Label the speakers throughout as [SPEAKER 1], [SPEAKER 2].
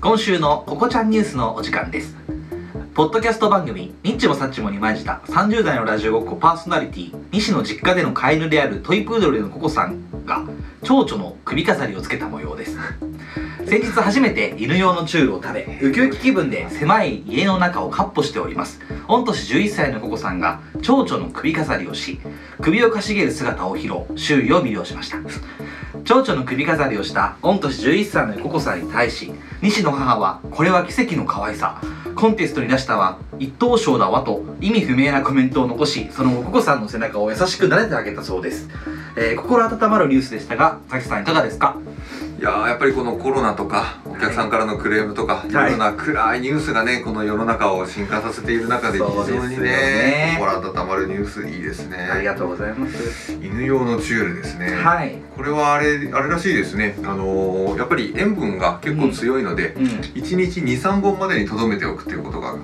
[SPEAKER 1] 今週のココちゃんニュースのお時間ですポッドキャスト番組「ニッチもサッチも」にまじた30代のラジオごっこパーソナリティ西の実家での飼い犬であるトイプードルのココさんが蝶々の首飾りをつけた模様です先日初めて犬用のチュールを食べウキウキ気分で狭い家の中をかっ歩しております御年11歳のココさんが蝶々の首飾りをし首をかしげる姿を披露周囲を魅了しました蝶々の首飾りをした御年11歳のココさんに対し西の母は「これは奇跡の可愛さ」コンテストに出したは一等賞だわと意味不明なコメントを残しその後ココさんの背中を優しく撫でてあげたそうです、えー心温まるニュースでしたがザキさんいかがですか
[SPEAKER 2] いやーやっぱりこのコロナとかお客さんからのクレームとか、いろんな暗いニュースがねこの世の中を進化させている中で非
[SPEAKER 1] そうですよ
[SPEAKER 2] 常
[SPEAKER 1] ね
[SPEAKER 2] にね心温まるニュースいいですね
[SPEAKER 1] ありがとうございます
[SPEAKER 2] 犬用のチュールですね、
[SPEAKER 1] はい、
[SPEAKER 2] これはあれあれらしいですねあのーやっぱり塩分が結構強いので、
[SPEAKER 1] うん、
[SPEAKER 2] 1日23本までにとどめておくっていうことが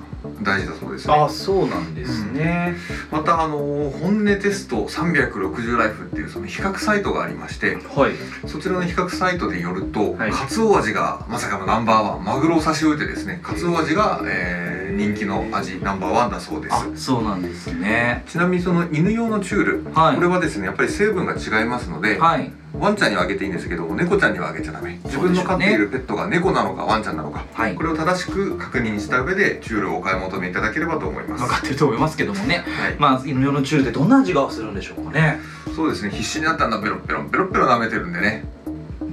[SPEAKER 2] 大事だそうですね
[SPEAKER 1] あそうなんですね、
[SPEAKER 2] またあのー本音テスト360ライフっていうその比較サイトがありまして
[SPEAKER 1] はい
[SPEAKER 2] そちらの比較サイトによると、
[SPEAKER 1] はい
[SPEAKER 2] カツオ味がまさかのナンバーワンマグロを差し置いてですねカツオ味が、えー人気の味ナンバーワンだそうで
[SPEAKER 1] あ
[SPEAKER 2] す
[SPEAKER 1] そうなんですね
[SPEAKER 2] ちなみにその犬用のチュール、
[SPEAKER 1] はい
[SPEAKER 2] これはですねやっぱり成分が違いますので、
[SPEAKER 1] はい
[SPEAKER 2] ワンちゃんにはあげていいんですけど猫ちゃんにはあげちゃダメ自
[SPEAKER 1] そう
[SPEAKER 2] 分
[SPEAKER 1] でしょうね
[SPEAKER 2] の飼っているペットが猫なのかワンちゃんなのか、
[SPEAKER 1] はい
[SPEAKER 2] これを正しく確認した上でチュールをお買い求めいただければと思います、
[SPEAKER 1] 分かってると思いますけどもね
[SPEAKER 2] はい
[SPEAKER 1] まあ犬用のチュールってどんな味がするんでしょうかね
[SPEAKER 2] そうですね必死になったんだペロッペロンペロッペロン舐めてるんでね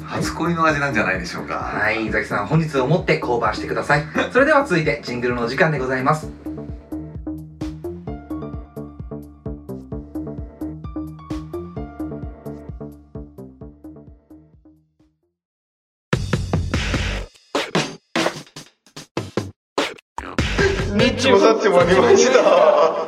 [SPEAKER 2] 初恋の味なんじゃないでしょうか、
[SPEAKER 1] はい、ザキさん、本日をもって降板してください。それでは続いて、ジングルのお時間でございます。
[SPEAKER 3] ニッチもサッチもありました。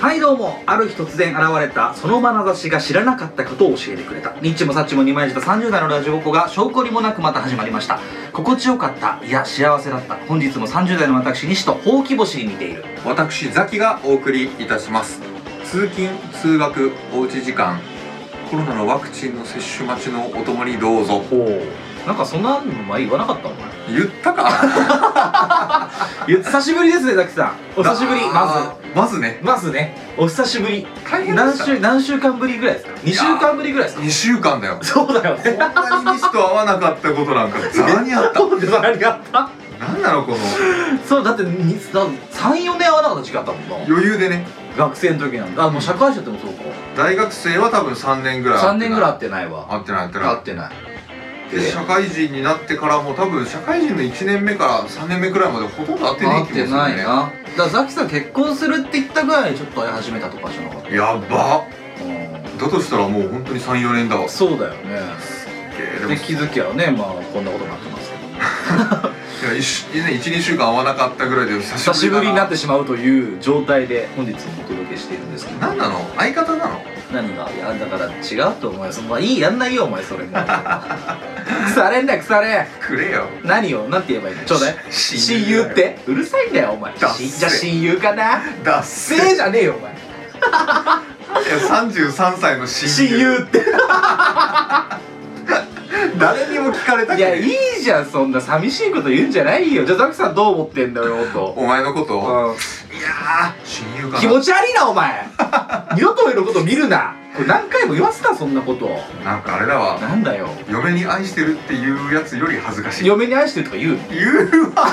[SPEAKER 1] はい、どうも。ある日突然現れた、その眼差しが知らなかったことを教えてくれた。ニッチもサッチも二枚舌30代のラジオごっこが証拠にもなくまた始まりました。心地よかった、いや、幸せだった。本日も30代の私、西とほうき星に似ている。
[SPEAKER 2] 私ザキがお送りいたします通勤通学おうち時間コロナのワクチンの接種待ちのお供にどうぞ
[SPEAKER 1] ほう。なんかそんなの前言わなかったお前。
[SPEAKER 2] 言ったか
[SPEAKER 1] 久しぶりですね、ザキさん。お久しぶり、ま
[SPEAKER 2] ずまずね
[SPEAKER 1] ず。まずね、お久しぶり。
[SPEAKER 2] 大変で
[SPEAKER 1] 何
[SPEAKER 2] した
[SPEAKER 1] 週、何週間ぶりぐらいですか ?2 週間ぶりぐらいですか
[SPEAKER 2] 2週間だよ
[SPEAKER 1] そうだよね。
[SPEAKER 2] こんなに西と会わなかったことなんかざらにあった
[SPEAKER 1] そうですありがった
[SPEAKER 2] なんなのこの
[SPEAKER 1] そうだって34年会わなかった時期あったもんな
[SPEAKER 2] 余裕でね
[SPEAKER 1] 学生の時なんだあもう社会人ってもそうか
[SPEAKER 2] 大学生は多分3年ぐらい
[SPEAKER 1] 3年ぐらい
[SPEAKER 2] い
[SPEAKER 1] 会ってないわ
[SPEAKER 2] 会ってない会ってない
[SPEAKER 1] 会ってない
[SPEAKER 2] で社会人になってからも多分社会人の1年目から3年目くらいまでほとんど会ってね
[SPEAKER 1] 会
[SPEAKER 2] え
[SPEAKER 1] っ
[SPEAKER 2] 気もす
[SPEAKER 1] て
[SPEAKER 2] るね
[SPEAKER 1] ないなだからザキさん結婚するって言ったぐらいにちょっと会い始めたとかじゃなかった
[SPEAKER 2] やば
[SPEAKER 1] う
[SPEAKER 2] だとしたらもう本当に34年だわ
[SPEAKER 1] んそうだよね
[SPEAKER 2] でも
[SPEAKER 1] で気づきはねまあこんなことになってますけど
[SPEAKER 2] いや12週間会わなかったぐらいで久
[SPEAKER 1] 久
[SPEAKER 2] し
[SPEAKER 1] し
[SPEAKER 2] ぶ
[SPEAKER 1] ぶり
[SPEAKER 2] りだ
[SPEAKER 1] に
[SPEAKER 2] な
[SPEAKER 1] なってしまうという状態で本日もお届けしているんですけど
[SPEAKER 2] 何なの相方なの
[SPEAKER 1] 何がいやだから違うと思うよそのまあいいやんないよお前そ れもう腐れんだよ腐れん
[SPEAKER 2] くれよ
[SPEAKER 1] 何をなんて言えばいいのちょうだい
[SPEAKER 2] し
[SPEAKER 1] 親友ってうるさいんだよお前
[SPEAKER 2] だっせ
[SPEAKER 1] しじゃあ親友かな
[SPEAKER 2] だっ
[SPEAKER 1] せ
[SPEAKER 2] せ
[SPEAKER 1] えじゃねえよお前
[SPEAKER 2] 33歳の親
[SPEAKER 1] 親
[SPEAKER 2] 友
[SPEAKER 1] 友って
[SPEAKER 2] 誰にも聞かれた
[SPEAKER 1] い
[SPEAKER 2] くな
[SPEAKER 1] や
[SPEAKER 2] い
[SPEAKER 1] いいじゃんそんな寂しいこと言うんじゃないよじゃあザクさんどう思ってんだよと、
[SPEAKER 2] お前のことを
[SPEAKER 1] う
[SPEAKER 2] いやー親友
[SPEAKER 1] ん、
[SPEAKER 2] か
[SPEAKER 1] 気持
[SPEAKER 2] な
[SPEAKER 1] ち悪いなお前二度と俺のこと見るなこれ何回も言わせたそんなこと
[SPEAKER 2] なんかあれだわ
[SPEAKER 1] なんだよ
[SPEAKER 2] 嫁に愛してるっていうやつより恥ずかしい
[SPEAKER 1] 嫁に愛してるとか言うの
[SPEAKER 2] 言うわ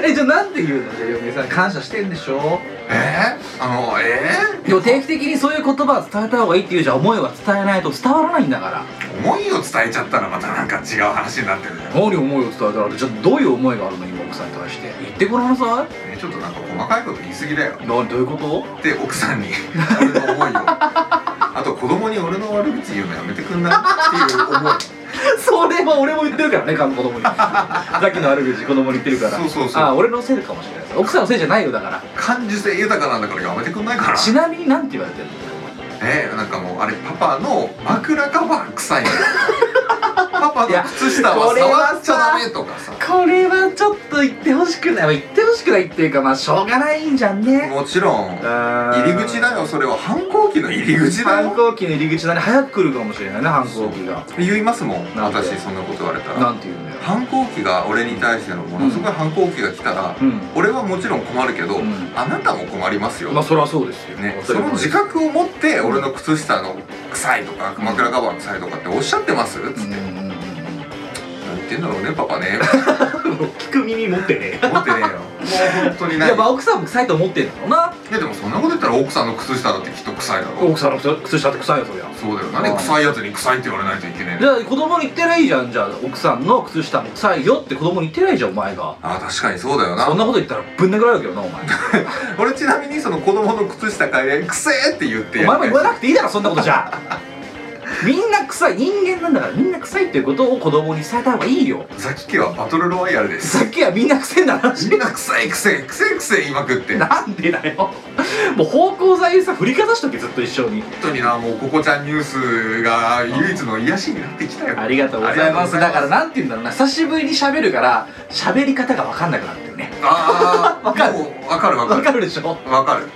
[SPEAKER 2] ね
[SPEAKER 1] えじゃあなんて言うのじゃあ嫁さん感謝してんでしょ
[SPEAKER 2] えよ えー、あのえ
[SPEAKER 1] でも定期的にそういう言葉を伝えた方がいいっていうじゃん思いは伝えないと伝わらないんだから
[SPEAKER 2] ー、思いを伝えちゃったらまたなんか違う話になってるじゃん
[SPEAKER 1] 何思いを伝えたらってじゃあどういう思いがあるの今奥さんに対して言ってごらんなさい
[SPEAKER 2] ねちょっとなんか細かいこと言い過ぎだよ
[SPEAKER 1] などういうこと
[SPEAKER 2] で奥さんに俺の思いをあと子供に俺の悪口言うのやめてくんないっていう思い
[SPEAKER 1] それは俺も言ってるからね子供に さっきの悪口子供に言ってるから
[SPEAKER 2] そうそうそう
[SPEAKER 1] あ俺のせいかもしれないです奥さんのせいじゃないよだか
[SPEAKER 2] 感受性豊かなんだからやめてくんないから
[SPEAKER 1] らちなみになんて言われてるの
[SPEAKER 2] えなんかもうあれパパの枕カバー臭いのよパパまず靴下は
[SPEAKER 1] これは
[SPEAKER 2] 触っちゃダメとかさ
[SPEAKER 1] これはちょっと言ってほしくないまあ言ってほしくないっていうかまあしょうがないんじゃんね
[SPEAKER 2] もちろん入
[SPEAKER 1] 入
[SPEAKER 2] り口だよそれは反抗期の入り口だ
[SPEAKER 1] 反
[SPEAKER 2] よ
[SPEAKER 1] 抗期の入り口だね早く来るかもしれないね反抗期が
[SPEAKER 2] 言いますもん
[SPEAKER 1] なんで
[SPEAKER 2] 私そんなこと言われた
[SPEAKER 1] な
[SPEAKER 2] ら
[SPEAKER 1] んて言うんだよ
[SPEAKER 2] 反抗期が俺に対してのものすごい反抗期が来たら、
[SPEAKER 1] うん
[SPEAKER 2] 俺はもちろん困るけど、
[SPEAKER 1] うん
[SPEAKER 2] あなたも困りますよ、
[SPEAKER 1] まあそりゃそうですよ
[SPEAKER 2] ね、
[SPEAKER 1] 当
[SPEAKER 2] そ
[SPEAKER 1] たり
[SPEAKER 2] の
[SPEAKER 1] 前です
[SPEAKER 2] 自覚を持って俺の靴下の臭いとか枕カバーの臭いとかっておっしゃってますつって、
[SPEAKER 1] うん
[SPEAKER 2] なん
[SPEAKER 1] うんうんうん
[SPEAKER 2] て言うんだろうねパパね
[SPEAKER 1] 聞く耳持ってね
[SPEAKER 2] 思ってねえよもう本当に
[SPEAKER 1] い
[SPEAKER 2] ない
[SPEAKER 1] や
[SPEAKER 2] い
[SPEAKER 1] まあ奥さんも臭いと思ってんだろうない
[SPEAKER 2] やでもそんなこと言ったら奥さんの靴下だってきっと臭いだろ
[SPEAKER 1] 奥さんの靴下って臭いよそりゃ
[SPEAKER 2] そうだよなんで臭いやつに臭いって言われないといけねえんだ
[SPEAKER 1] じゃあ子供に言ってないじゃんじゃあ奥さんの靴下も臭いよって子供に言ってないじゃんお前が
[SPEAKER 2] あ確かにそうだよな
[SPEAKER 1] そんなこと言ったらぶん殴られるけどなお前
[SPEAKER 2] 俺ちなみにその子供の靴下買えくせえって言って
[SPEAKER 1] お前も言わ
[SPEAKER 2] な
[SPEAKER 1] なくていいだろそんなことじゃみんな臭い人間なんだからみんな臭いっていうことを子供に伝えた方がいいよ
[SPEAKER 2] ザキ家はバトルロワイヤルです
[SPEAKER 1] さっきはみんな臭いんだな
[SPEAKER 2] みんな臭い臭い臭い臭い言いまくって本
[SPEAKER 1] なんでだよもう方向剤さ振りかざしとけずっと一緒に
[SPEAKER 2] 当になもうココちゃんニュースが唯一の癒しになってきたよ
[SPEAKER 1] ありがとうございます
[SPEAKER 2] あり
[SPEAKER 1] だ
[SPEAKER 2] が
[SPEAKER 1] から
[SPEAKER 2] とうござい
[SPEAKER 1] なんて言うんだろうな久しぶりに喋るから喋り方が分かんなくなってるね
[SPEAKER 2] あ あ
[SPEAKER 1] わかる
[SPEAKER 2] もうわかるわか
[SPEAKER 1] 分
[SPEAKER 2] る
[SPEAKER 1] かるでしょ
[SPEAKER 2] わかる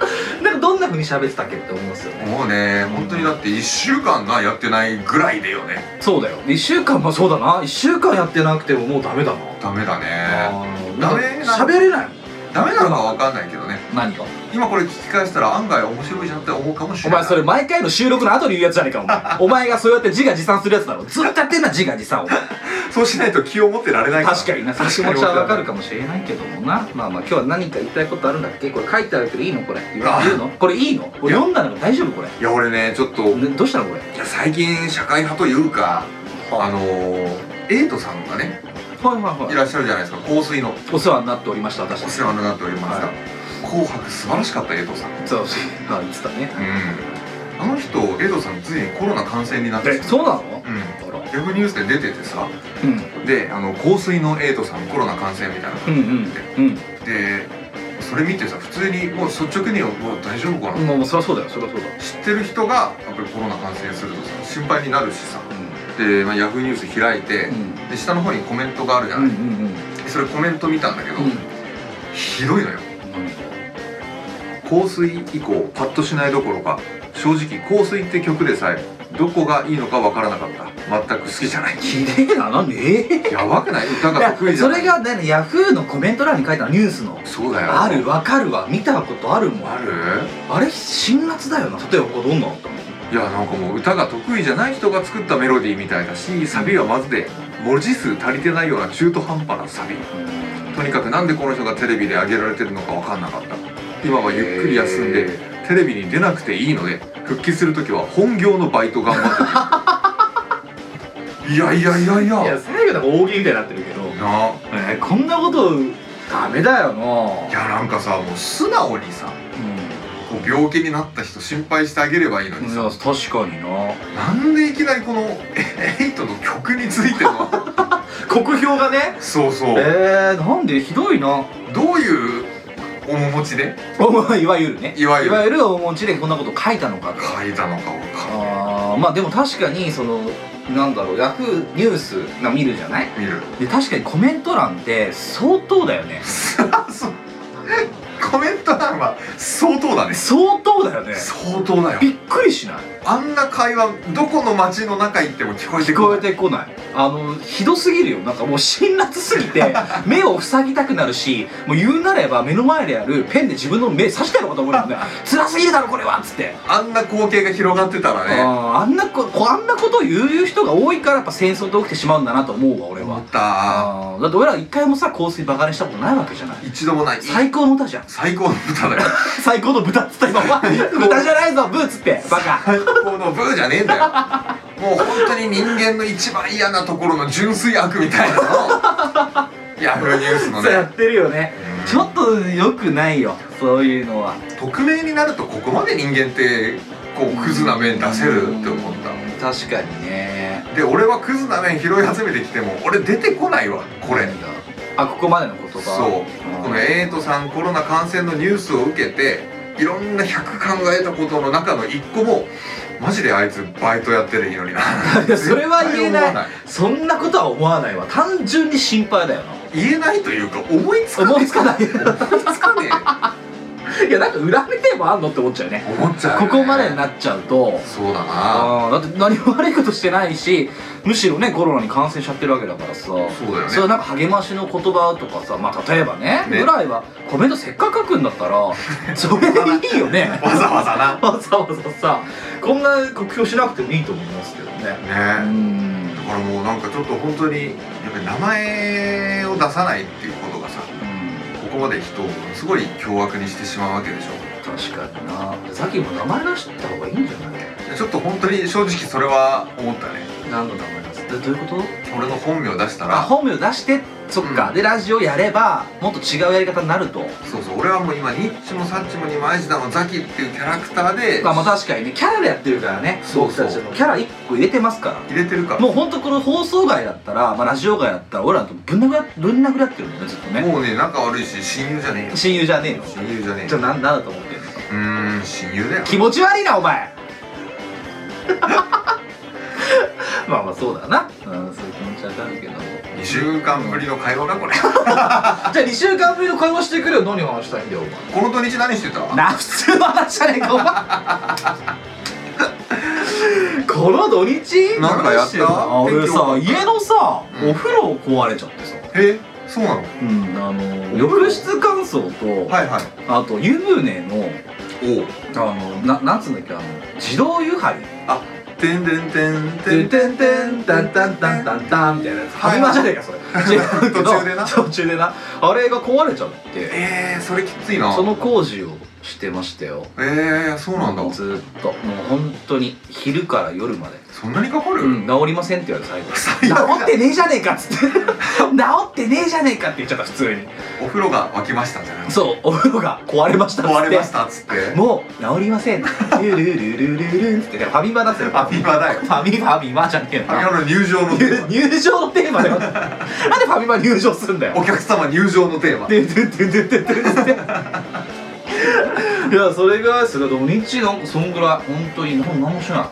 [SPEAKER 1] なんかどんな風に喋ってたっけって思うんですよね
[SPEAKER 2] もうね本当にだって1週間なやってないぐらいでよね
[SPEAKER 1] そうだよ1週間まあそうだな1週間やってなくてももうダメだな
[SPEAKER 2] ダメだね
[SPEAKER 1] あー
[SPEAKER 2] ダメな
[SPEAKER 1] 喋れない
[SPEAKER 2] ダメなのかわかんないけどね
[SPEAKER 1] 何か
[SPEAKER 2] 今これ聞き返したら案外面白いじゃんって思うかもし
[SPEAKER 1] お
[SPEAKER 2] れない
[SPEAKER 1] 前それ毎回の収録の後に言うやつじゃねえ かお前お前がそうやって自画自賛するやつだろずっとやってんな自画自賛を
[SPEAKER 2] そうしないと気を持ってられない
[SPEAKER 1] 確かになその気持ちはわかるか
[SPEAKER 2] も
[SPEAKER 1] もしれないけどもなまあまあ今日は何か言いたいことあるんだっけこれ書いてあるけどいいのこれ言う
[SPEAKER 2] あ
[SPEAKER 1] 言うのこれいいのこれ読んだのが大丈夫これ
[SPEAKER 2] いや俺ねちょっと
[SPEAKER 1] ねどうしたのこれ
[SPEAKER 2] いや最近社会派というかあのーエイトさんがね
[SPEAKER 1] はいはい
[SPEAKER 2] い
[SPEAKER 1] はい
[SPEAKER 2] らっしゃるじゃないですか香水の
[SPEAKER 1] お世話になっておりました私
[SPEAKER 2] お世話になっておりますが、
[SPEAKER 1] はい
[SPEAKER 2] 紅白素晴らしかったエイトさんうん
[SPEAKER 1] そうあ言ってたね
[SPEAKER 2] あの人エイトさんついにコロナ感染になって
[SPEAKER 1] え
[SPEAKER 2] しま
[SPEAKER 1] そうなの
[SPEAKER 2] ううん
[SPEAKER 1] あら
[SPEAKER 2] ウェブニュースで出ててさ
[SPEAKER 1] うん
[SPEAKER 2] であの香水のエイトさんコロナ感染みたいな
[SPEAKER 1] う
[SPEAKER 2] 感
[SPEAKER 1] んうん
[SPEAKER 2] じでそれ見てさ普通にもう率直にもう大丈夫かな、
[SPEAKER 1] うんもうそりゃそうだよそりゃそうだ
[SPEAKER 2] 知ってる人がやっぱりコロナ感染するとさ心配になるしさで、まあ、ヤフーニュース開いて、で下の方にコメントがあるじゃ
[SPEAKER 1] うんう
[SPEAKER 2] ない、
[SPEAKER 1] んうんうん
[SPEAKER 2] それコメント見たんだけど、
[SPEAKER 1] うん
[SPEAKER 2] ひどいのよ香水以降パッとしないどころか正直香水って曲でさえどこがいいのかわからなかった全く好きじゃない
[SPEAKER 1] きれいななんでええ
[SPEAKER 2] やばくない歌
[SPEAKER 1] い
[SPEAKER 2] が
[SPEAKER 1] や
[SPEAKER 2] 得意じゃ
[SPEAKER 1] そ
[SPEAKER 2] ない
[SPEAKER 1] れがねヤフーのコメント欄に書いたニュースの
[SPEAKER 2] そうだよ
[SPEAKER 1] あるわかるわ見たことあるもん
[SPEAKER 2] あ
[SPEAKER 1] あ
[SPEAKER 2] る
[SPEAKER 1] れ辛辣だよな例えばこれどんなのあったの
[SPEAKER 2] いやなんかもう歌が得意じゃない人が作ったメロディーみたいだしサビはまずで文字数足りてないような中途半端なサビとにかくなんでこの人がテレビで上げられてるのか分かんなかった今はゆっくり休んでテレビに出なくていいので復帰する時は本業のバイト頑 張ってるいやいやいやいや
[SPEAKER 1] いや最後なんか大喜利みたいになってるけど
[SPEAKER 2] なあ
[SPEAKER 1] えーこんなことダメだよない
[SPEAKER 2] やなんかさもう素直にさこう病気になった人心配してあげればいいの
[SPEAKER 1] うん
[SPEAKER 2] に
[SPEAKER 1] い
[SPEAKER 2] さ
[SPEAKER 1] や確かにな
[SPEAKER 2] なんでいきなりこのえエイトの曲につい ての
[SPEAKER 1] 酷評がね
[SPEAKER 2] そうそう
[SPEAKER 1] えー、なんでひどいな
[SPEAKER 2] どういう面持ちで
[SPEAKER 1] おいわゆるね
[SPEAKER 2] いわゆ
[SPEAKER 1] いわ
[SPEAKER 2] る
[SPEAKER 1] ゆるお餅でこんなこと書いたのかと
[SPEAKER 2] 書いたのか分かんない
[SPEAKER 1] あーまあでも確かにそのなんだろうヤフーニュースが見るじゃない
[SPEAKER 2] 見る
[SPEAKER 1] で確かにコメント欄って相当だよね
[SPEAKER 2] そうコメント欄は相当だね
[SPEAKER 1] 相当だよね
[SPEAKER 2] 相当だよ
[SPEAKER 1] びっくりしない
[SPEAKER 2] あんな会話どこの町の中行っても聞こえて
[SPEAKER 1] 聞
[SPEAKER 2] くる
[SPEAKER 1] こえてこないあのひどすぎるよなんかもう辛辣すぎ て目を塞ぎたくなるしもう言うなれば目の前であるペンで自分の目刺してやろうかと思う よね辛すぎるだろこれはっつって
[SPEAKER 2] あんな光景が広がってたらね
[SPEAKER 1] あーあんなここあんなことを言う人が多いからやっぱ戦争って起きてしまうんだなと思うわ俺
[SPEAKER 2] 思
[SPEAKER 1] は
[SPEAKER 2] った
[SPEAKER 1] あーだって俺ら一回もさ香水バカにしたことないわけじゃない
[SPEAKER 2] 一度もない
[SPEAKER 1] 最高の歌じゃん
[SPEAKER 2] 最高の豚だよ
[SPEAKER 1] 最高の豚っつった今お前 豚じゃないぞブーっつってバカ
[SPEAKER 2] 最高のブーじゃねえんだよもう本当に人間の一番嫌なところの純粋悪みたいなのヤフーニュースの
[SPEAKER 1] そうや
[SPEAKER 2] ね
[SPEAKER 1] ってるよねちょっと良くないよそういうのは
[SPEAKER 2] 匿名になるとここまで人間ってこうクズな面出せるって思った
[SPEAKER 1] た確かにね
[SPEAKER 2] で俺はクズな面拾い集めてきても俺出てこないわこれ
[SPEAKER 1] あここまでの言葉
[SPEAKER 2] そうこのエイトさんコロナ感染のニュースを受けていろんな100考えたことの中の1個もマジであいつバイトやってるいいのにな
[SPEAKER 1] い やそれは言えない
[SPEAKER 2] 絶対思わ
[SPEAKER 1] そんなことは思わないわ単純に心配だよな
[SPEAKER 2] 言えないというか思いつか
[SPEAKER 1] 思いつか ない
[SPEAKER 2] 思いつかね
[SPEAKER 1] いやなんか裏見てもあんのって思っちゃうね
[SPEAKER 2] え思っちゃうよ
[SPEAKER 1] こ
[SPEAKER 2] ね
[SPEAKER 1] こまでになっちゃうと
[SPEAKER 2] そうだな
[SPEAKER 1] あーだって何も悪いことしてないしむしろねコロナに感染しちゃってるわけだからさ
[SPEAKER 2] そうだよね
[SPEAKER 1] それはなんか励ましの言葉とかさまあ例えばね
[SPEAKER 2] ね
[SPEAKER 1] ぐらいはコメントせっかく書くんだった らそれでいいよね
[SPEAKER 2] わざわざな
[SPEAKER 1] わざわざさこんな酷評しなくてもいいと思いますけどねう
[SPEAKER 2] ね
[SPEAKER 1] ん
[SPEAKER 2] えだからもうなんかちょっと本当にやっぱり名前を出さないっていうことがさここまで人をすごい凶悪にしてしまうわけでしょ
[SPEAKER 1] 確かになさっきも名前出した方がいいんじゃない
[SPEAKER 2] ちょっと本当に正直それは思ったね
[SPEAKER 1] 何の名前出すどどういうこと
[SPEAKER 2] 俺の本名出した
[SPEAKER 1] あ
[SPEAKER 2] ら
[SPEAKER 1] 本名出してそっか、
[SPEAKER 2] うん
[SPEAKER 1] でラジオやればもっと違うやり方になると
[SPEAKER 2] そうそう俺はもう今ニッチもサッチも二枚舌のザキっていうキャラクターで
[SPEAKER 1] まあまあ確かにねキャラでやってるからね
[SPEAKER 2] そうそう
[SPEAKER 1] 僕たちのキャラ1個入れてますから
[SPEAKER 2] 入れてるから
[SPEAKER 1] もうほんとこの放送外だったら、まあ、ラジオ外だったら俺らとぶん殴りぶん殴り合ってるもんねずっとね
[SPEAKER 2] もうね仲悪いし親友じゃねえよ
[SPEAKER 1] 親友じゃねえの
[SPEAKER 2] 親友じゃねえ
[SPEAKER 1] じゃ
[SPEAKER 2] よ
[SPEAKER 1] あ何だと思ってんの
[SPEAKER 2] うーん親友だよ
[SPEAKER 1] 気持ち悪いなお前 まあまあそうだな、うん、そういう気持ちはわかるけど
[SPEAKER 2] 2週間ぶりの会話 だこれ
[SPEAKER 1] じゃあ2週間ぶりの会話してくれよ何話したいんだよお前
[SPEAKER 2] この土日何してた
[SPEAKER 1] な普通の話じゃねえかお前この土日
[SPEAKER 2] なんかやった
[SPEAKER 1] 何しての俺さ
[SPEAKER 2] 天気良かった
[SPEAKER 1] 家のさ、
[SPEAKER 2] うん
[SPEAKER 1] お風呂壊れちゃってさ
[SPEAKER 2] えそうなの
[SPEAKER 1] うんあの浴室乾燥と、
[SPEAKER 2] はいはい
[SPEAKER 1] あと湯船の
[SPEAKER 2] おう
[SPEAKER 1] あのななんつうんだっけあの自動湯張り
[SPEAKER 2] てんてんてん
[SPEAKER 1] て
[SPEAKER 2] て
[SPEAKER 1] ん
[SPEAKER 2] ん
[SPEAKER 1] てんてんたんたんたんたんたんみたいなやつ
[SPEAKER 2] は
[SPEAKER 1] 始
[SPEAKER 2] い
[SPEAKER 1] まりじゃねえかそれ違うけど
[SPEAKER 2] 途中でな
[SPEAKER 1] 途中でなあれが壊れちゃって
[SPEAKER 2] えー、それきついな
[SPEAKER 1] その工事をしてましたよ
[SPEAKER 2] えー、そうなんだ
[SPEAKER 1] ずーっともう本当に昼から夜まで
[SPEAKER 2] そんなにかかる、
[SPEAKER 1] うん治りませんって言われて最
[SPEAKER 2] 最悪
[SPEAKER 1] 後
[SPEAKER 2] だ
[SPEAKER 1] 治ってねえじゃねえかっつって治ってねえじゃねえかって言っちゃった普通に
[SPEAKER 2] お風呂が沸きましたじゃない
[SPEAKER 1] そうお風呂が壊れましたっつって
[SPEAKER 2] 壊れましたっつって
[SPEAKER 1] もう治りません。ルルルルルルルンってファミマだっすよ。ファ
[SPEAKER 2] あビバだよ
[SPEAKER 1] ミファミマじゃねえよ
[SPEAKER 2] あ
[SPEAKER 1] な。
[SPEAKER 2] の入場のテー
[SPEAKER 1] 入入場のテーマだよ。なんでファミマ入場すんだ
[SPEAKER 2] マ
[SPEAKER 1] よ。
[SPEAKER 2] お客様入場のテーマ
[SPEAKER 1] ででででででいやそれがすごい土日なんかそんぐらい本当に何何もしな
[SPEAKER 2] ま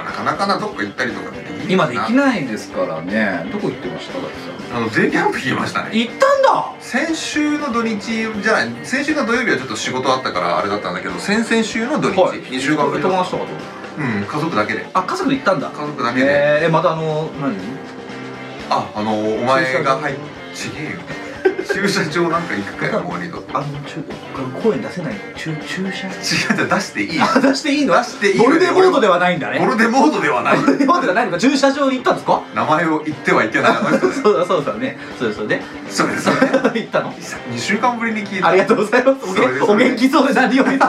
[SPEAKER 2] あなかなかなどっか行ったりとかってできない
[SPEAKER 1] い。今できないですからね。どこ行ってましただってさ
[SPEAKER 2] あのデイキャンプ行きましたね
[SPEAKER 1] 行ったんだ。
[SPEAKER 2] 先週の土日じゃない先週の土曜日はちょっと仕事あったからあれだったんだけど先々週の土日、2週間ぶり
[SPEAKER 1] 友
[SPEAKER 2] の
[SPEAKER 1] 達とかと。
[SPEAKER 2] うん家族だけで
[SPEAKER 1] あ家族で行ったんだ。
[SPEAKER 2] 家族だけで、
[SPEAKER 1] えー、えまたあの何？
[SPEAKER 2] ああのお前が入っちげえよ駐車場なんか行くかよもう二度違う
[SPEAKER 1] あの中公園出せない中駐車。
[SPEAKER 2] じゃ出していい
[SPEAKER 1] あ 出していい
[SPEAKER 2] 出
[SPEAKER 1] の？
[SPEAKER 2] していい
[SPEAKER 1] ボルデモード
[SPEAKER 2] で
[SPEAKER 1] ではないんだね
[SPEAKER 2] ボルデモードではない
[SPEAKER 1] ボルデモードではないのか駐車場に行ったんですか
[SPEAKER 2] 名前を言ってはいけないあの人です
[SPEAKER 1] そうだそうだねそうですそうね
[SPEAKER 2] それそれ
[SPEAKER 1] 行ったの
[SPEAKER 2] 2週間ぶりに聞いた
[SPEAKER 1] ありがとうございますお
[SPEAKER 2] それ
[SPEAKER 1] げ
[SPEAKER 2] で
[SPEAKER 1] お元気そうで何を言った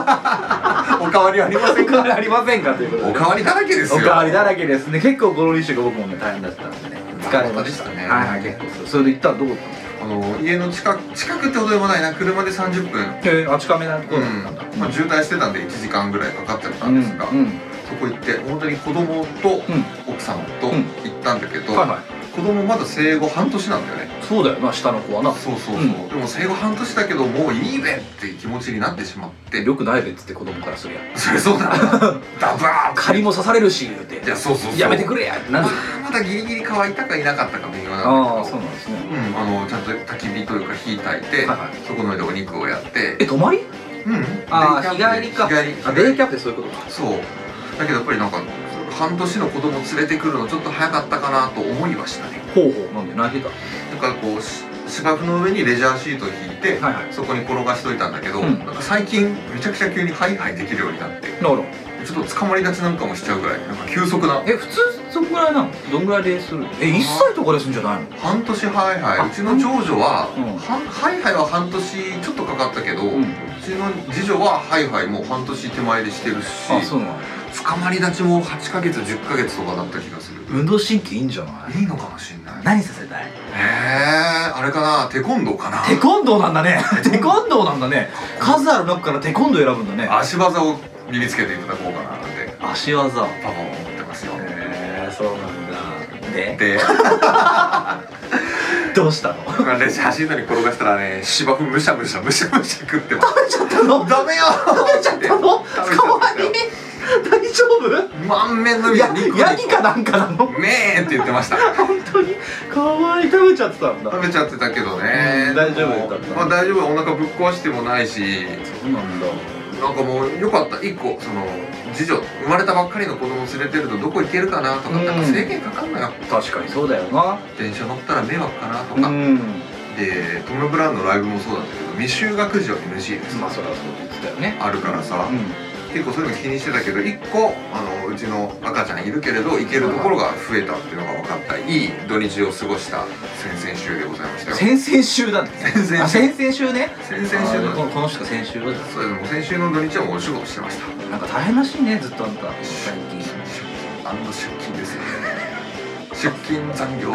[SPEAKER 2] おかわりありません
[SPEAKER 1] おかわ
[SPEAKER 2] か
[SPEAKER 1] りありませんかということ
[SPEAKER 2] お
[SPEAKER 1] で
[SPEAKER 2] かわりだらけです
[SPEAKER 1] お
[SPEAKER 2] よ
[SPEAKER 1] かわりだらけですね結構ゴロリッシュが僕もね大変だったんでね疲れました
[SPEAKER 2] 本当でしたね
[SPEAKER 1] はいはい結構そうそれで行ったらどこだった
[SPEAKER 2] あの家の近く近くってほどでもないな車で30分
[SPEAKER 1] のえー、あ近めなところ
[SPEAKER 2] う
[SPEAKER 1] だったんだ
[SPEAKER 2] んまあ、渋滞してたんで1時間ぐらいかかっちゃったんですが、
[SPEAKER 1] うん、うん
[SPEAKER 2] そこ行って本当に子供と
[SPEAKER 1] う
[SPEAKER 2] 奥さん
[SPEAKER 1] う
[SPEAKER 2] と
[SPEAKER 1] ん
[SPEAKER 2] 行ったんだけど、
[SPEAKER 1] ん、はいは
[SPEAKER 2] 子供まだ生後半年なんだよね
[SPEAKER 1] いそうだよな下の子はな
[SPEAKER 2] そうそうそう、
[SPEAKER 1] うん
[SPEAKER 2] でも生後半年だけどもういいべっていう気持ちになってしまって
[SPEAKER 1] よくないべっつって子供からするや
[SPEAKER 2] それそうだなダバーン
[SPEAKER 1] 仮も刺されるし言うて
[SPEAKER 2] いやそうそうそう
[SPEAKER 1] やめてくれやってな
[SPEAKER 2] ま
[SPEAKER 1] る
[SPEAKER 2] あまだギリギリ乾いたかいなかったか微妙
[SPEAKER 1] あ
[SPEAKER 2] な
[SPEAKER 1] あ
[SPEAKER 2] んだけ
[SPEAKER 1] そうなんですね
[SPEAKER 2] どうん、あのちゃんと焚き火というか火焚いて、
[SPEAKER 1] はいはい
[SPEAKER 2] そこの上でお肉をやって
[SPEAKER 1] え泊まり
[SPEAKER 2] うん
[SPEAKER 1] あ
[SPEAKER 2] デイ
[SPEAKER 1] ー
[SPEAKER 2] キャン
[SPEAKER 1] 日
[SPEAKER 2] プ
[SPEAKER 1] 帰りか
[SPEAKER 2] 日帰り
[SPEAKER 1] あデイキャンプってそういうことか
[SPEAKER 2] そうだけどやっぱりなんか半年の子供連れてくるのちょっと早かったかなと思いはしたね
[SPEAKER 1] ほうほうなんで泣いて
[SPEAKER 2] だからこうし芝生の上にレジャーシートを引いて、
[SPEAKER 1] たはいはいなる
[SPEAKER 2] そこに転がしといたんだけど、
[SPEAKER 1] うん
[SPEAKER 2] なんか最近めちゃくちゃ急にハイハイできるようになって
[SPEAKER 1] ほど
[SPEAKER 2] ちょっと捕まり立ちなんかもしちゃうぐらいなんか急速な
[SPEAKER 1] え普通そんぐらいなのどんぐらい礼するのえ一歳とかでするんじゃないの
[SPEAKER 2] 半年ハイハ
[SPEAKER 1] あ
[SPEAKER 2] イうちの長女は、
[SPEAKER 1] うん
[SPEAKER 2] はハイハイは半年ちょっとかかったけど、う
[SPEAKER 1] うん
[SPEAKER 2] ちの次女はハイハイもう半年手前でしてるし
[SPEAKER 1] あそうなの
[SPEAKER 2] 捕まり立ちも8ヶ月10ヶ月とかだった気がする、
[SPEAKER 1] 運動神経いいんじゃない
[SPEAKER 2] いいのかもしんない
[SPEAKER 1] 何させたい
[SPEAKER 2] えー、あれかなテコンドーかな
[SPEAKER 1] テコンドーなんだ ねテコンドーなんだね数ある中からテコンドー選ぶんだね
[SPEAKER 2] 足技を身につけていただこうかななんて
[SPEAKER 1] 足技へ
[SPEAKER 2] パパは思ってますよ
[SPEAKER 1] えそうなんだで
[SPEAKER 2] で
[SPEAKER 1] どうしたの食
[SPEAKER 2] レジ走りのに転がしたらね芝生むしゃむしゃむしゃむしゃ食ってます
[SPEAKER 1] べちゃったの
[SPEAKER 2] ダメよ
[SPEAKER 1] 食べちゃったの
[SPEAKER 2] 食べちゃった
[SPEAKER 1] かわいい大丈夫
[SPEAKER 2] 満面の
[SPEAKER 1] や
[SPEAKER 2] 肉肉
[SPEAKER 1] ヤギかなんかなの
[SPEAKER 2] ねえって言ってました
[SPEAKER 1] 本当に可愛い食べちゃってたんだ
[SPEAKER 2] 食べちゃってたけどね
[SPEAKER 1] うん大丈夫だった
[SPEAKER 2] まあ、大丈夫お腹ぶっ壊してもないし
[SPEAKER 1] そうなんだ
[SPEAKER 2] なんかもうよかった1個その次女生まれたばっかりの子供連れてるとどこ行けるかなと
[SPEAKER 1] う
[SPEAKER 2] か,、
[SPEAKER 1] ん
[SPEAKER 2] なんか制限かかんのよ
[SPEAKER 1] 確かにそうだよな
[SPEAKER 2] 電車乗ったら迷惑かなと
[SPEAKER 1] う
[SPEAKER 2] か、
[SPEAKER 1] ん
[SPEAKER 2] でトム・ブラウンのライブもそうだったけど未就学児は NG です、
[SPEAKER 1] まあそりゃそうですだよね
[SPEAKER 2] あるからさ、
[SPEAKER 1] う
[SPEAKER 2] 結構そういうの気にしてたけど1個あのうちの赤ちゃんいるけれど行けるところが増えたっていうのが分かったいい土日を過ごした先々週でございまし
[SPEAKER 1] ん
[SPEAKER 2] たよ
[SPEAKER 1] 先々週だね
[SPEAKER 2] 々週
[SPEAKER 1] あ先々週ね
[SPEAKER 2] 先々週
[SPEAKER 1] あーこの
[SPEAKER 2] の
[SPEAKER 1] この人が先週はじゃ
[SPEAKER 2] そうですもう先週の土日はもうお仕事してました
[SPEAKER 1] あなんか大変らしいねずっとあんた最近
[SPEAKER 2] 出勤ですよ出勤残業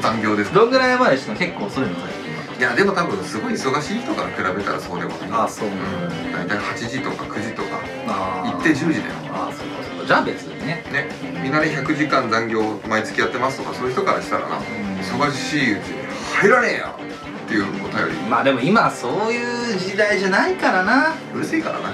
[SPEAKER 2] 残業です
[SPEAKER 1] どんぐらい前でしたの結構それの最近
[SPEAKER 2] いやでも多分すごい忙しい人から比べたらそうでもない
[SPEAKER 1] ああそう
[SPEAKER 2] う
[SPEAKER 1] なんだ
[SPEAKER 2] ん大体8時とか9時とか
[SPEAKER 1] あー
[SPEAKER 2] 行って10時だよ
[SPEAKER 1] ああそうかそうかじゃあ別にね
[SPEAKER 2] ねみんなで100時間残業毎月やってますとかそういう人からしたらな忙しいうちに入らねえよっていうお便り
[SPEAKER 1] まあでも今はそういう時代じゃないからな
[SPEAKER 2] うるせえからな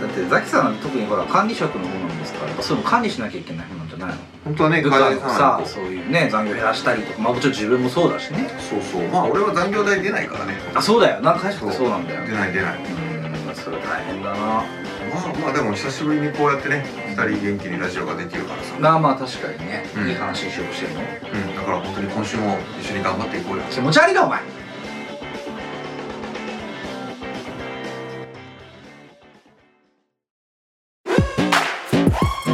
[SPEAKER 1] だってザキさんは特にほら管理職の方なんですからやっぱそういうの管理しなきゃいけない方なんじゃないの
[SPEAKER 2] 本当はね
[SPEAKER 1] だからさ
[SPEAKER 2] ないと
[SPEAKER 1] そういうね残業減らしたりとかまあもちろん自分もそうだしね
[SPEAKER 2] そうそうまあ俺は残業代出ないからね
[SPEAKER 1] あそうだよな会社ってそうなんだよ
[SPEAKER 2] 出ない出ない
[SPEAKER 1] うんまあそれ大変だな
[SPEAKER 2] まあまあでも久しぶりにこうやってね2人元気にラジオができるからさ
[SPEAKER 1] なあまあ確かにね、
[SPEAKER 2] うん
[SPEAKER 1] いい話にしようとしてるの
[SPEAKER 2] うん、だから本当に今週も一緒に頑張っていこうよ。
[SPEAKER 1] 気持ち悪いなお前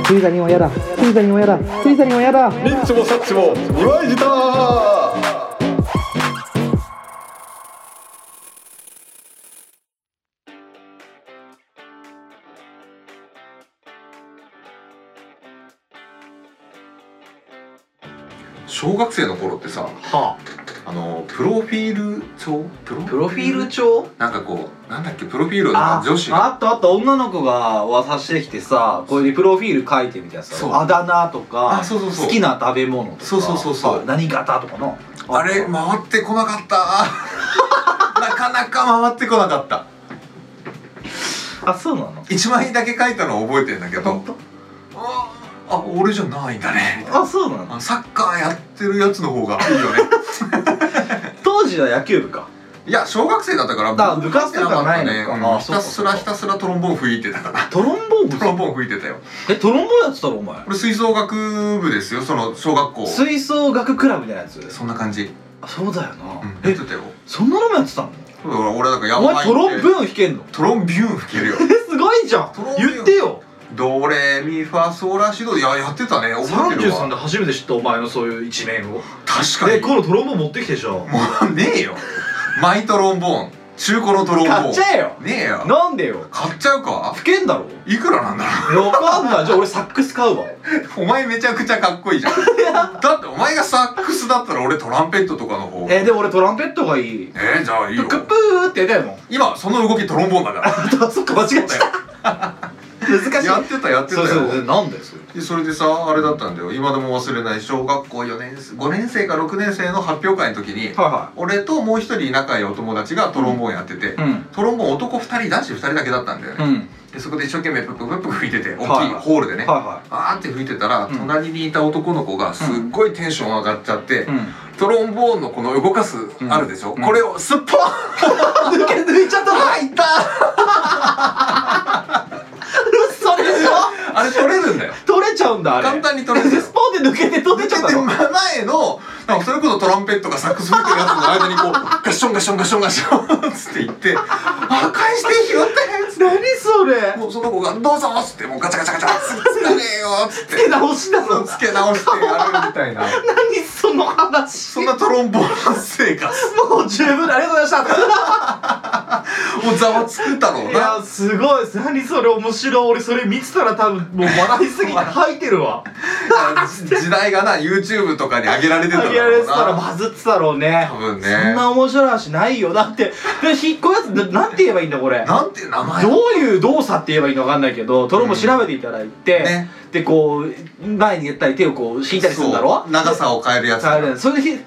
[SPEAKER 3] スイザにはやだスイザにはやだスイザにはやだ
[SPEAKER 4] ニッチもサッチも二枚舌
[SPEAKER 2] 小学生の頃ってさ、
[SPEAKER 1] は
[SPEAKER 2] あのプロフィール帳、プロ
[SPEAKER 1] あプロフィール帳
[SPEAKER 2] なんかこうなんだっけプロフィールを
[SPEAKER 1] あ
[SPEAKER 2] なんか女子が
[SPEAKER 1] あったあった女の子が渡してきてさこれでプロフィール書いてみたいな
[SPEAKER 2] そう
[SPEAKER 1] さあだ名とか
[SPEAKER 2] あそうそうそう
[SPEAKER 1] 好きな食べ物とか
[SPEAKER 2] そうそうそうそう
[SPEAKER 1] あ何型とかの
[SPEAKER 2] あれ回ってこなかった。 なかなか回ってこなかった。
[SPEAKER 1] あそうなの
[SPEAKER 2] 一枚だけ書いたのを覚えてんだけど
[SPEAKER 1] 本、当
[SPEAKER 2] ああ俺じゃないんだね。
[SPEAKER 1] あそうなの
[SPEAKER 2] あサッカーやってるやつの方がいいよ ね。
[SPEAKER 1] 当時は野球部か
[SPEAKER 2] いや小学生だったから
[SPEAKER 1] だ部活とかないのか
[SPEAKER 2] 部活やってなかったね
[SPEAKER 1] あ
[SPEAKER 2] うんひたすら
[SPEAKER 1] そうかそうか
[SPEAKER 2] ひたすらトロンボーン吹いてたから。
[SPEAKER 1] トロンボーン部
[SPEAKER 2] トロンボーン吹いてたよ。
[SPEAKER 1] えトロンボーンやってたろお前
[SPEAKER 2] これ吹奏楽部ですよその小学校
[SPEAKER 1] 吹奏楽クラブみたいなやつ
[SPEAKER 2] そんな感じ、
[SPEAKER 1] あそうだよ
[SPEAKER 2] う、
[SPEAKER 1] なん
[SPEAKER 2] やっ
[SPEAKER 1] え
[SPEAKER 2] てたよ
[SPEAKER 1] そんなのもやってたの
[SPEAKER 2] 俺俺なんかや
[SPEAKER 1] お前トロンブーン弾けんの
[SPEAKER 2] トロンビューン吹けるよ
[SPEAKER 1] えすごいじゃん
[SPEAKER 2] トロンブーン
[SPEAKER 1] 言ってよ
[SPEAKER 2] ドレミファソラシドいややってたね覚えてる
[SPEAKER 1] 33
[SPEAKER 2] わ
[SPEAKER 1] で初めて知ったお前のそういう一面を
[SPEAKER 2] 確かに
[SPEAKER 1] えこのトロンボーン持ってきてじゃん
[SPEAKER 2] もうねえよマイトロンボーン中古のトロンボーン
[SPEAKER 1] 買っちゃえよ
[SPEAKER 2] ねえよ
[SPEAKER 1] なんでよ
[SPEAKER 2] 買っちゃうか
[SPEAKER 1] 吹けんだろ
[SPEAKER 2] いくらなんだろ
[SPEAKER 1] えわかんないじゃあ俺サックス買うわ
[SPEAKER 2] う お前めちゃくちゃかっこいいじゃんだってお前がサックスだったら俺トランペットとかの方
[SPEAKER 1] えでも俺トランペットがいい
[SPEAKER 2] えーじゃあいいよ
[SPEAKER 1] プクプーってやりたいもん
[SPEAKER 2] 今その動きトロンボーンだか
[SPEAKER 1] あそっか間違えた難
[SPEAKER 2] ら
[SPEAKER 1] しい
[SPEAKER 2] やってたやって
[SPEAKER 1] そ
[SPEAKER 2] た
[SPEAKER 1] う
[SPEAKER 2] よ
[SPEAKER 1] そうそうなんですよ
[SPEAKER 2] でそれでさあれだったんだよ今でも忘れない小学校4年生5年生か6年生の発表会の時に
[SPEAKER 1] は
[SPEAKER 2] 俺ともう一人仲良いお友達がトロンボーンやってて、
[SPEAKER 1] うん
[SPEAKER 2] トロンボーン男2人男子2人だけだったんだよね、
[SPEAKER 1] ん
[SPEAKER 2] でそこで一生懸命プッププップ吹いてて大
[SPEAKER 1] はい
[SPEAKER 2] きいホールでね、
[SPEAKER 1] は
[SPEAKER 2] あーって吹いてたら
[SPEAKER 1] うん
[SPEAKER 2] 隣にいた男の子がすっごいテンション上がっちゃって、
[SPEAKER 1] いはい
[SPEAKER 2] トロンボーンのこの動かす
[SPEAKER 1] ん
[SPEAKER 2] あるでしょ、
[SPEAKER 1] うん
[SPEAKER 2] これ をすっぽん
[SPEAKER 1] 抜け抜いちゃった入った嘘でしょ
[SPEAKER 2] あれ取れるんだよ
[SPEAKER 1] 取れちゃうんだあれ
[SPEAKER 2] 簡単に取れるんだよ
[SPEAKER 1] スポンで抜けて取れちゃった
[SPEAKER 2] で
[SPEAKER 1] の
[SPEAKER 2] 前のなんかそれこそトランペットがサックス吹いてるやつの間にこうガッションガッションガッションガッションっつって言って「あ返して拾ったやつ
[SPEAKER 1] 何それ
[SPEAKER 2] もうその子が「どうぞ」っつってもうガチャガチャガチャ「つかねえよ」っつって
[SPEAKER 1] 手直しだぞ
[SPEAKER 2] つけ直してやるみたいな
[SPEAKER 1] 何その話
[SPEAKER 2] そんなトロンボーン生活
[SPEAKER 1] もう十分ありがとうございました
[SPEAKER 2] をざわつくだろう
[SPEAKER 1] い
[SPEAKER 2] な
[SPEAKER 1] やすごい何それ面白い俺それ見てたら多分もう笑いすぎて吐いてるわ
[SPEAKER 2] 時代がな YouTube とかに上げられてただ
[SPEAKER 1] あげられ
[SPEAKER 2] ろう
[SPEAKER 1] てたら
[SPEAKER 2] な
[SPEAKER 1] バズってたろうね
[SPEAKER 2] 多分ね
[SPEAKER 1] そんな面白い話ないよだってで引っ越やつななんて言えばいいんだこれ
[SPEAKER 2] なんて名前
[SPEAKER 1] どういう動作って言えばいいのかわかんないけどトロンボ調べていただいて、
[SPEAKER 2] ね
[SPEAKER 1] でこう前にやったり手をこう引いたりするんだろ
[SPEAKER 2] そう長さを変えるやつ
[SPEAKER 1] あれそれで取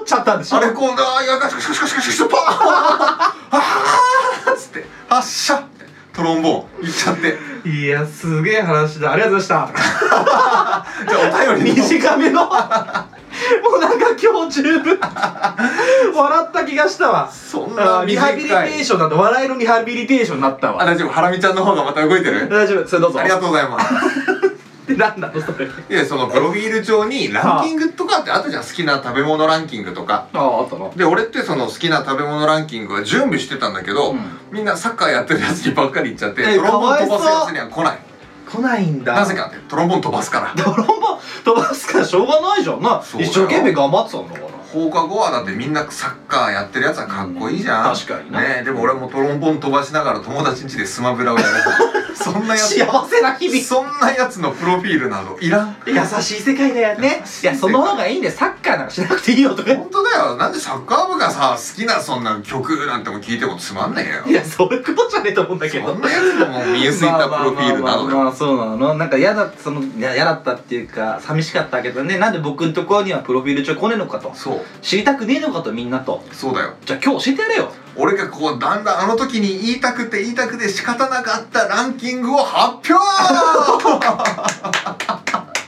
[SPEAKER 1] っちゃったんでしょ
[SPEAKER 2] あれこうああやがシュシュシュシュシュシュパーンあーっつって「発射!」ってトロンボーンいっちゃって
[SPEAKER 5] いやすげえ話だありがとうございまし
[SPEAKER 2] じゃあお
[SPEAKER 5] た
[SPEAKER 2] 便りの
[SPEAKER 5] 短めのもうなんか今日十分笑った気がしたわ
[SPEAKER 2] そん
[SPEAKER 5] あ
[SPEAKER 2] な
[SPEAKER 5] ーリハビリテ
[SPEAKER 2] 短
[SPEAKER 5] ー
[SPEAKER 2] い
[SPEAKER 5] ションだと笑いのリハビリテーションになった
[SPEAKER 2] あ
[SPEAKER 5] わ
[SPEAKER 2] 大丈夫ハラミちゃんの方がまた動いてる
[SPEAKER 5] 大丈夫それどうぞ
[SPEAKER 2] ありがとうございます
[SPEAKER 5] ってなんなのそれ
[SPEAKER 2] いやそのプロフィール帳にランキングとかってあったじゃん好きな食べ物ランキングとか
[SPEAKER 5] あああったの
[SPEAKER 2] で俺ってその好きな食べ物ランキングは準備してたんだけど、
[SPEAKER 1] うん
[SPEAKER 2] みんなサッカーやってるやつにばっかり行っちゃって
[SPEAKER 5] え
[SPEAKER 2] トロンボン飛ば
[SPEAKER 5] かわい
[SPEAKER 2] す
[SPEAKER 5] そ
[SPEAKER 2] や
[SPEAKER 5] う
[SPEAKER 2] つには来ない
[SPEAKER 5] 来ないんだ
[SPEAKER 2] なぜかってトロンボン飛ばすから
[SPEAKER 5] ドロンボン飛ばすからしょうがないじゃんな
[SPEAKER 2] そうだ
[SPEAKER 5] 一
[SPEAKER 2] よ
[SPEAKER 5] 生懸命頑張ってたんだから
[SPEAKER 2] 放課後はだってみんなサッカーやってるやつはかっこいいじゃん、
[SPEAKER 5] うん確かにな
[SPEAKER 2] ねでも俺もトロンボン飛ばしながら友達ん家でスマブラを やるそんなやつ
[SPEAKER 5] 幸せな日々
[SPEAKER 2] そんなやつのプロフィールなどいらん
[SPEAKER 5] 優しい世界だよねいやその方がいいんだよサッカーなんかしなくていいよとか
[SPEAKER 2] 本当だよなんでサッカー部がさ好きなそんな曲なんても聞いてもつまんねえ
[SPEAKER 5] い
[SPEAKER 2] よ
[SPEAKER 5] やそういうことじゃねえと思うんだけ
[SPEAKER 2] そ
[SPEAKER 5] ど
[SPEAKER 2] んなやつでも見えすぎたプロフィールなの
[SPEAKER 1] まあまあまあま
[SPEAKER 2] よ
[SPEAKER 1] あそうなのなんか嫌だそのいや嫌だったっていうか寂しかったけどねなんで僕のところにはプロフィール帳来ねえのかと
[SPEAKER 2] そう
[SPEAKER 1] 知りたくねえのかとみんなと
[SPEAKER 2] そうだよ
[SPEAKER 1] じゃあ今日教えてやれよ
[SPEAKER 2] 俺がこうだんだんあの時に言いたくて言いたくて仕方なかったランキングを発表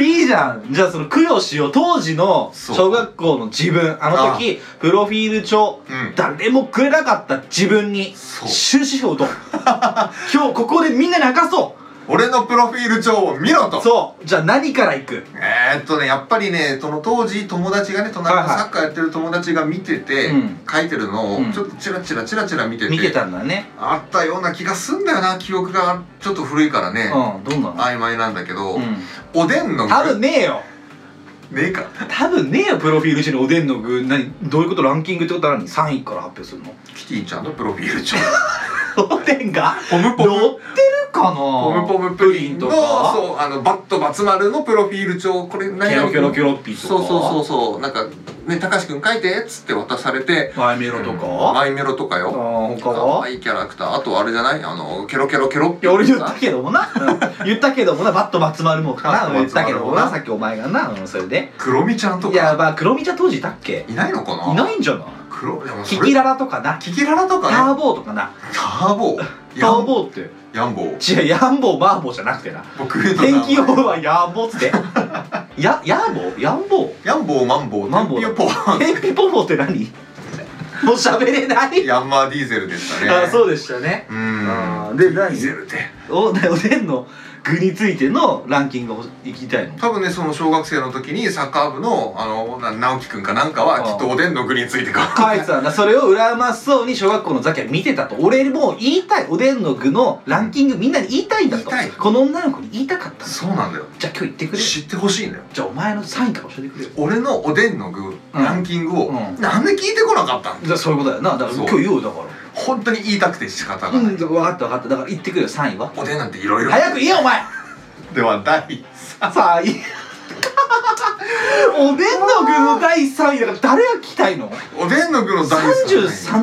[SPEAKER 1] いいじゃんじゃあその供養しよう当時の
[SPEAKER 2] そう
[SPEAKER 1] 小学校の自分あの時プロフィール帳
[SPEAKER 2] うん
[SPEAKER 1] 誰もくれなかった自分に
[SPEAKER 2] そう
[SPEAKER 1] 終止符を打と う今日ここでみんなに明かそ
[SPEAKER 2] 俺のプロフィール帳を見ろと
[SPEAKER 1] うそうじゃあ何からいく
[SPEAKER 2] えー、っとねやっぱりねその当時友達がね隣の
[SPEAKER 1] はいはい
[SPEAKER 2] サッカーやってる友達が見てて、
[SPEAKER 1] うん
[SPEAKER 2] 書いてるのを
[SPEAKER 1] うん
[SPEAKER 2] ちょっとチラチラチラチラ見てて
[SPEAKER 1] 見てたんだね
[SPEAKER 2] あったような気がすんだよな記憶がちょっと古いからね、
[SPEAKER 1] うんどんなの
[SPEAKER 2] 曖昧なんだけど、
[SPEAKER 1] うん
[SPEAKER 2] おでんの具
[SPEAKER 1] 多分ねえよ
[SPEAKER 2] ねえか
[SPEAKER 1] 多分ねえよプロフィール中におでんの具何どういうことランキングってことは何3位から発表するの
[SPEAKER 2] キティちゃんのプロフィール帳
[SPEAKER 1] おでんが
[SPEAKER 2] ポムポム
[SPEAKER 1] 乗ってるかな
[SPEAKER 2] ポムポムプリン
[SPEAKER 1] と
[SPEAKER 2] の
[SPEAKER 1] か
[SPEAKER 2] そうあのバットバツ丸のプロフィール帳これ何
[SPEAKER 1] キョロキョロキョロッピーとか
[SPEAKER 2] そうそうそうそうなんかね高橋くん書いてっつって渡されて
[SPEAKER 1] マイメロとか、あ
[SPEAKER 2] マイメロとか
[SPEAKER 1] ー
[SPEAKER 2] よ
[SPEAKER 1] 他
[SPEAKER 2] 可
[SPEAKER 1] は
[SPEAKER 2] 愛いキャラクターあとあれじゃないあのケロケロケロッ
[SPEAKER 1] いや俺言ったけどもなうん言ったけどもなバット松丸もかな
[SPEAKER 2] バット
[SPEAKER 1] 言っ
[SPEAKER 2] 松
[SPEAKER 1] たけ
[SPEAKER 2] 丸
[SPEAKER 1] ど
[SPEAKER 2] も
[SPEAKER 1] も
[SPEAKER 2] な
[SPEAKER 1] なさっきお前がな、うんそれで
[SPEAKER 2] クロミちゃんと
[SPEAKER 1] いや
[SPEAKER 2] か
[SPEAKER 1] まあ黒みちゃん当時いたっけ
[SPEAKER 2] いないのかない
[SPEAKER 1] ないんじゃない
[SPEAKER 2] 黒でも
[SPEAKER 1] キ
[SPEAKER 2] そ
[SPEAKER 1] キ
[SPEAKER 2] れ
[SPEAKER 1] ララとかな
[SPEAKER 2] キキララと
[SPEAKER 1] タ
[SPEAKER 2] かね
[SPEAKER 1] ーボーとかな
[SPEAKER 2] ターボー
[SPEAKER 1] ターボーって
[SPEAKER 2] ヤンボー
[SPEAKER 1] 違うヤンボーマーボーじゃなくてな
[SPEAKER 2] 僕の名前
[SPEAKER 1] 天気予報はヤンボーっつってやヤーボーヤンボー
[SPEAKER 2] ヤンボーマンボ
[SPEAKER 1] マン
[SPEAKER 2] ー
[SPEAKER 1] ボ
[SPEAKER 2] テ
[SPEAKER 1] ー
[SPEAKER 2] ンピオポー
[SPEAKER 1] 天日ポポって 何もう喋れない
[SPEAKER 2] ヤンマーディーゼルでしたね
[SPEAKER 1] あそうでしたね
[SPEAKER 2] う
[SPEAKER 1] あ
[SPEAKER 2] ー
[SPEAKER 1] ー
[SPEAKER 2] ん
[SPEAKER 1] で
[SPEAKER 2] ディ
[SPEAKER 1] 何
[SPEAKER 2] ーゼルって
[SPEAKER 1] おおでんの具についてのランキングをいきたいの
[SPEAKER 2] 多分ねその小学生の時にサッカー部のあのな直樹くんかなんか
[SPEAKER 1] あ
[SPEAKER 2] は
[SPEAKER 1] あ
[SPEAKER 2] きっとおでんの具についてか
[SPEAKER 1] 書いてたんだそれを羨ましそうに小学校のザキは見てたと俺もう言いたいおでんの具のランキングみんなに言いたいんだと
[SPEAKER 2] 言いたい
[SPEAKER 1] この女の子に言いたかったの
[SPEAKER 2] そうなんだよ
[SPEAKER 1] じゃあ今日言ってくれよ
[SPEAKER 2] 知ってほしいんだよ
[SPEAKER 1] じゃあお前の3位から教えてくれよ
[SPEAKER 2] 俺のおでんの具
[SPEAKER 1] うん
[SPEAKER 2] ランキングを
[SPEAKER 1] うん
[SPEAKER 2] なんで聞いてこなかったん
[SPEAKER 1] じゃあそういうことだよなだから
[SPEAKER 2] そう
[SPEAKER 1] 今日言おうよだか
[SPEAKER 2] 本当に言いたくて仕方
[SPEAKER 1] ら
[SPEAKER 2] が
[SPEAKER 1] う
[SPEAKER 2] なんい
[SPEAKER 1] 分かった分かっただから言ってくれよ3位は
[SPEAKER 2] おでんなんていろいろ
[SPEAKER 1] 早く言えよお前
[SPEAKER 2] では第
[SPEAKER 1] 3位 おでんの具の第3位だから誰が聞きたいの
[SPEAKER 2] おでんの具の第三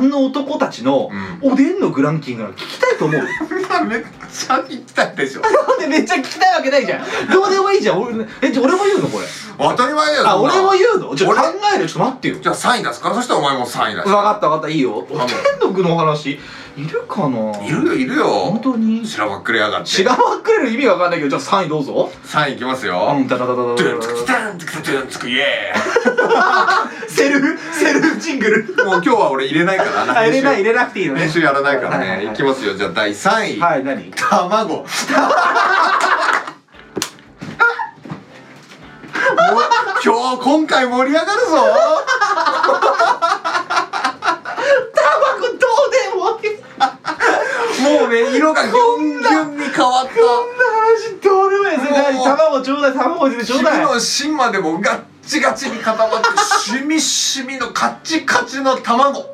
[SPEAKER 1] 33の男たちのおでんの具ランキングが聞きたいと思う
[SPEAKER 2] 位めっちゃ言った でしょ
[SPEAKER 1] なんでめっちゃ聞きたいわけないじゃんどうでもいいじゃん俺えじゃあ俺も言うのこれ
[SPEAKER 2] 当たり前だよ
[SPEAKER 1] あ
[SPEAKER 2] そんな
[SPEAKER 1] 俺も言うのじゃあ
[SPEAKER 2] 俺
[SPEAKER 1] 考えるちょっと待ってよ
[SPEAKER 2] じゃあ3位出すからそしたらお前も3位だ
[SPEAKER 1] 分かった分かったいいよおでん
[SPEAKER 2] 頼む
[SPEAKER 1] の具のお話いるかない
[SPEAKER 2] いるよいるよ
[SPEAKER 1] 本当に
[SPEAKER 2] 知らばっくれやがって
[SPEAKER 1] しらばっくれる意味が分かんないけどじゃあ3位どうぞ
[SPEAKER 2] 3位いきますよ、
[SPEAKER 1] うんダダダダダ
[SPEAKER 2] トゥンツクトゥンツクトゥンツクイエー
[SPEAKER 1] セルフセル フジングル
[SPEAKER 2] イもう今日は俺入れないから
[SPEAKER 1] あ入れない入
[SPEAKER 2] 練
[SPEAKER 1] れなくていいの
[SPEAKER 2] 習
[SPEAKER 1] ね
[SPEAKER 2] 練習やらないからね、
[SPEAKER 1] はい
[SPEAKER 2] い
[SPEAKER 1] はいはい
[SPEAKER 2] きますよじゃあ第3位、
[SPEAKER 1] はい何
[SPEAKER 2] 卵 もう今日今回盛り上がるぞ
[SPEAKER 1] タバコどうでもいい
[SPEAKER 2] もうね色がギュンギュンに変わ
[SPEAKER 1] こ
[SPEAKER 2] っ
[SPEAKER 1] んな話どうでもいいです
[SPEAKER 2] もう
[SPEAKER 1] 何卵ちょうだい卵ち
[SPEAKER 2] た
[SPEAKER 1] ょ
[SPEAKER 2] 君
[SPEAKER 1] うだい
[SPEAKER 2] の芯までもガッチガチに固まってしみしみのカッチカチの卵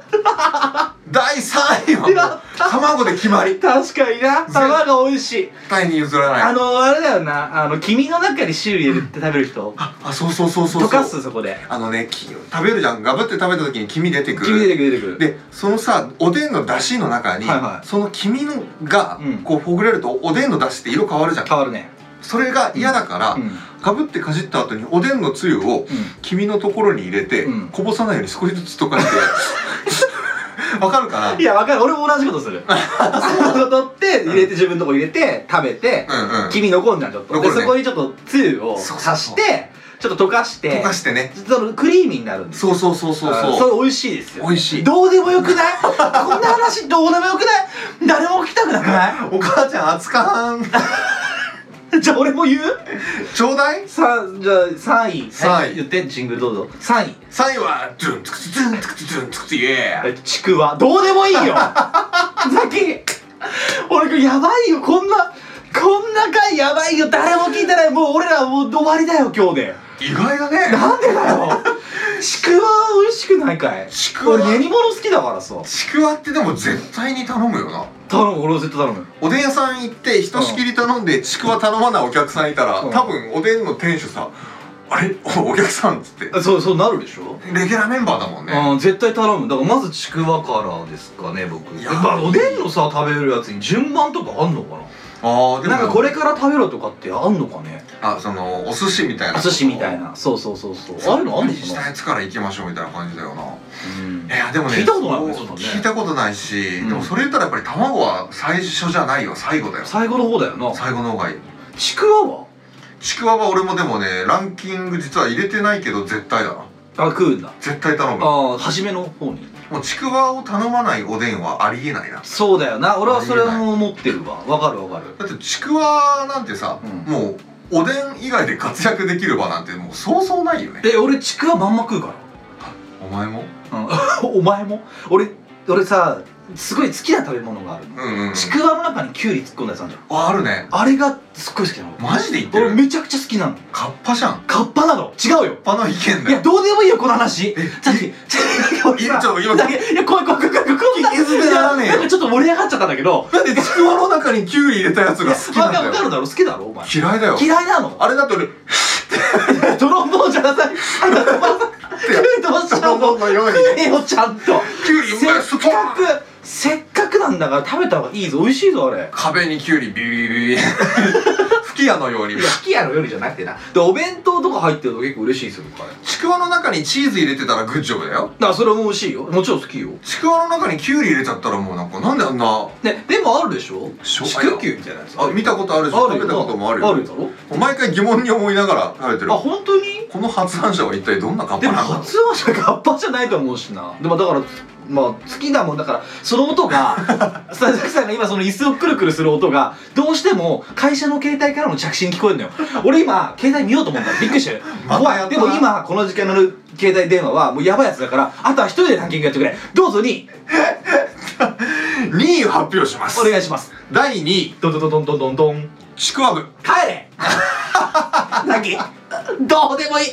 [SPEAKER 2] 第3位
[SPEAKER 1] やっ
[SPEAKER 2] は卵で決まり
[SPEAKER 1] 確かにな卵美味しい
[SPEAKER 2] 絶対に譲らない
[SPEAKER 1] あのあれだよなあの黄身の中に汁入れて食べる人
[SPEAKER 2] あそうそうそうそうそう
[SPEAKER 1] 溶かすそこで
[SPEAKER 2] あのねき食べるじゃんガブって食べた時に黄身出てくる
[SPEAKER 1] 黄身出てくる出てくる
[SPEAKER 2] でそのさおでんの出汁の中に、
[SPEAKER 1] はいはい
[SPEAKER 2] その黄身のが
[SPEAKER 1] うん
[SPEAKER 2] こうほぐれるとおでんの出汁って色変わるじゃん
[SPEAKER 1] 変わるね
[SPEAKER 2] それが嫌だから、
[SPEAKER 1] うん
[SPEAKER 2] ガブってかじった後におでんのつゆを黄身のところに入れて、
[SPEAKER 1] うん
[SPEAKER 2] こぼさないように少しずつ溶かして わかるかない
[SPEAKER 1] やわかる俺も同じことするそう取って入れて自分のとこ入れて食べて
[SPEAKER 2] うんうん
[SPEAKER 1] 黄身残んじゃんちょっと、
[SPEAKER 2] 残るね
[SPEAKER 1] でそこにちょっとつゆを
[SPEAKER 2] そうそうそう
[SPEAKER 1] 足してちょっと溶かして
[SPEAKER 2] 溶かしてね
[SPEAKER 1] そのクリーミーになるんです
[SPEAKER 2] そうそうそうそう
[SPEAKER 1] あー
[SPEAKER 2] そう
[SPEAKER 1] それ美味しいですよ
[SPEAKER 2] 美味しい
[SPEAKER 1] どうでもよくない こんな話どうでもよくない誰も聞きたくなくな
[SPEAKER 2] お母ちゃん熱 燗
[SPEAKER 1] い じゃあ俺も言う
[SPEAKER 2] ちょうだい
[SPEAKER 1] さじゃあ3位
[SPEAKER 2] 三位
[SPEAKER 1] はい言ってジングルどうぞ3位
[SPEAKER 2] 3位はドゥンツクツドゥンツクツドゥンツクツイエーイ
[SPEAKER 1] えちくわどうでもいい よザキ俺これやばいよこんなこんな回やばいよ誰も聞いてないもう俺らもう終わりだよ今日で
[SPEAKER 2] 意外だね
[SPEAKER 1] なんでだ よちくわ美味しくないかい
[SPEAKER 2] ちくわ
[SPEAKER 1] 俺練り物好きだからさ
[SPEAKER 2] ちくわってでも絶対に頼むよな
[SPEAKER 1] 頼む俺は絶対頼む
[SPEAKER 2] おでん屋さん行ってひとしきり頼んでちくわ頼まないお客さんいたら
[SPEAKER 1] うん
[SPEAKER 2] 多分おでんの店主さ「あれ おお客さん」っつって
[SPEAKER 1] あそうそうなるでしょ
[SPEAKER 2] レギュラーメンバーだもんね
[SPEAKER 1] うん、絶対頼むだからまずちくわからですかね僕
[SPEAKER 2] い
[SPEAKER 1] や
[SPEAKER 2] や
[SPEAKER 1] っぱおでんのさ食べるやつに順番とかあんのか
[SPEAKER 2] あーで
[SPEAKER 1] な
[SPEAKER 2] も
[SPEAKER 1] なんかこれから食べろとかってあんのかね
[SPEAKER 2] あそのお寿司みたいな
[SPEAKER 1] お寿司みたいなそうそうそうそうああいうのあんのか
[SPEAKER 2] した
[SPEAKER 1] な
[SPEAKER 2] やつから行きましょうみたいな感じだよな
[SPEAKER 1] うん
[SPEAKER 2] いやでもね
[SPEAKER 1] 聞いたことないもんね
[SPEAKER 2] そう
[SPEAKER 1] そんなね
[SPEAKER 2] 聞いたことないし、
[SPEAKER 1] うん
[SPEAKER 2] でもそれ言ったらやっぱり卵は最初じゃないよ最後だよ
[SPEAKER 1] 最後の方だよな
[SPEAKER 2] 最後の方がいい
[SPEAKER 1] ちくわは
[SPEAKER 2] ちくわは俺もでもねランキング実は入れてないけど絶対だな
[SPEAKER 1] あ食うんだ
[SPEAKER 2] 絶対頼む
[SPEAKER 1] ああ初めの方に
[SPEAKER 2] もうちくわを頼まないおでんはありえないな
[SPEAKER 1] そうだよな俺はそれも思ってるわわかるわかる
[SPEAKER 2] だってちくわなんてさ、
[SPEAKER 1] うん
[SPEAKER 2] もうおでん以外で活躍できる場なんてもうそうそうないよね
[SPEAKER 1] え俺ちくわまんま食うか
[SPEAKER 2] お前も
[SPEAKER 1] ら、 うん、お前も俺俺さすごい好きな食べ物がある
[SPEAKER 2] うんうん
[SPEAKER 1] ちくわの中にきゅうり突っ込んだやつあるじゃん
[SPEAKER 2] ああるね
[SPEAKER 1] あれがすっごい好きなの。
[SPEAKER 2] マジで言って
[SPEAKER 1] 俺
[SPEAKER 2] る
[SPEAKER 1] めちゃくちゃ好きなの。
[SPEAKER 2] カッパじゃん
[SPEAKER 1] カッパなの。違うよ。
[SPEAKER 2] カッパの意見
[SPEAKER 1] い
[SPEAKER 2] だ
[SPEAKER 1] や、
[SPEAKER 2] よ
[SPEAKER 1] どうでもいいよ、この話。さっき、
[SPEAKER 2] いやちょっと今
[SPEAKER 1] だけいや、怖い怖い怖い怖い怖い。こん
[SPEAKER 2] 聞き捨てならねえよ
[SPEAKER 1] なんかちょっと盛り上がっちゃったんだけど。
[SPEAKER 2] だってちくわの中にキュウリ入れたやつが好き
[SPEAKER 1] わ
[SPEAKER 2] な
[SPEAKER 1] かる
[SPEAKER 2] ん
[SPEAKER 1] わ
[SPEAKER 2] だ
[SPEAKER 1] かる
[SPEAKER 2] よ
[SPEAKER 1] だろ、好きだろ、お前。
[SPEAKER 2] 嫌いだよ
[SPEAKER 1] 嫌いなの。
[SPEAKER 2] あれだって俺
[SPEAKER 1] ドロンボーンじゃなさい。あなたは どうし
[SPEAKER 2] ドロンボーンのように
[SPEAKER 1] 食えよ、ちゃんと。
[SPEAKER 2] キュウリう
[SPEAKER 1] せ
[SPEAKER 2] まい
[SPEAKER 1] っ
[SPEAKER 2] す
[SPEAKER 1] かく、せっかくなんだから食べた方がいいぞ。美味しいぞ、あれ。
[SPEAKER 2] 壁にキュウリビリビリ ビリ吹き矢のように
[SPEAKER 1] 好きやのよりじゃなくてな。で、お弁当とか入ってると結構嬉しいですよ、僕あれ。
[SPEAKER 2] ちくわの中にチーズ入れてたらグッジョブだよ
[SPEAKER 1] だからそれも美味しいよ。もちろん好きよ。
[SPEAKER 2] ちくわの中にキュウリ入れちゃったらもうなんかなんであんな
[SPEAKER 1] ね、でもあるでしょ
[SPEAKER 2] しょ
[SPEAKER 1] 地球球みたいなやつ
[SPEAKER 2] あ見たことあるし
[SPEAKER 1] あ
[SPEAKER 2] 食
[SPEAKER 1] る
[SPEAKER 2] べたこともあるよ
[SPEAKER 1] あるだろ
[SPEAKER 2] 毎回疑問に思いながら食べてる
[SPEAKER 1] あ本当に
[SPEAKER 2] この発案者は一体どんなカッ
[SPEAKER 1] で
[SPEAKER 2] パ
[SPEAKER 1] も
[SPEAKER 2] なんだろう
[SPEAKER 1] 発音者ガッパじゃないと思うしなでもだからまあ好きなもんだからその音が 佐々木さんが今その椅子をくるくるする音がどうしても会社の携帯からの着信聞こえるのよ俺今携帯見ようと思ったのびっくりして
[SPEAKER 2] また
[SPEAKER 1] 怖
[SPEAKER 2] やっ
[SPEAKER 1] い
[SPEAKER 2] た
[SPEAKER 1] で
[SPEAKER 2] な
[SPEAKER 1] も今この時間の携帯電話はもうやばいやつだからあとは一人でランキングやってくれどうぞに
[SPEAKER 2] 2位を発表します
[SPEAKER 1] お願いします
[SPEAKER 2] 第2位
[SPEAKER 1] ドンドンドンドンドンドン
[SPEAKER 2] ちくわぶ
[SPEAKER 1] 帰れザキどうでもいい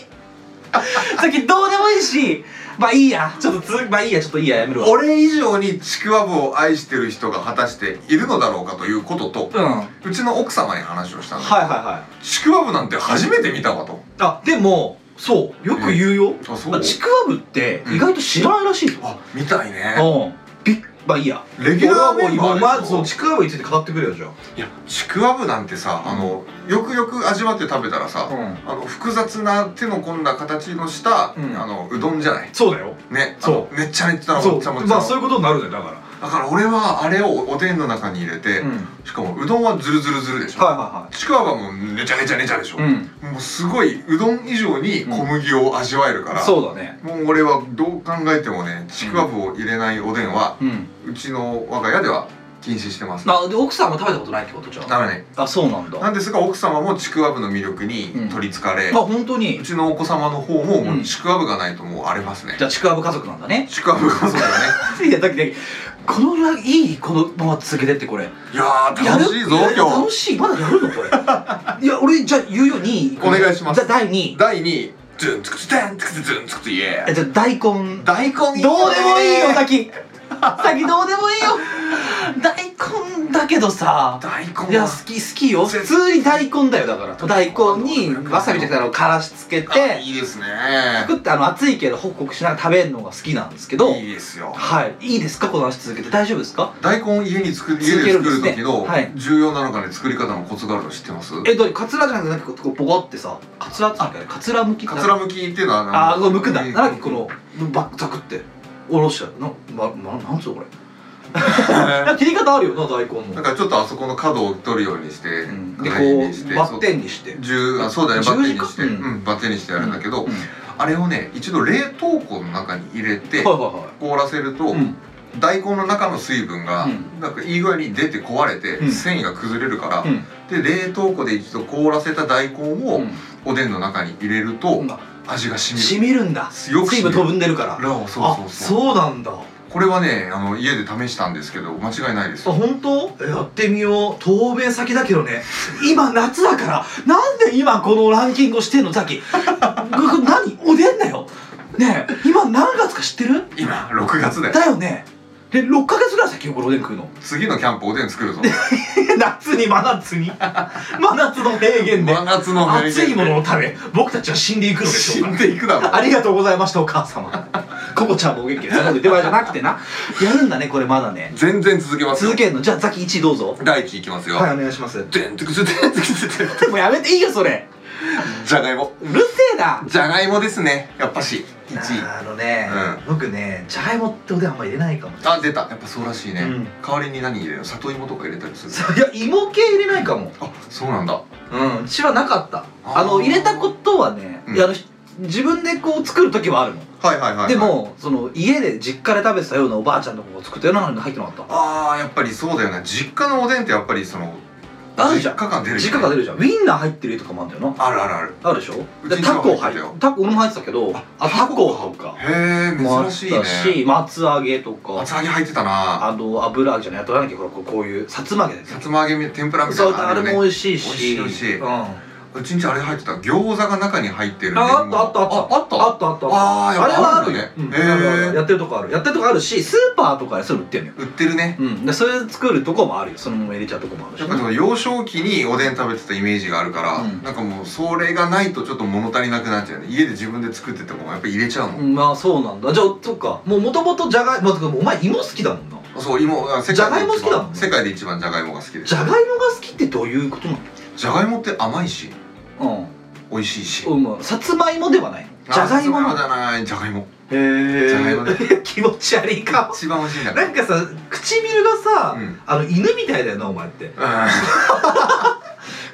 [SPEAKER 1] ザキどうでもいいしまあいいやちょっとつまあいいやちょっといいややめるわ
[SPEAKER 2] 俺以上にちくわぶを愛してる人が果たしているのだろうかということと
[SPEAKER 1] うんはいは
[SPEAKER 2] うちの奥様に話をしたん
[SPEAKER 1] い
[SPEAKER 2] だ、
[SPEAKER 1] はい
[SPEAKER 2] ちくわぶなんて初めて見たわと
[SPEAKER 1] あでもそうよく言うよ、
[SPEAKER 2] あそ
[SPEAKER 1] あちくわぶって意外と知らないらしいよ、
[SPEAKER 2] あ見たいね
[SPEAKER 1] うんびっまあいいや
[SPEAKER 2] レギュラーメンバー
[SPEAKER 1] 俺はもう今ま
[SPEAKER 2] で
[SPEAKER 1] ず
[SPEAKER 2] しょ
[SPEAKER 1] そのちくわぶについて語ってくれよじゃ
[SPEAKER 2] いやちくわぶなんてさあのよくよく味わって食べたらさ、
[SPEAKER 1] うん
[SPEAKER 2] あの複雑な手の込んだ形のした、
[SPEAKER 1] うん
[SPEAKER 2] あのうどんじゃない
[SPEAKER 1] そうだよ
[SPEAKER 2] ね
[SPEAKER 1] そう
[SPEAKER 2] あのめっちゃねってたら
[SPEAKER 1] そ
[SPEAKER 2] もっちゃも
[SPEAKER 1] う
[SPEAKER 2] っちゃ
[SPEAKER 1] まあ
[SPEAKER 2] の
[SPEAKER 1] そういうことになるねだから
[SPEAKER 2] だから俺はあれをおでんの中に入れて、
[SPEAKER 1] うんはい
[SPEAKER 2] しかもうどんはズルズルズルでしょ、
[SPEAKER 1] は
[SPEAKER 2] ちくわはもうねちゃねちゃねちゃでしょ、
[SPEAKER 1] いはいうん
[SPEAKER 2] もうすごいうどん以上に小麦を味わえるから、
[SPEAKER 1] そうだね
[SPEAKER 2] もう俺はどう考えてもねちくわぶを入れないおでんは、
[SPEAKER 1] うん
[SPEAKER 2] うちの我が家では禁止してます
[SPEAKER 1] あで奥さんも食べたことないってことじゃん
[SPEAKER 2] ダメね
[SPEAKER 1] あそうなんだ
[SPEAKER 2] な
[SPEAKER 1] あ
[SPEAKER 2] んですが奥様もちくわぶの魅力に取りつかれ、う
[SPEAKER 1] 本当に
[SPEAKER 2] ちのお子様の方ももううんちくわぶがないともう荒れますね、
[SPEAKER 1] じゃあちくわぶ家族なんだね
[SPEAKER 2] ちくわぶがそうだね
[SPEAKER 1] いやだけどこの裏いいこのまま続けてってこれ
[SPEAKER 2] いやー楽しいぞ
[SPEAKER 1] やるや
[SPEAKER 2] 今
[SPEAKER 1] 楽
[SPEAKER 2] 日
[SPEAKER 1] しいまだやるの これいや俺じゃあ言うように
[SPEAKER 2] お願いします
[SPEAKER 1] じゃあ第2位
[SPEAKER 2] 第2位ズンツクツデンツクツズンツクツイエ
[SPEAKER 1] え
[SPEAKER 2] ー
[SPEAKER 1] じゃあ大根どうで
[SPEAKER 2] 大根どう
[SPEAKER 1] もいいよ先先どうでもいいよ大根だけどさ
[SPEAKER 2] 大根
[SPEAKER 1] いや好き好きよ普通に大根だよだから大根にわさびじゃなくてあのからしつけ
[SPEAKER 2] あ
[SPEAKER 1] て
[SPEAKER 2] いいですね
[SPEAKER 1] 作ってあの熱いけどホクホクしながら食べるのが好きなんですけど
[SPEAKER 2] いいですよ
[SPEAKER 1] はいいいですかこの話続けて大丈夫ですか
[SPEAKER 2] 大根を家に作る家
[SPEAKER 1] 続
[SPEAKER 2] で
[SPEAKER 1] けるん
[SPEAKER 2] 作
[SPEAKER 1] ですね
[SPEAKER 2] る時の
[SPEAKER 1] はい
[SPEAKER 2] 重要なのかね作り方のコツがあるの知ってます
[SPEAKER 1] え、どれカツラじゃなくてなんかこうこうボコってさカツラってなんかねカツラむきって
[SPEAKER 2] かつらむきっていうのは
[SPEAKER 1] ああ
[SPEAKER 2] の
[SPEAKER 1] むくんだ
[SPEAKER 2] う
[SPEAKER 1] なんだっけこのバッザクっておろしたよな、まま、なんつうのこ れ切り方あるよな大根の
[SPEAKER 2] だからちょっとあそこの角を取るようにして、
[SPEAKER 1] でこ
[SPEAKER 2] ラインにし
[SPEAKER 1] う
[SPEAKER 2] て
[SPEAKER 1] バッテンにして
[SPEAKER 2] そう十あそうだねバッテンにして、
[SPEAKER 1] 十字架
[SPEAKER 2] うんバッテンにしてやるんだけど、
[SPEAKER 1] うん
[SPEAKER 2] あれをね一度冷凍庫の中に入れ
[SPEAKER 1] は
[SPEAKER 2] て、
[SPEAKER 1] いは
[SPEAKER 2] 凍らせると、
[SPEAKER 1] いはい、うん
[SPEAKER 2] 大根の中の水分が、
[SPEAKER 1] うん
[SPEAKER 2] なんかいい具合に出て壊れて、
[SPEAKER 1] うん
[SPEAKER 2] 繊維が崩れるから、
[SPEAKER 1] うん
[SPEAKER 2] で冷凍庫で一度凍らせた大根をおでんの中に入れると、
[SPEAKER 1] うん
[SPEAKER 2] 味がしみる
[SPEAKER 1] 染みるんだ
[SPEAKER 2] よく
[SPEAKER 1] 水分
[SPEAKER 2] 染みる
[SPEAKER 1] 飛んでるから
[SPEAKER 2] ラオそうそうそう
[SPEAKER 1] あそうなんだあ
[SPEAKER 2] これはねあの家で試したんですけど間違いないですよ
[SPEAKER 1] 本当えやってみよう当面先だけどね今夏だからなんで今このランキングをしてんのさっ き何おでんだよねえ今何月か知ってる
[SPEAKER 2] 今6月だよ
[SPEAKER 1] だよねで6ヶ月ぐらい先これおでん食うの
[SPEAKER 2] 次のキャンプおでん作るぞ
[SPEAKER 1] 夏に真夏に真夏の平原 で
[SPEAKER 2] 真夏の名言
[SPEAKER 1] 熱いものを食べ僕たちは死んでいくのでし
[SPEAKER 2] 死
[SPEAKER 1] ょうんか
[SPEAKER 2] でいくだろ
[SPEAKER 1] ありがとうございましたお母様ココちゃんもお元気 でそこで出前じゃなくてなやるんだねこれまだね
[SPEAKER 2] 全然続けますよ
[SPEAKER 1] 続けるのじゃあザキ1どうぞ
[SPEAKER 2] 第一いきますよ、
[SPEAKER 1] はいお願いします
[SPEAKER 2] でんてくすでんてくすでんてくす
[SPEAKER 1] でもやめていいよそれ
[SPEAKER 2] じゃがいも
[SPEAKER 1] うるせえな
[SPEAKER 2] じゃがいもですねやっぱし1位
[SPEAKER 1] あのね、僕ねじゃがいもっておでんあんま入れないかも
[SPEAKER 2] あ出たやっぱそうらしいね、
[SPEAKER 1] うん
[SPEAKER 2] 代わりに何入れるの里芋とか入れたりする
[SPEAKER 1] そういや芋系入れないかも
[SPEAKER 2] あそうなんだ
[SPEAKER 1] うんうちはなかった
[SPEAKER 2] あー
[SPEAKER 1] あの入れたことはね、
[SPEAKER 2] うん
[SPEAKER 1] いやあの自分でこう作る時はあるの、
[SPEAKER 2] はいはいはい、はい、
[SPEAKER 1] でもその家で実家で食べてたようなおばあちゃんとかが作ったようなの入ってなかった
[SPEAKER 2] あーやっぱりそうだよね実家のおでんってやっぱりその
[SPEAKER 1] あるじゃん
[SPEAKER 2] 実家感出るよね
[SPEAKER 1] 実家が出るじゃんウインナー入ってるとかもあるんだよな
[SPEAKER 2] あるあるある
[SPEAKER 1] あるでしょ
[SPEAKER 2] う
[SPEAKER 1] で
[SPEAKER 2] ちにも
[SPEAKER 1] タコ
[SPEAKER 2] 入っ
[SPEAKER 1] 入ったて
[SPEAKER 2] てよ
[SPEAKER 1] タコ俺も入ってたけどあタコとか
[SPEAKER 2] へ
[SPEAKER 1] もあっ
[SPEAKER 2] え
[SPEAKER 1] た
[SPEAKER 2] 珍しいね
[SPEAKER 1] し松揚げとか
[SPEAKER 2] 厚揚げ入ってたな
[SPEAKER 1] あの油揚げじゃないあとなんだっけほらこうこういうさつま揚げです
[SPEAKER 2] さつま揚げ天ぷらみた
[SPEAKER 1] そ
[SPEAKER 2] いうなのあ
[SPEAKER 1] あ
[SPEAKER 2] る
[SPEAKER 1] れ
[SPEAKER 2] よね
[SPEAKER 1] も美味しい
[SPEAKER 2] 美
[SPEAKER 1] し
[SPEAKER 2] 味しい美味しい
[SPEAKER 1] うん、あ
[SPEAKER 2] うちんちあれ入ってた餃子が中に入ってるね
[SPEAKER 1] あったあったあった
[SPEAKER 2] ああった
[SPEAKER 1] あったあった
[SPEAKER 2] あーやっぱ
[SPEAKER 1] あれはあるよ、
[SPEAKER 2] ある
[SPEAKER 1] うんん
[SPEAKER 2] だねへー
[SPEAKER 1] あるあるやってるとこあるやってるとこあるしスーパーとかでそれ売ってるのよ
[SPEAKER 2] 売ってるね
[SPEAKER 1] うんでそれ作るとこもあるよそのまま入れちゃうとこもあるし
[SPEAKER 2] やっぱその幼少期におでん食べてたイメージがあるから、
[SPEAKER 1] うん
[SPEAKER 2] なんかもうそれがないとちょっと物足りなくなっちゃうね家で自分で作っててもやっぱ入れちゃうもん、
[SPEAKER 1] うんまあそうなんだじゃあそっかもうもともとじゃがいも、まあてかお前芋好きだもんな
[SPEAKER 2] そう芋あ世界で一番
[SPEAKER 1] じゃがいも好きだもんね
[SPEAKER 2] 世界で一番じゃがいもが好きです
[SPEAKER 1] じゃがいもが好きってどういうことな
[SPEAKER 2] じゃがいもって甘いし
[SPEAKER 1] の
[SPEAKER 2] 美味しいし
[SPEAKER 1] うん、うん、さつまいもではないじゃがいも
[SPEAKER 2] あ
[SPEAKER 1] な
[SPEAKER 2] そうじゃないじゃがいも
[SPEAKER 1] へえ
[SPEAKER 2] じゃがいもね
[SPEAKER 1] 気持ち悪いか
[SPEAKER 2] 一番美味しいんだ
[SPEAKER 1] もなんかさ唇がさ、
[SPEAKER 2] うん
[SPEAKER 1] あの犬みたいだよなお前って
[SPEAKER 2] う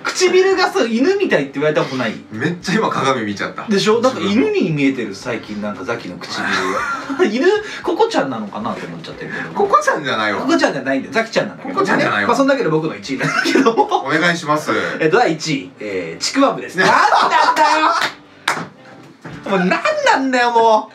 [SPEAKER 1] 唇がさ犬みたいって言われたことない
[SPEAKER 2] んめっちゃ今鏡見ちゃった
[SPEAKER 1] でしょなんか
[SPEAKER 2] 自分の
[SPEAKER 1] 犬に見えてる最近なんかザキの唇が 犬ココちゃんなのかなと思っちゃってるけど
[SPEAKER 2] ココちゃんじゃない
[SPEAKER 1] コ
[SPEAKER 2] わ
[SPEAKER 1] コちゃんじゃないんだよザキちゃんなんだけど
[SPEAKER 2] ココちゃんじゃないわ
[SPEAKER 1] まあそんだけど僕の1位なんだけども
[SPEAKER 2] お願いします
[SPEAKER 1] えっと第1位、えー、ちくわぶですなんなんだよもうなんなんだよも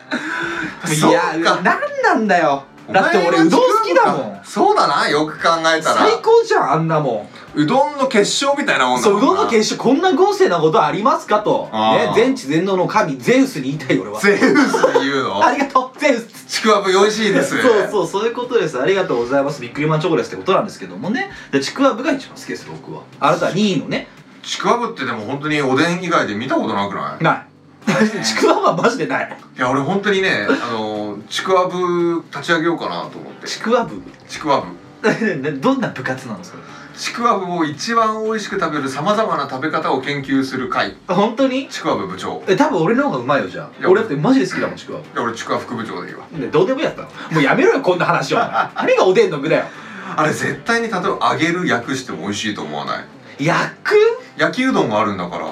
[SPEAKER 1] う
[SPEAKER 2] そうか
[SPEAKER 1] いやなんなんだよだって俺
[SPEAKER 2] お前は
[SPEAKER 1] うどん好きだも
[SPEAKER 2] 違う
[SPEAKER 1] ん
[SPEAKER 2] のかそうだなよく考えたら
[SPEAKER 1] 最高じゃんあんなもん
[SPEAKER 2] うどんの結晶みたいなもんだ
[SPEAKER 1] そう
[SPEAKER 2] も
[SPEAKER 1] うん
[SPEAKER 2] な
[SPEAKER 1] どんの結晶こんな豪勢なことありますかと、
[SPEAKER 2] あー
[SPEAKER 1] ね、全知全能の神ゼウスに言いたい俺は
[SPEAKER 2] ゼウスって言うの
[SPEAKER 1] ありがとうゼウス
[SPEAKER 2] ちくわぶ美味しいです
[SPEAKER 1] そうそうそういうことですありがとうございますビックリマンチョコレートってことなんですけどもねでちくわぶが一番好きです僕はあなたは2位のね
[SPEAKER 2] ちくわぶってでも本当におでん以外で見たことなくない
[SPEAKER 1] ないちくわぶはマジでない
[SPEAKER 2] いや俺本当にねあのちくわぶ立ち上げようかなと思って
[SPEAKER 1] ちくわぶ
[SPEAKER 2] ちくわぶ
[SPEAKER 1] どんな部活なのそれ
[SPEAKER 2] ちくわぶを一番美味しく食べるさまざまな食べ方を研究する会
[SPEAKER 1] 本当に
[SPEAKER 2] ちくわぶ部長
[SPEAKER 1] え多分俺の方がうまいよじゃ
[SPEAKER 2] い
[SPEAKER 1] あ
[SPEAKER 2] や
[SPEAKER 1] 俺だってマジで好きだもんちくわぶ
[SPEAKER 2] いや俺ちくわ副部長でいいわ
[SPEAKER 1] ねどうでもいいやったのもうやめろよこんな話は 何がおでんの具だよ
[SPEAKER 2] あれ絶対に例えば揚げる焼くしても美味しいと思わない
[SPEAKER 1] 焼く
[SPEAKER 2] 焼きうどんがあるんだから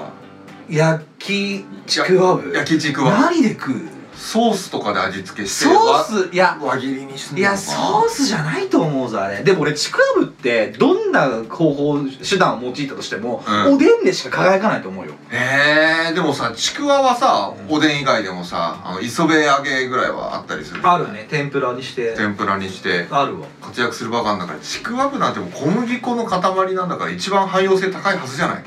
[SPEAKER 1] 焼きちくわぶ
[SPEAKER 2] 焼きちくわ
[SPEAKER 1] 何で食う
[SPEAKER 2] ソースとかで味付けして
[SPEAKER 1] ソースいや
[SPEAKER 2] わ輪切りにする
[SPEAKER 1] いやソースじゃないと思うぞあれでも俺ちくわぶってどんな方法手段を用いたとしても、
[SPEAKER 2] うん
[SPEAKER 1] おでんでしか輝かないと思うよ
[SPEAKER 2] えー、でもさちくわはさおでん以外でもさあの磯辺揚げぐらいはあったりする
[SPEAKER 1] ね天ぷらにして
[SPEAKER 2] 天ぷらにして
[SPEAKER 1] あるわ
[SPEAKER 2] 活躍するバカの中でちくわぶなんてもう小麦粉の塊なんだから一番汎用性高いはずじゃない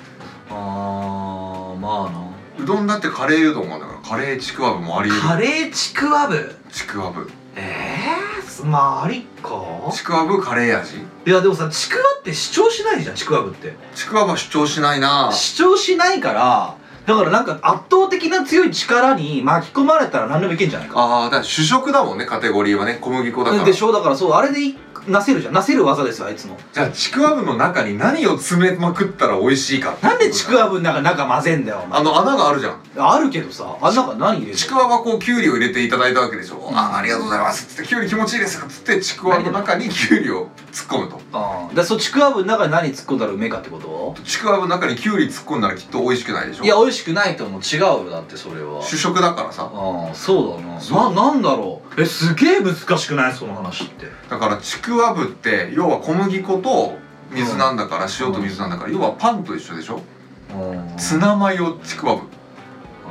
[SPEAKER 1] あーまあ
[SPEAKER 2] うどんだってカレーうどんもあるんだからカレーちくわぶもありえ
[SPEAKER 1] カ
[SPEAKER 2] る
[SPEAKER 1] レーちくわぶ
[SPEAKER 2] ちくわぶ
[SPEAKER 1] ええー、まあありか
[SPEAKER 2] ちくわぶカレー味
[SPEAKER 1] いやでもさちくわって主張しないじゃんちくわぶって
[SPEAKER 2] ちくわぶは主張しないな
[SPEAKER 1] 主張しないからだからなんか圧倒的な強い力に巻き込まれたら何でもいけんじゃないか
[SPEAKER 2] ああだから主食だもんねカテゴリーはね小麦粉だから
[SPEAKER 1] でしょだからそうあれでいなせるじゃんなせる技ですよあいつの
[SPEAKER 2] じゃあちくわぶの中に何を詰めまくったら美味しいか
[SPEAKER 1] なんでちくわ
[SPEAKER 2] ぶ
[SPEAKER 1] ぶの中中混ぜんだよお前
[SPEAKER 2] あの穴があるじゃん
[SPEAKER 1] あるけどさあん中何入れる
[SPEAKER 2] ちくわはこうきゅうりを入れていただいたわけでしょ、
[SPEAKER 1] ん
[SPEAKER 2] あありがとうございますつってきゅうり気持ちいいですつってちくわの中にきゅうりを突っ込むと
[SPEAKER 1] ああだそうちくわぶの中に何突っ込んだらうめえかってこと
[SPEAKER 2] ちくわぶの中にきゅうり突っ込んだらきっと美味しくないでしょ
[SPEAKER 1] いや美味しくないと思う違うよだってそれは
[SPEAKER 2] 主食だからさ
[SPEAKER 1] ああそうだな
[SPEAKER 2] そう
[SPEAKER 1] ななんだろうえすげえ難しくないその話って
[SPEAKER 2] だからちくわぶって要は小麦粉と水なんだから、塩と水なんだから、要はパンと一緒でしょツナマヨちくわぶ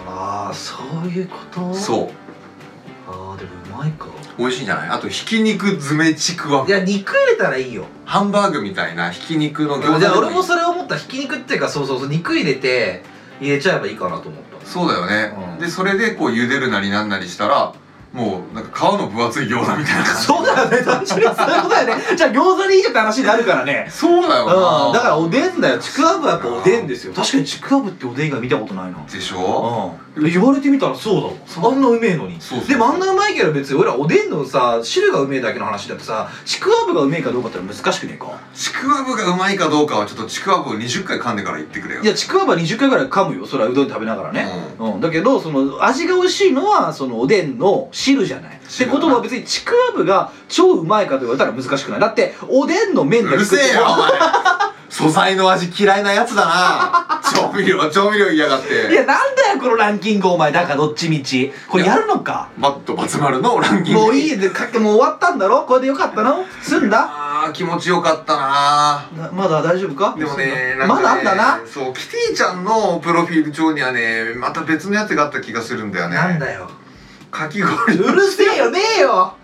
[SPEAKER 1] ああそういうことう
[SPEAKER 2] そう
[SPEAKER 1] ああでもうまいか
[SPEAKER 2] 美味しいんじゃないあとひき肉詰めちくわ
[SPEAKER 6] いや肉入れたらいいよ
[SPEAKER 2] ハンバーグみたいなひき肉の餃子
[SPEAKER 6] い
[SPEAKER 2] で
[SPEAKER 6] や
[SPEAKER 2] もいい
[SPEAKER 6] 俺もそれ思ったひき肉っていうかそうそうそう肉入れて入れちゃえばいいかなと思った
[SPEAKER 2] そうだよね、
[SPEAKER 6] うん
[SPEAKER 2] でそれでこう茹でるなりなんなりしたらもうなんか皮の分厚い餃子みたいな感じ
[SPEAKER 1] そうだよね単純にそういうことだよねじゃあ餃子でいいじゃんって話になるからね
[SPEAKER 2] そうだ
[SPEAKER 1] う
[SPEAKER 2] よ
[SPEAKER 1] ん
[SPEAKER 2] な
[SPEAKER 1] だからおでんだよちくわぶはやっぱおでんですよ確かにちくわぶっておでん以外見たことないな
[SPEAKER 2] でしょ
[SPEAKER 1] うん言われてみたらそうだもんあんなうめえのに
[SPEAKER 2] そうそう
[SPEAKER 1] でもあんなうまいけど別に俺らおでんのさ汁がうめえだけの話だってさちくわぶがうめえかどうかってのは難しくねえか
[SPEAKER 2] ちくわぶがうまいかどうかはちょっとちくわぶを20回噛んでから言ってくれよ
[SPEAKER 1] いやちくわぶは20回ぐらい噛むよそれはうどん食べながらね、うんだけどその味が美味しいのはそのおでんの汁じゃないって
[SPEAKER 2] 汁
[SPEAKER 1] ことは別にちくわぶが超うまいかと言われたら難しくないだっておでんの
[SPEAKER 2] う
[SPEAKER 1] 麺
[SPEAKER 2] ん
[SPEAKER 1] だ
[SPEAKER 2] う
[SPEAKER 1] け
[SPEAKER 2] るせえよお前素材の味嫌いなやつだ な調味料調味料嫌がっ
[SPEAKER 1] いや
[SPEAKER 2] て
[SPEAKER 1] なんだよこのランキングお前だからどっちみちこれやるのか
[SPEAKER 2] マットバツ丸のランキング
[SPEAKER 1] もういいでかけもう終わったんだろこれでよかったの済んだ
[SPEAKER 2] あー気持ちよかったな
[SPEAKER 1] なまだ大丈夫か
[SPEAKER 2] でも
[SPEAKER 1] 済
[SPEAKER 2] ね
[SPEAKER 1] んだ
[SPEAKER 2] んか
[SPEAKER 1] ま
[SPEAKER 2] ね
[SPEAKER 1] だあんだな
[SPEAKER 2] そうキティちゃんのプロフィール帳にはねまた別のやつがあった気がするんだよね
[SPEAKER 6] なんだよ
[SPEAKER 2] かき氷
[SPEAKER 1] うるせえよねえよ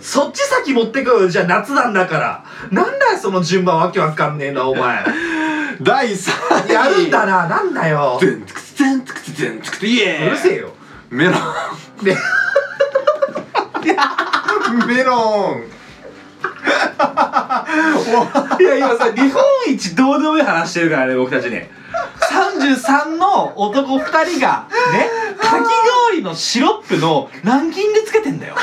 [SPEAKER 6] そっち先持ってこようよじゃあ夏なんだから
[SPEAKER 1] なんだよその順番わけわかんねえなお 前
[SPEAKER 2] 第3
[SPEAKER 1] やるんだななんだよ
[SPEAKER 2] てんつくつてんつくつてんつくつイエー
[SPEAKER 1] うるせえよ
[SPEAKER 2] メロン
[SPEAKER 1] ね
[SPEAKER 2] メロン
[SPEAKER 1] いや今さ日本一どうでもいい話してるからね僕たちね33の男2人がねかき氷のシロップのランキングつけてんだよ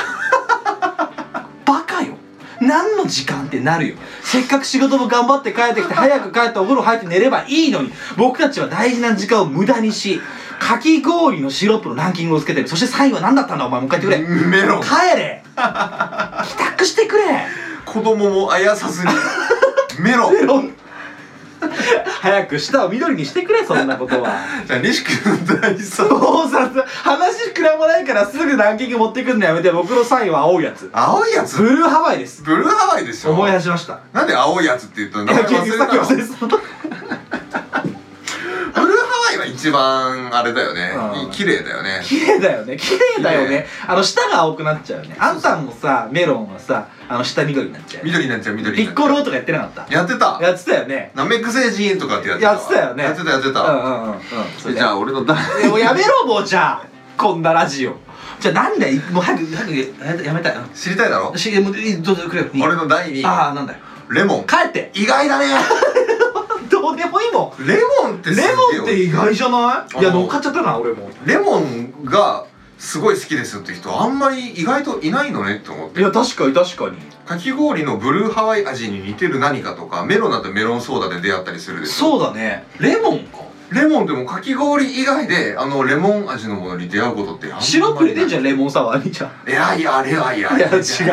[SPEAKER 1] バカよ何の時間ってなるよせっかく仕事も頑張って帰ってきて早く帰ってお風呂入って寝ればいいのに僕たちは大事な時間を無駄にしかき氷のシロップのランキングをつけてるそして最後は何だったんだお前もう一回言ってくれ
[SPEAKER 2] メロン
[SPEAKER 1] 帰れ帰宅してくれ
[SPEAKER 2] 子供もあやさずにメロ
[SPEAKER 1] メ
[SPEAKER 2] ン
[SPEAKER 1] ロン早く舌を緑にしてくれそんなことは
[SPEAKER 2] じゃあ西君の第3
[SPEAKER 1] もうさ話膨らまないからすぐランキング持ってくんのやめて僕の3位は青いやつ
[SPEAKER 2] 青いやつ
[SPEAKER 1] ブルーハワイです
[SPEAKER 2] ブルーハワイでしょ
[SPEAKER 1] 思い出しました
[SPEAKER 2] なんで青いやつって言ったの
[SPEAKER 1] い
[SPEAKER 2] 名
[SPEAKER 1] や
[SPEAKER 2] 前
[SPEAKER 1] 結局
[SPEAKER 2] 忘れ
[SPEAKER 1] さ
[SPEAKER 2] た
[SPEAKER 1] っき
[SPEAKER 2] の
[SPEAKER 1] 忘れ
[SPEAKER 2] ブルー
[SPEAKER 1] てた
[SPEAKER 2] ハワイは一番あれだよね
[SPEAKER 1] うん
[SPEAKER 2] い綺麗だよね
[SPEAKER 1] 綺麗だよね綺麗だよ
[SPEAKER 2] 綺
[SPEAKER 1] ね
[SPEAKER 2] 麗
[SPEAKER 1] あの舌が青くなっちゃうねあんたんもさメロンはさあの舌緑になっちゃうよね
[SPEAKER 2] 緑になっちゃう緑
[SPEAKER 1] ピ
[SPEAKER 2] にな
[SPEAKER 1] ッ
[SPEAKER 2] っちゃ
[SPEAKER 1] コ
[SPEAKER 2] う
[SPEAKER 1] ロとかやってなかっ
[SPEAKER 2] やって
[SPEAKER 1] た
[SPEAKER 2] た
[SPEAKER 1] やってたよね
[SPEAKER 2] ナメック星人とかってやってた
[SPEAKER 1] やってたよね
[SPEAKER 2] やってたやって
[SPEAKER 1] うん
[SPEAKER 2] た
[SPEAKER 1] うんうんうんそれで
[SPEAKER 2] えじゃあ俺の第
[SPEAKER 1] い やもうやめろもうじゃあこんなラジオじゃあなんだよもう早く早くややめたいうん
[SPEAKER 2] 知りたいだろ
[SPEAKER 1] しもういいどうぞくれよいい
[SPEAKER 2] 俺の第2位
[SPEAKER 1] ああなんだよ
[SPEAKER 2] レモン
[SPEAKER 1] 帰って
[SPEAKER 2] 意外だね
[SPEAKER 1] どうでもいいも
[SPEAKER 2] レモンって
[SPEAKER 1] ん
[SPEAKER 2] す
[SPEAKER 1] レ
[SPEAKER 2] げえ
[SPEAKER 1] モンって意外じゃないいや
[SPEAKER 2] あー
[SPEAKER 1] 乗っかっちゃったな俺も
[SPEAKER 2] レモンがすごい好きですって人あんまり意外といないのねって思って
[SPEAKER 1] いや確かに確かに
[SPEAKER 2] かき氷のブルーハワイ味に似てる何かとかメロンだとメロンソーダで出会ったりするでしょ
[SPEAKER 1] そうだねレモンか
[SPEAKER 2] レモンでもかき氷以外であのレモン味のものに出会うことってあんまりない
[SPEAKER 1] シロップ入れてんじゃんレモンサワーにじゃん
[SPEAKER 2] いやいやあれはいや
[SPEAKER 1] いや違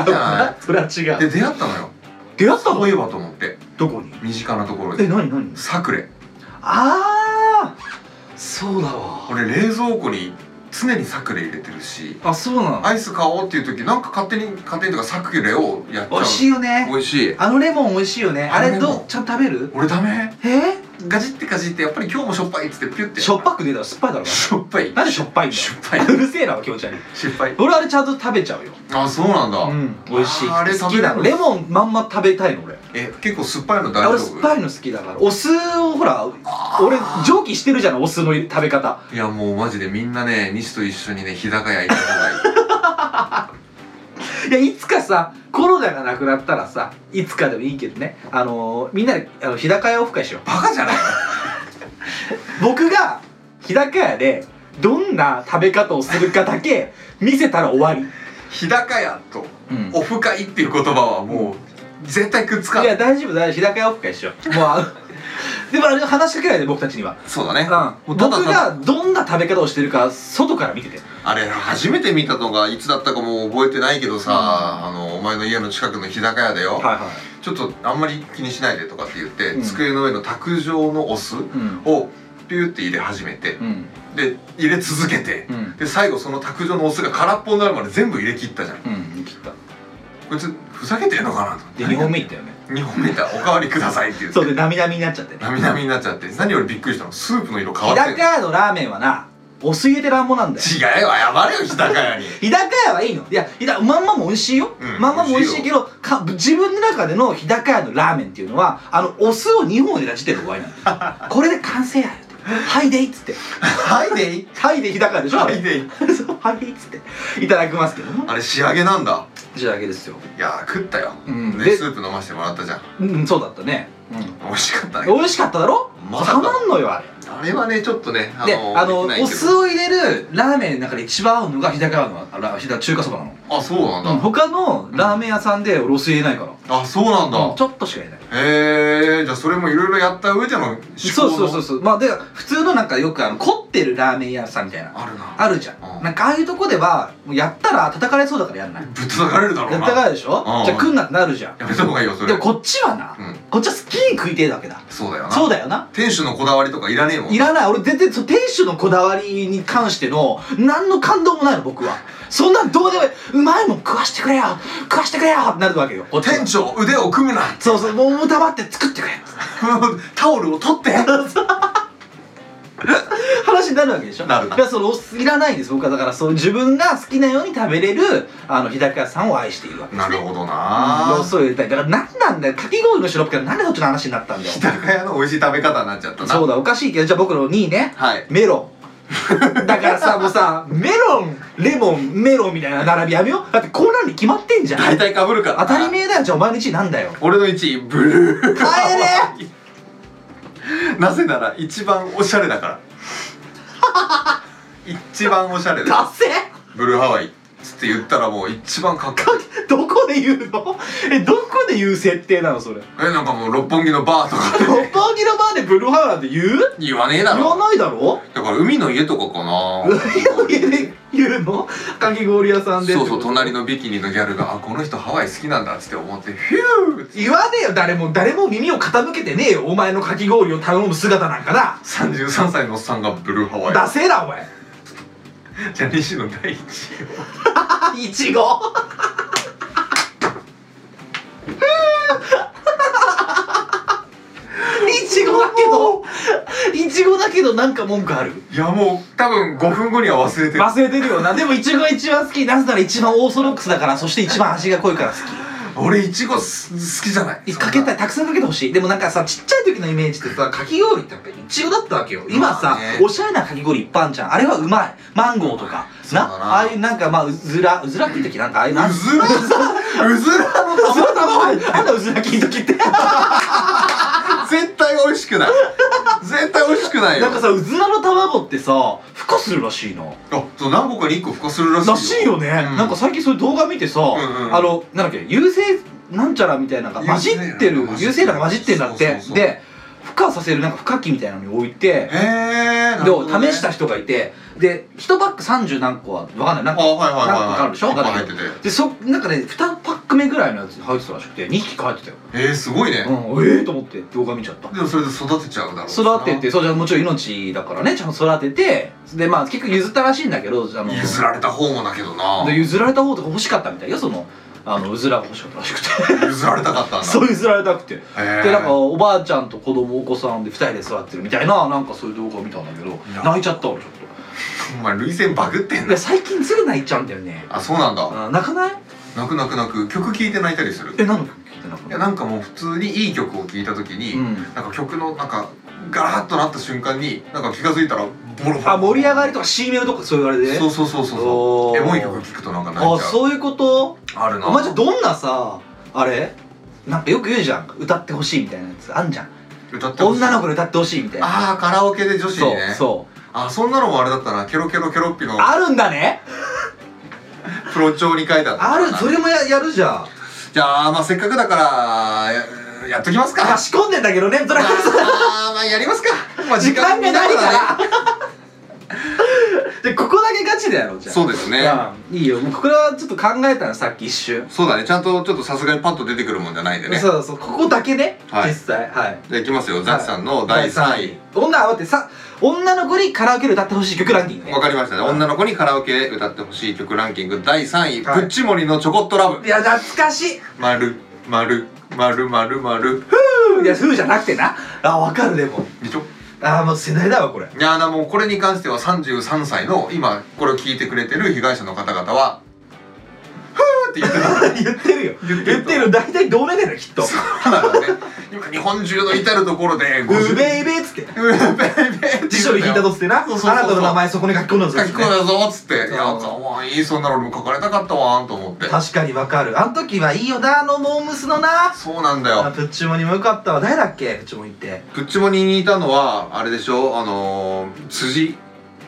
[SPEAKER 1] うなそれは違
[SPEAKER 2] で
[SPEAKER 1] う
[SPEAKER 2] 出会ったのよ
[SPEAKER 1] 出会った
[SPEAKER 2] そ
[SPEAKER 1] の
[SPEAKER 2] ういえばと思って
[SPEAKER 1] どこに
[SPEAKER 2] 身近なところ
[SPEAKER 1] え
[SPEAKER 2] で
[SPEAKER 1] 何何
[SPEAKER 2] サクレ
[SPEAKER 1] ああそうだわ
[SPEAKER 2] 俺冷蔵庫に常にサクレ入れてるし
[SPEAKER 1] あそうなの
[SPEAKER 2] アイス買おうっていう時なんか勝手に勝手にとかサクレをやっちゃう
[SPEAKER 1] 美味しいよね
[SPEAKER 2] 美味しい
[SPEAKER 1] あのレモン美味しいよねあ
[SPEAKER 2] あの
[SPEAKER 1] れ
[SPEAKER 2] レモン
[SPEAKER 1] どうちゃんと食べる
[SPEAKER 2] 俺ダメ
[SPEAKER 1] え
[SPEAKER 2] ガジってガジってやっぱり今日もしょっぱいっつってピュって
[SPEAKER 1] しょっぱくねえだろ酸っぱいだろお前
[SPEAKER 2] しょっぱい
[SPEAKER 1] なんでしょっぱいんだよ
[SPEAKER 2] しょっぱいう
[SPEAKER 1] るせえな気持ち悪い
[SPEAKER 2] 失敗
[SPEAKER 1] 俺あれちゃんと食べちゃうよ
[SPEAKER 2] あそうなんだ、
[SPEAKER 1] うん美味しい
[SPEAKER 2] あーあれ
[SPEAKER 1] 好きなの
[SPEAKER 2] 食べ
[SPEAKER 1] レ
[SPEAKER 2] れる
[SPEAKER 1] モンまんま食べたいの俺
[SPEAKER 2] え結構酸っぱいの大丈夫
[SPEAKER 1] 俺酸っぱいの好きだからお酢をほら俺蒸気してるじゃないお酢の食べ方
[SPEAKER 2] いやもうマジでみんなね西と一緒にね日高屋行った方がい い
[SPEAKER 1] いやいつかさコロナがなくなったらさいつかでもいいけどねあのー、みんなであの日高屋オフ会しよう
[SPEAKER 2] バカじゃない
[SPEAKER 1] 僕が日高屋でどんな食べ方をするかだけ見せたら終わり
[SPEAKER 2] 日高屋と
[SPEAKER 1] うん
[SPEAKER 2] オフ会っていう言葉はもう絶対くっつ
[SPEAKER 1] い
[SPEAKER 2] かない
[SPEAKER 1] や大丈夫大丈夫日高屋オフ会しようもうあ のでもあれ話しかけないで僕たちには、
[SPEAKER 2] そうだね、
[SPEAKER 1] う
[SPEAKER 2] も
[SPEAKER 1] ん、
[SPEAKER 2] うただ
[SPEAKER 1] 僕
[SPEAKER 2] ただ
[SPEAKER 1] がどんな食べ方をしてるか外から見てて
[SPEAKER 2] あれ初めて見たのがいつだったかもう覚えてないけどさ、あのお前の家の近くの日高屋だよ、
[SPEAKER 1] はいはい
[SPEAKER 2] ちょっとあんまり気にしないでとかって言って、
[SPEAKER 1] うん
[SPEAKER 2] 机の上の卓上のお酢
[SPEAKER 1] うん
[SPEAKER 2] をピューって入れ始めて、
[SPEAKER 1] うん
[SPEAKER 2] で入れ続けて、
[SPEAKER 1] うん
[SPEAKER 2] で最後その卓上のお酢が空っぽになるまで全部入れ切ったじゃん
[SPEAKER 1] うん切った
[SPEAKER 2] こいつふざけてんのかなと
[SPEAKER 1] で2本目いったよね
[SPEAKER 2] 2本目だおかわりくださいって言 っ
[SPEAKER 1] そうで
[SPEAKER 2] て
[SPEAKER 1] なみなみになっちゃってね
[SPEAKER 2] なみなみになっちゃって何よりびっくりしたのスープの色変わ
[SPEAKER 1] 日
[SPEAKER 2] ってん
[SPEAKER 1] 高
[SPEAKER 2] の
[SPEAKER 1] 屋のラーメンはなお酢入れて乱暴なんだよ
[SPEAKER 2] 違うわやばれよ日高屋に
[SPEAKER 1] 日高屋はいいのいや日高まんまも美味しいよ、
[SPEAKER 2] うん
[SPEAKER 1] まんまも美味しいけどか自分の中での日高屋のラーメンっていうのはあのお酢を2本入れた時点で終 わりなのこれで完成やよってはいでいっつって
[SPEAKER 2] はいでい
[SPEAKER 1] はいで日高屋でしょあ
[SPEAKER 2] は
[SPEAKER 1] れ
[SPEAKER 2] いでい
[SPEAKER 1] そうはいでいっつっていただきますけども
[SPEAKER 2] あれ仕上げなんだ
[SPEAKER 1] じゃあだけですよ
[SPEAKER 2] いやー食ったよ、
[SPEAKER 1] うん
[SPEAKER 2] で
[SPEAKER 1] で
[SPEAKER 2] スープ飲ませてもらったじゃん
[SPEAKER 1] うんそうだったね、うん
[SPEAKER 2] 美味しかったね
[SPEAKER 1] 美味しかっただろ
[SPEAKER 2] まさか
[SPEAKER 1] たまんのよあれ
[SPEAKER 2] あれはねちょっとねあ
[SPEAKER 1] であの
[SPEAKER 2] できないけ
[SPEAKER 1] お
[SPEAKER 2] ど
[SPEAKER 1] 酢を入れるラーメンの中で一番合うのが日高屋のあら日高中華そばなの
[SPEAKER 2] あそうなんだ、
[SPEAKER 1] うん他のラーメン屋さんでおろ酢入れないから、
[SPEAKER 2] あそうなんだ、
[SPEAKER 1] ちょっとしか入れない
[SPEAKER 2] へえじゃあそれもいろいろやった上での思考の
[SPEAKER 1] そうそうそうそうまあで普通のなんかよくあの凝ってるラーメン屋さんみたいな
[SPEAKER 2] あるな
[SPEAKER 1] あるじゃん、
[SPEAKER 2] うん
[SPEAKER 1] なんかああいうとこではもうやったら叩かれそうだからやんない、
[SPEAKER 2] ぶっ叩かれるだろ
[SPEAKER 1] や
[SPEAKER 2] う
[SPEAKER 1] っ
[SPEAKER 2] な
[SPEAKER 1] たからでしょ、
[SPEAKER 2] うん
[SPEAKER 1] じゃあ来んなってなるじゃん
[SPEAKER 2] やめた方がいいよそれ
[SPEAKER 1] でもこっちはな、
[SPEAKER 2] うん
[SPEAKER 1] こっちは好きに食いてえだけだ
[SPEAKER 2] そうだよな
[SPEAKER 1] そうだよな
[SPEAKER 2] 店主のこだわりとかいらねえもん
[SPEAKER 1] いらない俺全然そう店主のこだわりに関しての何の感動もないの僕はそんなんどうでもいいうまいもん食わしてくれよ食わしてくれよってなるわけよこっちは
[SPEAKER 2] 店長腕を組むな
[SPEAKER 1] そうそうもうもたまって作ってくれ
[SPEAKER 2] タオル を取って
[SPEAKER 1] 話になるわけでしょ
[SPEAKER 2] なる
[SPEAKER 1] だからそのいらないんです僕はだからそう自分が好きなように食べれるあの日高屋さんを愛しているわけ
[SPEAKER 2] なるほ
[SPEAKER 1] ロ
[SPEAKER 2] ど
[SPEAKER 1] ー
[SPEAKER 2] な
[SPEAKER 1] スを入れたいだから何なんだよかき氷のシロップからなんでそっちの話になったんだよ
[SPEAKER 2] 日高屋の美味しい食べ方になっちゃったな
[SPEAKER 1] そうだおかしいけどじゃあ僕の2位ね
[SPEAKER 2] はい
[SPEAKER 1] メロンだからさもう さメロンレモンメロンみたいな並びやめようだってこうなるに決まってんじゃん
[SPEAKER 2] 大体かぶるから
[SPEAKER 1] 当たり前だよじゃあお前の1位なんだよ
[SPEAKER 2] 俺の1位ブルー
[SPEAKER 1] 帰れ
[SPEAKER 2] なぜなら一番おしゃれ だから一番おしゃれだ
[SPEAKER 1] 達成
[SPEAKER 2] ブルーハワイっつって言ったらもう一番かっこいい
[SPEAKER 1] どこで言うのえどこで言う設定なのそれ
[SPEAKER 2] えなんかもう六本木のバーとか
[SPEAKER 1] 六本木のバーでブルーハワイなんて言う
[SPEAKER 2] 言わねえだ
[SPEAKER 1] 言わ
[SPEAKER 2] ろ
[SPEAKER 1] ないだろ
[SPEAKER 2] だから海の家とかかな
[SPEAKER 1] 家で言うのかき氷屋さんで
[SPEAKER 2] そうそう 隣のビキニのギャルが「あこの人ハワイ好きなんだ」っつって思ってヒュー
[SPEAKER 1] 言わねえよ誰も誰も耳を傾けてねえよお前のかき氷を頼む姿なんかな
[SPEAKER 2] 33歳のおっさんがブルーハワイ
[SPEAKER 1] ダセえなお前
[SPEAKER 2] じゃあ西野第一位を
[SPEAKER 1] あいちご いちごだけどいちごだけどなんか文句ある
[SPEAKER 2] いやもう多分5分後には忘れてる
[SPEAKER 1] 忘れてるよなでもいちごが一番好きなぜなら一番オーソドックスだからそして一番味が濃いから好き
[SPEAKER 2] 俺いちごす好きじゃない
[SPEAKER 1] かけたい
[SPEAKER 2] い
[SPEAKER 1] たくさんかけてほしいでもなんかさちっちゃい時のイメージってさかき氷ってやっぱいちごだったわけよ今さ、
[SPEAKER 2] まあね
[SPEAKER 1] おしゃれなかき氷いっぱいあんじゃんあれはうまいマンゴーとか
[SPEAKER 2] そうだな
[SPEAKER 1] ああいうなんかまあうずらうずらきの時なんかああいうな
[SPEAKER 2] うずらうずらの
[SPEAKER 1] う ずらあんなうずらきの時って
[SPEAKER 2] 絶対美味しくない絶対美味しくないよ
[SPEAKER 1] なんかさうずらの卵ってさ孵化するらしいな
[SPEAKER 2] あそう何個かに1個孵化するらしいよ
[SPEAKER 1] らしいよね、
[SPEAKER 2] うん
[SPEAKER 1] なんか最近そういう動画見てさ、
[SPEAKER 2] んうん
[SPEAKER 1] あのなんだっけ優勢なんちゃらみたいなのが混じってる優
[SPEAKER 2] 有
[SPEAKER 1] 勢
[SPEAKER 2] 精
[SPEAKER 1] な
[SPEAKER 2] 卵
[SPEAKER 1] のが混
[SPEAKER 2] が混
[SPEAKER 1] じ
[SPEAKER 2] じ
[SPEAKER 1] っ
[SPEAKER 2] ってて
[SPEAKER 1] ん
[SPEAKER 2] る
[SPEAKER 1] だって
[SPEAKER 2] そうそうそう
[SPEAKER 1] で孵化させるなんか孵化器みたいなのに置いて
[SPEAKER 2] へえ
[SPEAKER 1] で試した人がいてで1パック30何個は分かんないなん
[SPEAKER 2] あ
[SPEAKER 1] か
[SPEAKER 2] はいはいはい
[SPEAKER 1] 何個かあるでしょ
[SPEAKER 2] 1個入ってて
[SPEAKER 1] でそなんかね2パック目ぐらいのやつ入ってたらしくて2匹帰ってたよ、
[SPEAKER 2] えー、すごいね、
[SPEAKER 1] うん、ええと思って動画見ちゃった
[SPEAKER 2] でもそれで育てちゃうだろうしな
[SPEAKER 1] 育ててそうじゃあもちろん命だからねちゃんと育ててでまあ結局譲ったらしいんだけどあの
[SPEAKER 2] 譲られた方もだけどな
[SPEAKER 1] で譲られた方とか欲しかったみたいよそのあのうずらが欲しかったらしくて
[SPEAKER 2] 譲られたかったん だ
[SPEAKER 1] そう譲られたくて
[SPEAKER 2] へー
[SPEAKER 1] でなんかおばあちゃんと子供お子さんで2人で座ってるみたいななんかそういう動画を見たんだけど
[SPEAKER 2] や
[SPEAKER 1] 泣いちゃった俺ちょっ
[SPEAKER 2] お前涙腺バグっ
[SPEAKER 1] と
[SPEAKER 2] てん
[SPEAKER 1] いや
[SPEAKER 2] だ
[SPEAKER 1] 最近すぐ泣いちゃうんだよね
[SPEAKER 2] あそうなんだ、
[SPEAKER 1] あ泣かない
[SPEAKER 2] 泣く泣く泣く曲聴いて泣いたりする
[SPEAKER 1] え何の曲聞いてなかっ
[SPEAKER 2] い
[SPEAKER 1] た
[SPEAKER 2] やなんかもう普通にいい曲を聴いた時に、
[SPEAKER 1] うん
[SPEAKER 2] なんか曲のなんかガラッとなった瞬間になんか気が付いたらボロボロ
[SPEAKER 1] あ盛り上がりとか C メロとかそういうあれで
[SPEAKER 2] そうそうそうそうそ
[SPEAKER 1] お
[SPEAKER 2] う
[SPEAKER 1] ー
[SPEAKER 2] エモい曲聴くとなんか泣
[SPEAKER 1] あ
[SPEAKER 2] いちゃう
[SPEAKER 1] そういうこと
[SPEAKER 2] あるな
[SPEAKER 1] お前じゃあどんなさあれなんかよく言うじゃん歌ってほしいみたいなやつあんじゃん
[SPEAKER 2] 歌ってほしい
[SPEAKER 1] 女の子に歌ってほしいみたいな
[SPEAKER 2] ああカラオケで女子
[SPEAKER 1] そ
[SPEAKER 2] に
[SPEAKER 1] う
[SPEAKER 2] ね
[SPEAKER 1] そう
[SPEAKER 2] あそんなのもあれだったなケロケロケロッピの
[SPEAKER 1] あるんだね
[SPEAKER 2] プロ帳に書いてあった
[SPEAKER 1] あるそれもややるじゃん
[SPEAKER 2] じゃあまあせっかくだからややっときますか
[SPEAKER 1] 仕込んでんだけどねそれは
[SPEAKER 2] あーまあやりますか、まあ、
[SPEAKER 1] 時間がないから
[SPEAKER 2] ね
[SPEAKER 1] でここだけガチだよじゃあ
[SPEAKER 2] そうです
[SPEAKER 1] う
[SPEAKER 2] ね
[SPEAKER 1] いいよもうこれはちょっと考えたのさっき一瞬、
[SPEAKER 2] そうだねちゃんとちょっとさすがにパッと出てくるもんじゃないんでね
[SPEAKER 1] そうそうここだけね、
[SPEAKER 2] はい
[SPEAKER 1] 実際はい
[SPEAKER 2] じゃあいきますよザキさんの第3
[SPEAKER 1] 女は待ってさ女の子にカラオケで歌ってほしい曲ランキング
[SPEAKER 2] 位
[SPEAKER 1] ね
[SPEAKER 2] わかりましたね女の子にカラオケで歌ってほしい曲ランキング第3位
[SPEAKER 1] はい
[SPEAKER 2] プッチモリのチョコットラブ
[SPEAKER 1] いや懐かしい
[SPEAKER 2] まるまるまるまるまる
[SPEAKER 1] いやフーじゃなくてなあわかるでも
[SPEAKER 2] でしょ
[SPEAKER 1] あーもう世代だわこれ
[SPEAKER 2] いやーなもうこれに関しては33歳の今これを聞いてくれてる被害者の方々はふーって言ってた
[SPEAKER 1] 言ってるよ
[SPEAKER 2] 言
[SPEAKER 1] 言
[SPEAKER 2] っ
[SPEAKER 1] ってて
[SPEAKER 2] る
[SPEAKER 1] る大体同年代だよきっと「
[SPEAKER 2] そうなのね今日本中の至る所で
[SPEAKER 1] うー
[SPEAKER 2] 50
[SPEAKER 1] べいべ」っつって
[SPEAKER 2] うべえべ
[SPEAKER 1] 辞書に引いたとっつってなあ
[SPEAKER 2] そうそうそう
[SPEAKER 1] なたの名前そこに書き込んだぞ
[SPEAKER 2] 書き込んだぞっつって「いや
[SPEAKER 1] うん
[SPEAKER 2] かわいいそんなのも書かれたかったわ」と思って
[SPEAKER 1] 確かにわかるあの時はいいよなあのモームスのな
[SPEAKER 2] そうなんだ
[SPEAKER 1] あ
[SPEAKER 2] よ
[SPEAKER 1] プッチモニもよかったわ誰だっけプッチモニって
[SPEAKER 2] プッチモニにいたのはあれでしょあのー、辻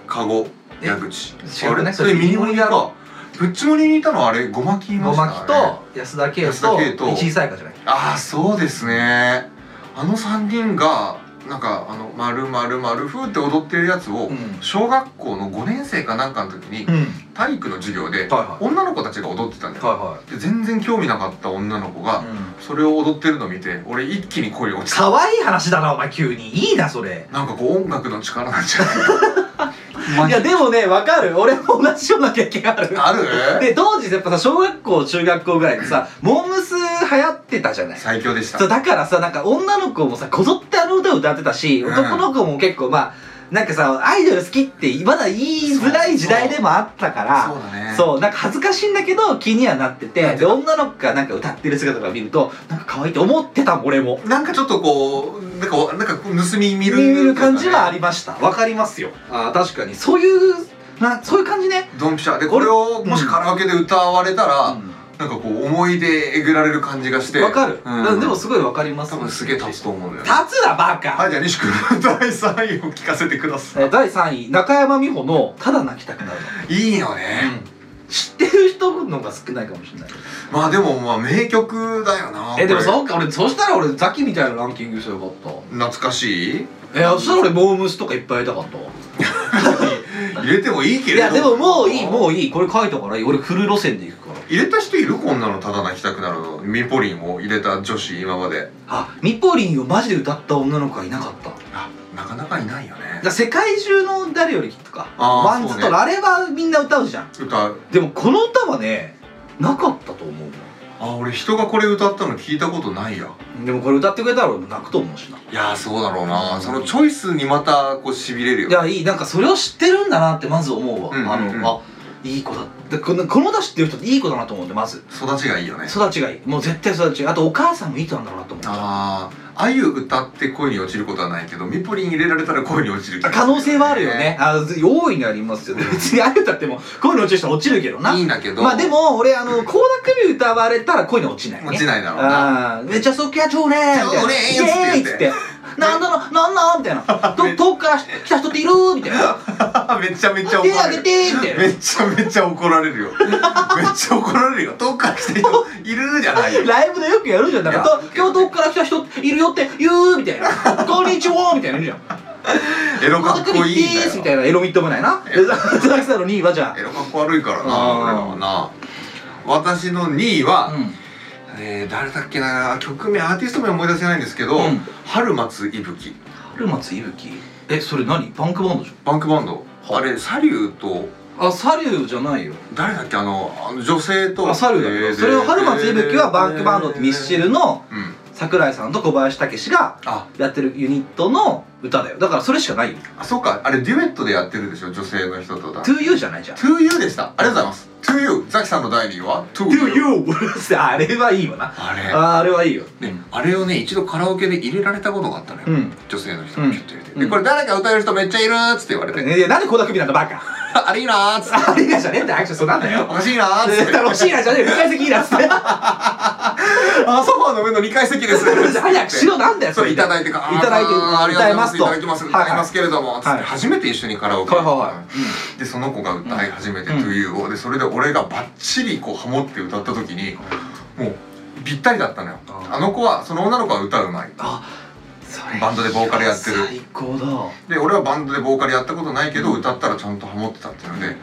[SPEAKER 2] 籠矢口
[SPEAKER 1] 違う
[SPEAKER 2] あれ
[SPEAKER 1] ね
[SPEAKER 2] それミニモニだろプッチモニにいたのはあれごまきいま
[SPEAKER 1] ゴ
[SPEAKER 2] したね
[SPEAKER 1] マキと安田圭
[SPEAKER 2] 安田圭と
[SPEAKER 1] と小さいかじゃない
[SPEAKER 2] ああそうですねあの3人がなんかあの「まるまるまるふーって踊ってるやつを、
[SPEAKER 1] うん
[SPEAKER 2] 小学校の5年生かなんかの時に、
[SPEAKER 1] うん
[SPEAKER 2] 体育の授業で、
[SPEAKER 1] は
[SPEAKER 2] 女の子たちが踊ってたんだよ、
[SPEAKER 1] は
[SPEAKER 2] で全然興味なかった女の子が、
[SPEAKER 1] うん
[SPEAKER 2] それを踊ってるの見て俺一気に恋に落ちた
[SPEAKER 1] 可愛い話だなお前急にいいなそれ
[SPEAKER 2] なんかこう音楽の力なんじゃない
[SPEAKER 1] いやでもねわかる俺も同じような経験ある
[SPEAKER 2] ある
[SPEAKER 1] で当時やっぱさ小学校中学校ぐらいでさモームス流行ってたじゃない
[SPEAKER 2] 最強でした
[SPEAKER 1] そうだからさなんか女の子もさこぞってあの歌を歌ってたし、
[SPEAKER 2] うん
[SPEAKER 1] 男の子も結構まあなんかさアイドル好きってまだ言いづらい時代でもあったから
[SPEAKER 2] そうだね
[SPEAKER 1] そうなんか恥ずかしいんだけど気にはなって
[SPEAKER 2] な
[SPEAKER 1] て
[SPEAKER 2] って
[SPEAKER 1] で
[SPEAKER 2] た
[SPEAKER 1] 女の子がなんか歌ってる姿とか見るとなんか可愛いって思ってたもん俺も
[SPEAKER 2] なんかちょっとこうなんかなんかこう盗み見
[SPEAKER 1] 見
[SPEAKER 2] る
[SPEAKER 1] る感じはあ
[SPEAKER 2] り
[SPEAKER 1] りましたわかりますよあー確かにそういうなそういう感じね、
[SPEAKER 2] ドンピシャでこれをもしカラオケで歌われたら、
[SPEAKER 1] う
[SPEAKER 2] なんかこう思い出えぐられる感じがして
[SPEAKER 1] ん、わかる、
[SPEAKER 2] うん
[SPEAKER 1] うんでもすごいわかります
[SPEAKER 2] 多分すげえ立つと思うんだよね
[SPEAKER 1] 立つなバカ、
[SPEAKER 2] はいじゃあ西君第3位を聞かせてくださ
[SPEAKER 1] えー第3位中山美穂の「ただ泣きたくなるの」
[SPEAKER 2] いいいよね、
[SPEAKER 1] 知ってる人の方が少ないかもしれない
[SPEAKER 2] まあでもまあ名曲だよな
[SPEAKER 1] えでも
[SPEAKER 2] これ
[SPEAKER 1] そうか俺そうしたら俺ザキみたいなランキングしてよかった
[SPEAKER 2] 懐かしい
[SPEAKER 1] えそしたら俺モームスとかいっぱい入れたかったわ
[SPEAKER 2] 入れてもいいけ
[SPEAKER 1] い
[SPEAKER 2] れど
[SPEAKER 1] やでももういいも
[SPEAKER 2] う
[SPEAKER 1] ういいこれ書いたからいい俺フル路線で行くから
[SPEAKER 2] 入れた人いるこんなのただ泣きたくなるのミポリンを入れた女子今まで
[SPEAKER 1] あミポリンをマジで歌った女の子がいなかっただか
[SPEAKER 2] あなかなかいないよね
[SPEAKER 1] ら世界中の誰よりきっとか
[SPEAKER 2] あー
[SPEAKER 1] ワンズ
[SPEAKER 2] そう
[SPEAKER 1] と
[SPEAKER 2] ね
[SPEAKER 1] あれはみんな歌うじゃん
[SPEAKER 2] 歌う
[SPEAKER 1] でもこの歌はねなかったと思うな
[SPEAKER 2] あ俺人がこれ歌ったの聞いたことないや
[SPEAKER 1] でもこれ歌ってくれたら俺泣くと思うしない
[SPEAKER 2] やーそうだろうな、そのチョイスにまたこうしびれるよ
[SPEAKER 1] いやいいなんかそれを知ってるんだなってまず思うわ、
[SPEAKER 2] うんうんうん
[SPEAKER 1] あのあいい子だでこのこの歌知ってる人っていい子だなと思うんでまず
[SPEAKER 2] 育ちがいいよね
[SPEAKER 1] 育ちがいいもう絶対育ちがいいあとお母さんもいい人なんだろうなと思っちゃう
[SPEAKER 2] あああゆ歌って恋に落ちることはないけどミポリン入れられたら恋に落ちる気がする
[SPEAKER 1] 可能性はあるよねあ大いにありますよね別にあれだっても恋に落ちる人は落ちるけどない
[SPEAKER 2] いんだけど
[SPEAKER 1] まあでも俺あの倖田來未歌われたら恋に落ちないね
[SPEAKER 2] 落ちないだろうな
[SPEAKER 1] ああめっちゃそっけやちょうね
[SPEAKER 2] ちょうね
[SPEAKER 1] イエーイっつってなんだのなんなんみたいなど遠くから来た人っているみたい な
[SPEAKER 2] めちゃめちゃ怒
[SPEAKER 1] 手
[SPEAKER 2] ら
[SPEAKER 1] あ
[SPEAKER 2] れ
[SPEAKER 1] げ
[SPEAKER 2] る
[SPEAKER 1] てみたいな
[SPEAKER 2] めちゃめちゃ怒られ るよめっちゃ怒られるよ遠くから来た人いるじゃないよ
[SPEAKER 1] ライブでよくやるじゃんだから
[SPEAKER 2] いや
[SPEAKER 1] と今日遠くから来た人いるよって言うみたいな「こんにちは」みたいなの言うじゃん
[SPEAKER 2] エ
[SPEAKER 1] 「
[SPEAKER 2] ロかっこいいんだ
[SPEAKER 1] で
[SPEAKER 2] よ
[SPEAKER 1] す」みたいなエロみっともないな
[SPEAKER 2] え
[SPEAKER 1] で佐々木さんの2位はじゃ
[SPEAKER 2] エロかっこ悪いからな
[SPEAKER 1] あー
[SPEAKER 2] 俺らはな私の2位は
[SPEAKER 1] あ、、ん、
[SPEAKER 2] えー誰だっけな曲名アーティスト名思い出せないんですけど、
[SPEAKER 1] うん
[SPEAKER 2] 春松いぶき
[SPEAKER 1] 春松伊吹えそれ何パンクバンドじ
[SPEAKER 2] バンクバンドあ
[SPEAKER 1] はい
[SPEAKER 2] れサリューと
[SPEAKER 1] ゃんあサリューじゃないよ
[SPEAKER 2] 誰だっけあのあの女性と
[SPEAKER 1] あサリューだよ、それを春松伊吹はバンクバンドってミスチルの
[SPEAKER 2] うん
[SPEAKER 1] 桜井さんと小林武史が
[SPEAKER 2] あ
[SPEAKER 1] やってるユニットの歌だよだからそれしかないよ
[SPEAKER 2] あそうかあれデュエットでやってるでしょ女性の人と
[SPEAKER 1] 「
[SPEAKER 2] だ
[SPEAKER 1] TOYOU」じゃないじゃん
[SPEAKER 2] 2U でしたありがとうございます 2U ザキさんの第2位は
[SPEAKER 1] 「TOYOU」あ れはいいわな
[SPEAKER 2] あれ
[SPEAKER 1] ああれはいいよ
[SPEAKER 2] ね、あれをね一度カラオケで入れられたことがあったのよ、
[SPEAKER 1] うん
[SPEAKER 2] 女性の人がキュッと入れて、
[SPEAKER 1] うん
[SPEAKER 2] で
[SPEAKER 1] うん
[SPEAKER 2] これ誰か歌える人めっちゃいるーっつって言われて、
[SPEAKER 1] いやなんで倖田來未なんだバカ
[SPEAKER 2] あれいいなーっつって
[SPEAKER 1] あれがじゃねえんだよアクションそうなんだよ
[SPEAKER 2] おかしいなーっつって
[SPEAKER 1] 楽しいなじゃねえよ解析いいなっつって
[SPEAKER 2] あソファーの上の2階席です
[SPEAKER 1] 早くしろなんだよ
[SPEAKER 2] それいただ
[SPEAKER 1] い
[SPEAKER 2] いてか
[SPEAKER 1] いただいて
[SPEAKER 2] あーありがとうございますいた
[SPEAKER 1] 歌
[SPEAKER 2] だ
[SPEAKER 1] え
[SPEAKER 2] き
[SPEAKER 1] ま
[SPEAKER 2] ます
[SPEAKER 1] すと
[SPEAKER 2] 歌いますけれども、つって
[SPEAKER 1] はい
[SPEAKER 2] 初めて一緒にカラオケ、
[SPEAKER 1] はいはいは
[SPEAKER 2] でその子が歌い始めて「
[SPEAKER 1] うん
[SPEAKER 2] TOYOU、をでそれで俺がバッチリこうハモって歌った時にもうぴったりだったのよ
[SPEAKER 1] あー
[SPEAKER 2] あの子はその女の子は歌うまい
[SPEAKER 1] それ
[SPEAKER 2] バンドでボーカルやってる
[SPEAKER 1] 最高だ
[SPEAKER 2] で俺はバンドでボーカルやったことないけど歌ったらちゃんとハモってたっていうので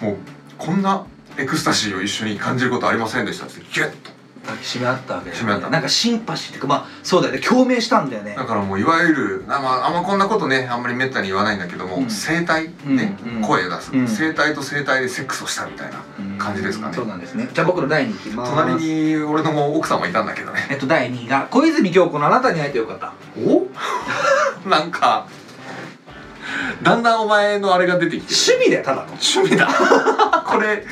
[SPEAKER 2] もうこんなエクスタシーを一緒に感じることありませんでしたってギュッと
[SPEAKER 1] 抱きしめ合ったわけだよ
[SPEAKER 2] 締め合った
[SPEAKER 1] なんかシンパシーっていうかまあそうだよね共鳴したんだよね
[SPEAKER 2] だからもういわゆるあ,、まあ、あんまこんなことねあんまりめったに言わないんだけども、
[SPEAKER 1] うん
[SPEAKER 2] 声帯ね、
[SPEAKER 1] うんうん
[SPEAKER 2] 声を出す、
[SPEAKER 1] うん
[SPEAKER 2] 声帯と声帯でセックスをしたみたいな感じですかね
[SPEAKER 1] そうなんですねじゃあ僕の第2位いきます
[SPEAKER 2] 隣に俺のも奥様いたんだけどね
[SPEAKER 1] えっと第2位が小泉今日子のあなたに会えてよかった
[SPEAKER 2] お なんかだんだんお前のあれが出てきて
[SPEAKER 1] 趣味だよただの
[SPEAKER 2] 趣味だこれ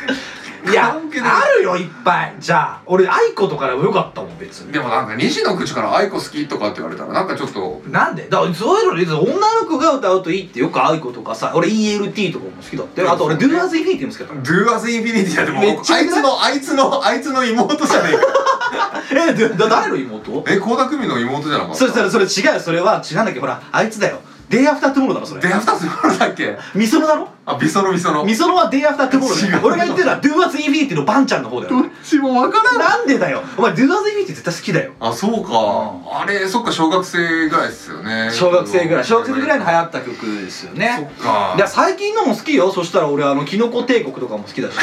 [SPEAKER 1] いや
[SPEAKER 2] カラオケで
[SPEAKER 1] あるよいっぱいじゃあ俺愛子とからもよかったもん別に
[SPEAKER 2] でもなんか西の口から「愛子好き?」とかって言われたらなんかちょっと
[SPEAKER 1] なんでだからそういうので女の子が歌うといいってよく愛子とかさ俺 ELT とかも好きだってあと俺 Do As If っても好きだった
[SPEAKER 2] 「Do as infinity」だってもう
[SPEAKER 1] めっちゃ
[SPEAKER 2] あいつのあいつのあいつの妹じゃねえか
[SPEAKER 1] えだだ誰の妹
[SPEAKER 2] え倖田來未の妹じゃなかった
[SPEAKER 1] それそれそれ違うよそれは違うんだっけほらあいつだよデイアフタートゥモローだろそれ
[SPEAKER 2] で二つもらだっけ
[SPEAKER 1] ミソノだろ
[SPEAKER 2] あビソロビソロ
[SPEAKER 1] ミソノはデイアフタートゥモローだ
[SPEAKER 2] 違
[SPEAKER 1] よ
[SPEAKER 2] う
[SPEAKER 1] 俺が言ってるのは Do As If ってのバンちゃんの方だよ
[SPEAKER 2] ちもわから
[SPEAKER 1] なんでだよお前 Do As If って絶対好きだよ
[SPEAKER 2] あそう
[SPEAKER 1] う
[SPEAKER 2] かあれそっか小学生ぐらいですよね
[SPEAKER 1] 小学生ぐらい小学生ぐらいに流行った曲ですよ
[SPEAKER 2] そっ
[SPEAKER 1] ね
[SPEAKER 2] か
[SPEAKER 1] いや最近のも好きよそしたら俺あのキノコ帝国とかも好き だし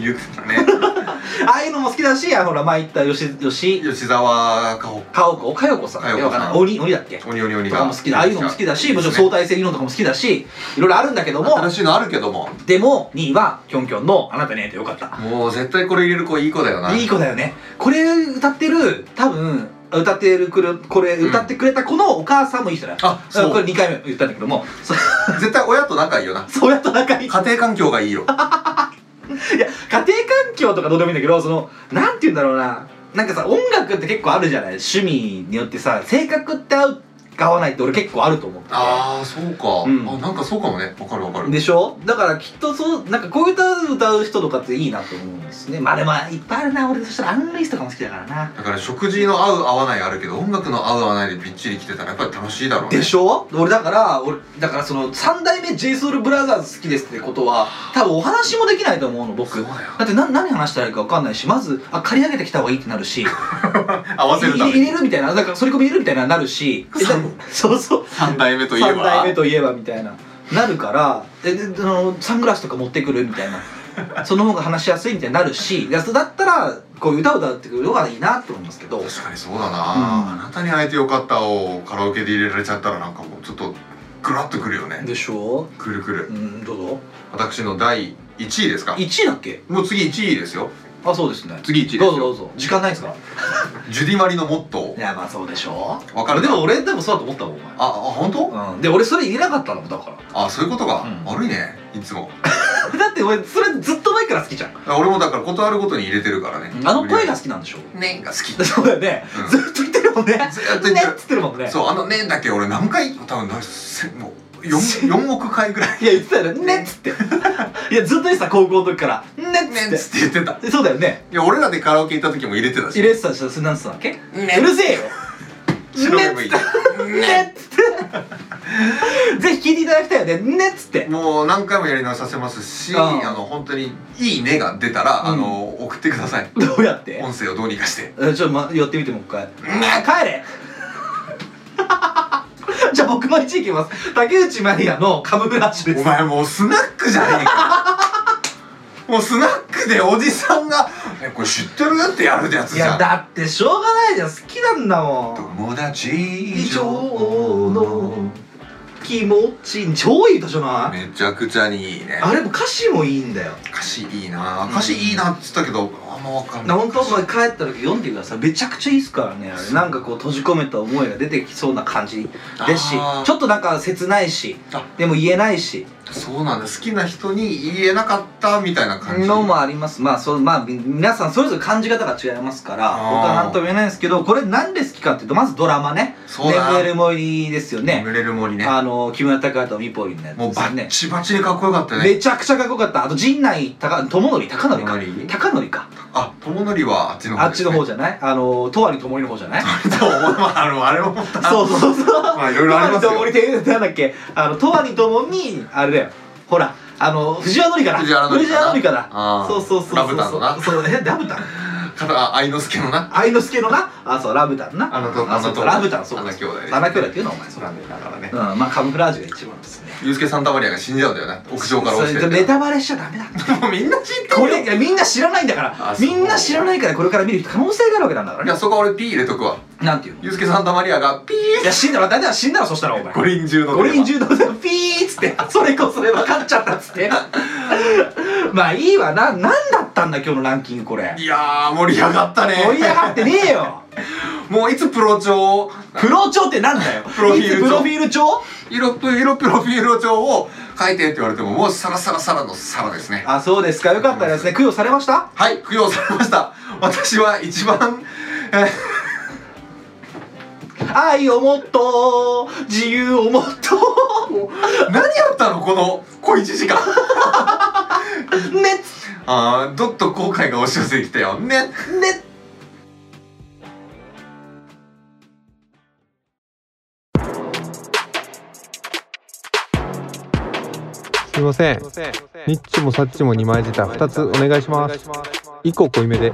[SPEAKER 2] 言ってたね
[SPEAKER 1] ああいうのも好きだしあのほら前言った吉吉
[SPEAKER 2] 吉沢かほ
[SPEAKER 1] かおこかよこさん
[SPEAKER 2] かよこさん
[SPEAKER 1] いやわかんない鬼鬼だっけ
[SPEAKER 2] 鬼鬼鬼
[SPEAKER 1] と
[SPEAKER 2] が
[SPEAKER 1] かも好きだああいうのも好きだしもちろん相対性理論とかも好きだしいろいろあるんだけども
[SPEAKER 2] 新しいのあるけども
[SPEAKER 1] でも2位はキョンキョンの「あなたに会えてよかった
[SPEAKER 2] もう絶対これ入れる子いい子だよ」ない
[SPEAKER 1] い子だよねこれ歌ってる多分歌ってるくるこれ
[SPEAKER 2] うん
[SPEAKER 1] 歌ってくれた子のお母さんもいい人だよ、
[SPEAKER 2] あそう
[SPEAKER 1] これ2回目言ったんだけどもそ
[SPEAKER 2] 絶対親と仲いいよな
[SPEAKER 1] そうやっと仲いい
[SPEAKER 2] 家庭環境 がいいよ
[SPEAKER 1] いや家庭環境とかどうでもいいんだけどそのなんて言うんだろうななんかさ音楽って結構あるじゃない趣味によってさ性格って合うか合わないって俺結構あると思ってて
[SPEAKER 2] ああそうか、
[SPEAKER 1] うん
[SPEAKER 2] あなんかそうかもねわかるわかる
[SPEAKER 1] でしょだからきっとそうなんかこういう歌歌う人とかっていいなと思うんですねまあでもいっぱいあるな俺そしたらアン・ルイスとかも好きだからな
[SPEAKER 2] だから食事の合う合わないあるけど音楽の合う合わないでびっちり来てたらやっぱり楽しいだろうね
[SPEAKER 1] でしょ俺だから俺だからその3代目 j s o u l b r o t h e r s 好きですってことは多分お話もできないと思うの
[SPEAKER 2] そ
[SPEAKER 1] 僕
[SPEAKER 2] うだよ
[SPEAKER 1] だって何何話したらいいか分かんないしまずあ借り上げてきた方がいいってなるし
[SPEAKER 2] 合わせるた
[SPEAKER 1] 入れ入
[SPEAKER 2] め
[SPEAKER 1] れ
[SPEAKER 2] に
[SPEAKER 1] るみたいなだから反り込み入れるみたいななるしえだ そうそう
[SPEAKER 2] 3代目といえば
[SPEAKER 1] 3代目といえばみたいななるからえであのサングラスとか持ってくるみたい なその方が話しやすいみたいになるしだだったらこういう歌を歌うってくるのがいいなと思いますけど
[SPEAKER 2] 確かにそうだな、
[SPEAKER 1] うん
[SPEAKER 2] あなたに会えてよかったをカラオケで入れられちゃったらなんかもうちょっとグラッとくるよね
[SPEAKER 1] でしょ
[SPEAKER 2] くるく
[SPEAKER 1] う
[SPEAKER 2] る
[SPEAKER 1] うんどうぞ
[SPEAKER 2] 私の第1位ですか
[SPEAKER 1] 1位だっけ
[SPEAKER 2] もう次1位ですよ
[SPEAKER 1] あそうですね
[SPEAKER 2] 次1位ですよ
[SPEAKER 1] どうぞどうぞ時間ないですか
[SPEAKER 2] ジュディマリのモット
[SPEAKER 1] い
[SPEAKER 2] ー
[SPEAKER 1] やまあそうでしょ
[SPEAKER 2] わかる
[SPEAKER 1] でも俺でもそうだと思ったもんお
[SPEAKER 2] ああ本当、
[SPEAKER 1] 前うんで俺それ言えなかったのだか
[SPEAKER 2] あそういうことか、
[SPEAKER 1] うん
[SPEAKER 2] 悪いねいつも
[SPEAKER 1] ら だって俺それずっと前から好きじゃん
[SPEAKER 2] 俺もだから断るごとに入れてるからね
[SPEAKER 1] あの声が好きなんでしょ
[SPEAKER 2] ねんが好き
[SPEAKER 1] そうだよね、
[SPEAKER 2] うん
[SPEAKER 1] ずっと言ってるもんねね
[SPEAKER 2] ずっと言ってる
[SPEAKER 1] っつってるもんね
[SPEAKER 2] そうあのねんだけ俺何回多分なせもう 4, 4億回ぐらい
[SPEAKER 1] いや言ってたよね ねっつっていやずっと言ってた高校の時からねっつ
[SPEAKER 2] ね
[SPEAKER 1] っ
[SPEAKER 2] ん
[SPEAKER 1] て
[SPEAKER 2] っつって言ってた
[SPEAKER 1] そうだよね
[SPEAKER 2] いや俺らでカラオケ行った時も入れてたし
[SPEAKER 1] 入れてたしそれなんつったっけ、うるせえよ
[SPEAKER 2] 白目向いて
[SPEAKER 1] ねっつってぜひ聞いていただきたいよねねっつって
[SPEAKER 2] もう何回もやり直させますし、
[SPEAKER 1] うん
[SPEAKER 2] あの本当にいいねが出たら、
[SPEAKER 1] うん
[SPEAKER 2] あの送ってください。
[SPEAKER 1] どうやって
[SPEAKER 2] 音声をどうにかして。
[SPEAKER 1] えちょっと、ま、やってみてもう一回あ帰れ じゃあ僕も1位いきます竹内まりやの「カムブラッシュ」
[SPEAKER 2] お
[SPEAKER 1] です
[SPEAKER 2] 前もうスナックじゃねえか。 もうスナックでおじさんが「えこれ知ってる?」ってやるやつ
[SPEAKER 1] い
[SPEAKER 2] じゃ
[SPEAKER 1] や
[SPEAKER 2] ん。
[SPEAKER 1] だってしょうがないじゃん好きなんだも
[SPEAKER 2] 友達
[SPEAKER 1] ん
[SPEAKER 2] 以
[SPEAKER 1] 以上
[SPEAKER 2] 上
[SPEAKER 1] の
[SPEAKER 2] の
[SPEAKER 1] 気持ち超いい歌じゃない
[SPEAKER 2] めちゃくちゃにいいね。
[SPEAKER 1] あれも歌詞もいいんだよ。
[SPEAKER 2] 歌詞いいな
[SPEAKER 1] うん
[SPEAKER 2] 歌詞いいなっつったけどあんまわかんない。
[SPEAKER 1] 本当お前帰った時読んでください。めちゃくちゃいいっすからね。あれなんかこう閉じ込めた思いが出てきそうな感じですし
[SPEAKER 2] あ、ー
[SPEAKER 1] ちょっとなんか切ないし
[SPEAKER 2] あ、
[SPEAKER 1] でも言えないし、
[SPEAKER 2] そうなんだ好きな人に言えなかったみたいな感じ。
[SPEAKER 1] のもあります。まあそうまあみ皆さんそれぞれ感じ方が違いますから、
[SPEAKER 2] あ
[SPEAKER 1] 僕
[SPEAKER 2] ー
[SPEAKER 1] は何とも言えないんですけど、これなんで好きかっていうとまずドラマね、
[SPEAKER 2] そうだな。
[SPEAKER 1] 眠れる森ですよね。
[SPEAKER 2] 眠れる森ね。
[SPEAKER 1] あの木村拓哉とミポリンのやつ
[SPEAKER 2] もう
[SPEAKER 1] です
[SPEAKER 2] バ
[SPEAKER 1] よ
[SPEAKER 2] ッ
[SPEAKER 1] ね。
[SPEAKER 2] チバチにかっこよかったね。
[SPEAKER 1] めちゃくちゃかっこよかった。あと陣内高智則高則か
[SPEAKER 2] 智則
[SPEAKER 1] 高則か
[SPEAKER 2] あ、友則はあっちの
[SPEAKER 1] あ
[SPEAKER 2] 方
[SPEAKER 1] っ
[SPEAKER 2] で
[SPEAKER 1] ち
[SPEAKER 2] す
[SPEAKER 1] の
[SPEAKER 2] ね、
[SPEAKER 1] 方じゃないあのとわりともりの方じゃ ない
[SPEAKER 2] そう、まあ、あの、あれも、
[SPEAKER 1] そうそうそう。
[SPEAKER 2] まあ、いろい
[SPEAKER 1] と
[SPEAKER 2] ろあ
[SPEAKER 1] わに
[SPEAKER 2] ります
[SPEAKER 1] ともに
[SPEAKER 2] よ。
[SPEAKER 1] ってなんだっけあのとわにともにあれだよほらあの藤原紀香だ
[SPEAKER 2] 藤原紀香だ
[SPEAKER 1] 藤原紀香だ
[SPEAKER 2] あー
[SPEAKER 1] そうそうそうそう
[SPEAKER 2] ラブタンのな
[SPEAKER 1] そうえラブタン
[SPEAKER 2] 片愛之助のな
[SPEAKER 1] 愛之助のなあそうラブタンな
[SPEAKER 2] あのと
[SPEAKER 1] あそう
[SPEAKER 2] と
[SPEAKER 1] ラブタンそう
[SPEAKER 2] あの兄弟ね
[SPEAKER 1] 七兄弟っていうのはお前そ
[SPEAKER 2] そうう
[SPEAKER 1] だ
[SPEAKER 2] な
[SPEAKER 1] ね
[SPEAKER 2] んだよだからね
[SPEAKER 1] うんまあカムフラージュが一番ですね
[SPEAKER 2] ユースケ・サンタマリアが死んじゃうんだよね屋上から落ちて
[SPEAKER 1] そ
[SPEAKER 2] っ
[SPEAKER 1] れ
[SPEAKER 2] て
[SPEAKER 1] ネタバレしちゃダメだ
[SPEAKER 2] もうみんな知ってる
[SPEAKER 1] これいやみんな知らないんだから
[SPEAKER 2] あそう
[SPEAKER 1] みんな知らないからこれから見る人可能性があるわけなんだから
[SPEAKER 2] いや
[SPEAKER 1] ね
[SPEAKER 2] そこは俺ピー入れとくわ
[SPEAKER 1] なんていうの
[SPEAKER 2] ユースケ・サンタマリアがピ
[SPEAKER 1] いや死んだら大体は死んだろそしたらお前
[SPEAKER 2] ー五輪中の
[SPEAKER 1] 五輪柔道でピーっつってそれこそれ分かっちゃったっつって まあいいわな何だったんだ今日のランキングこれ
[SPEAKER 2] いやー盛り上がったね
[SPEAKER 1] 盛り上がってねえ よ
[SPEAKER 2] もういつプロ帳を
[SPEAKER 1] プロ帳ってなんだよ
[SPEAKER 2] プロフィール
[SPEAKER 1] い
[SPEAKER 2] 帳
[SPEAKER 1] つプロフィール帳
[SPEAKER 2] 色プ色プロフィール帳を書いてって言われてももうサラサラサラのサラですね
[SPEAKER 1] あそうですかよかったですね供養されました
[SPEAKER 2] はい供養されました私は一番え
[SPEAKER 1] 愛をもっと自由をもっと
[SPEAKER 2] ー何やったのこの小一時間
[SPEAKER 1] ね
[SPEAKER 2] あーどっと後悔が押し寄せてきたよね
[SPEAKER 1] ね
[SPEAKER 7] すみません。ニッチもサッチも二枚舌二つお願いします。一個濃いめで。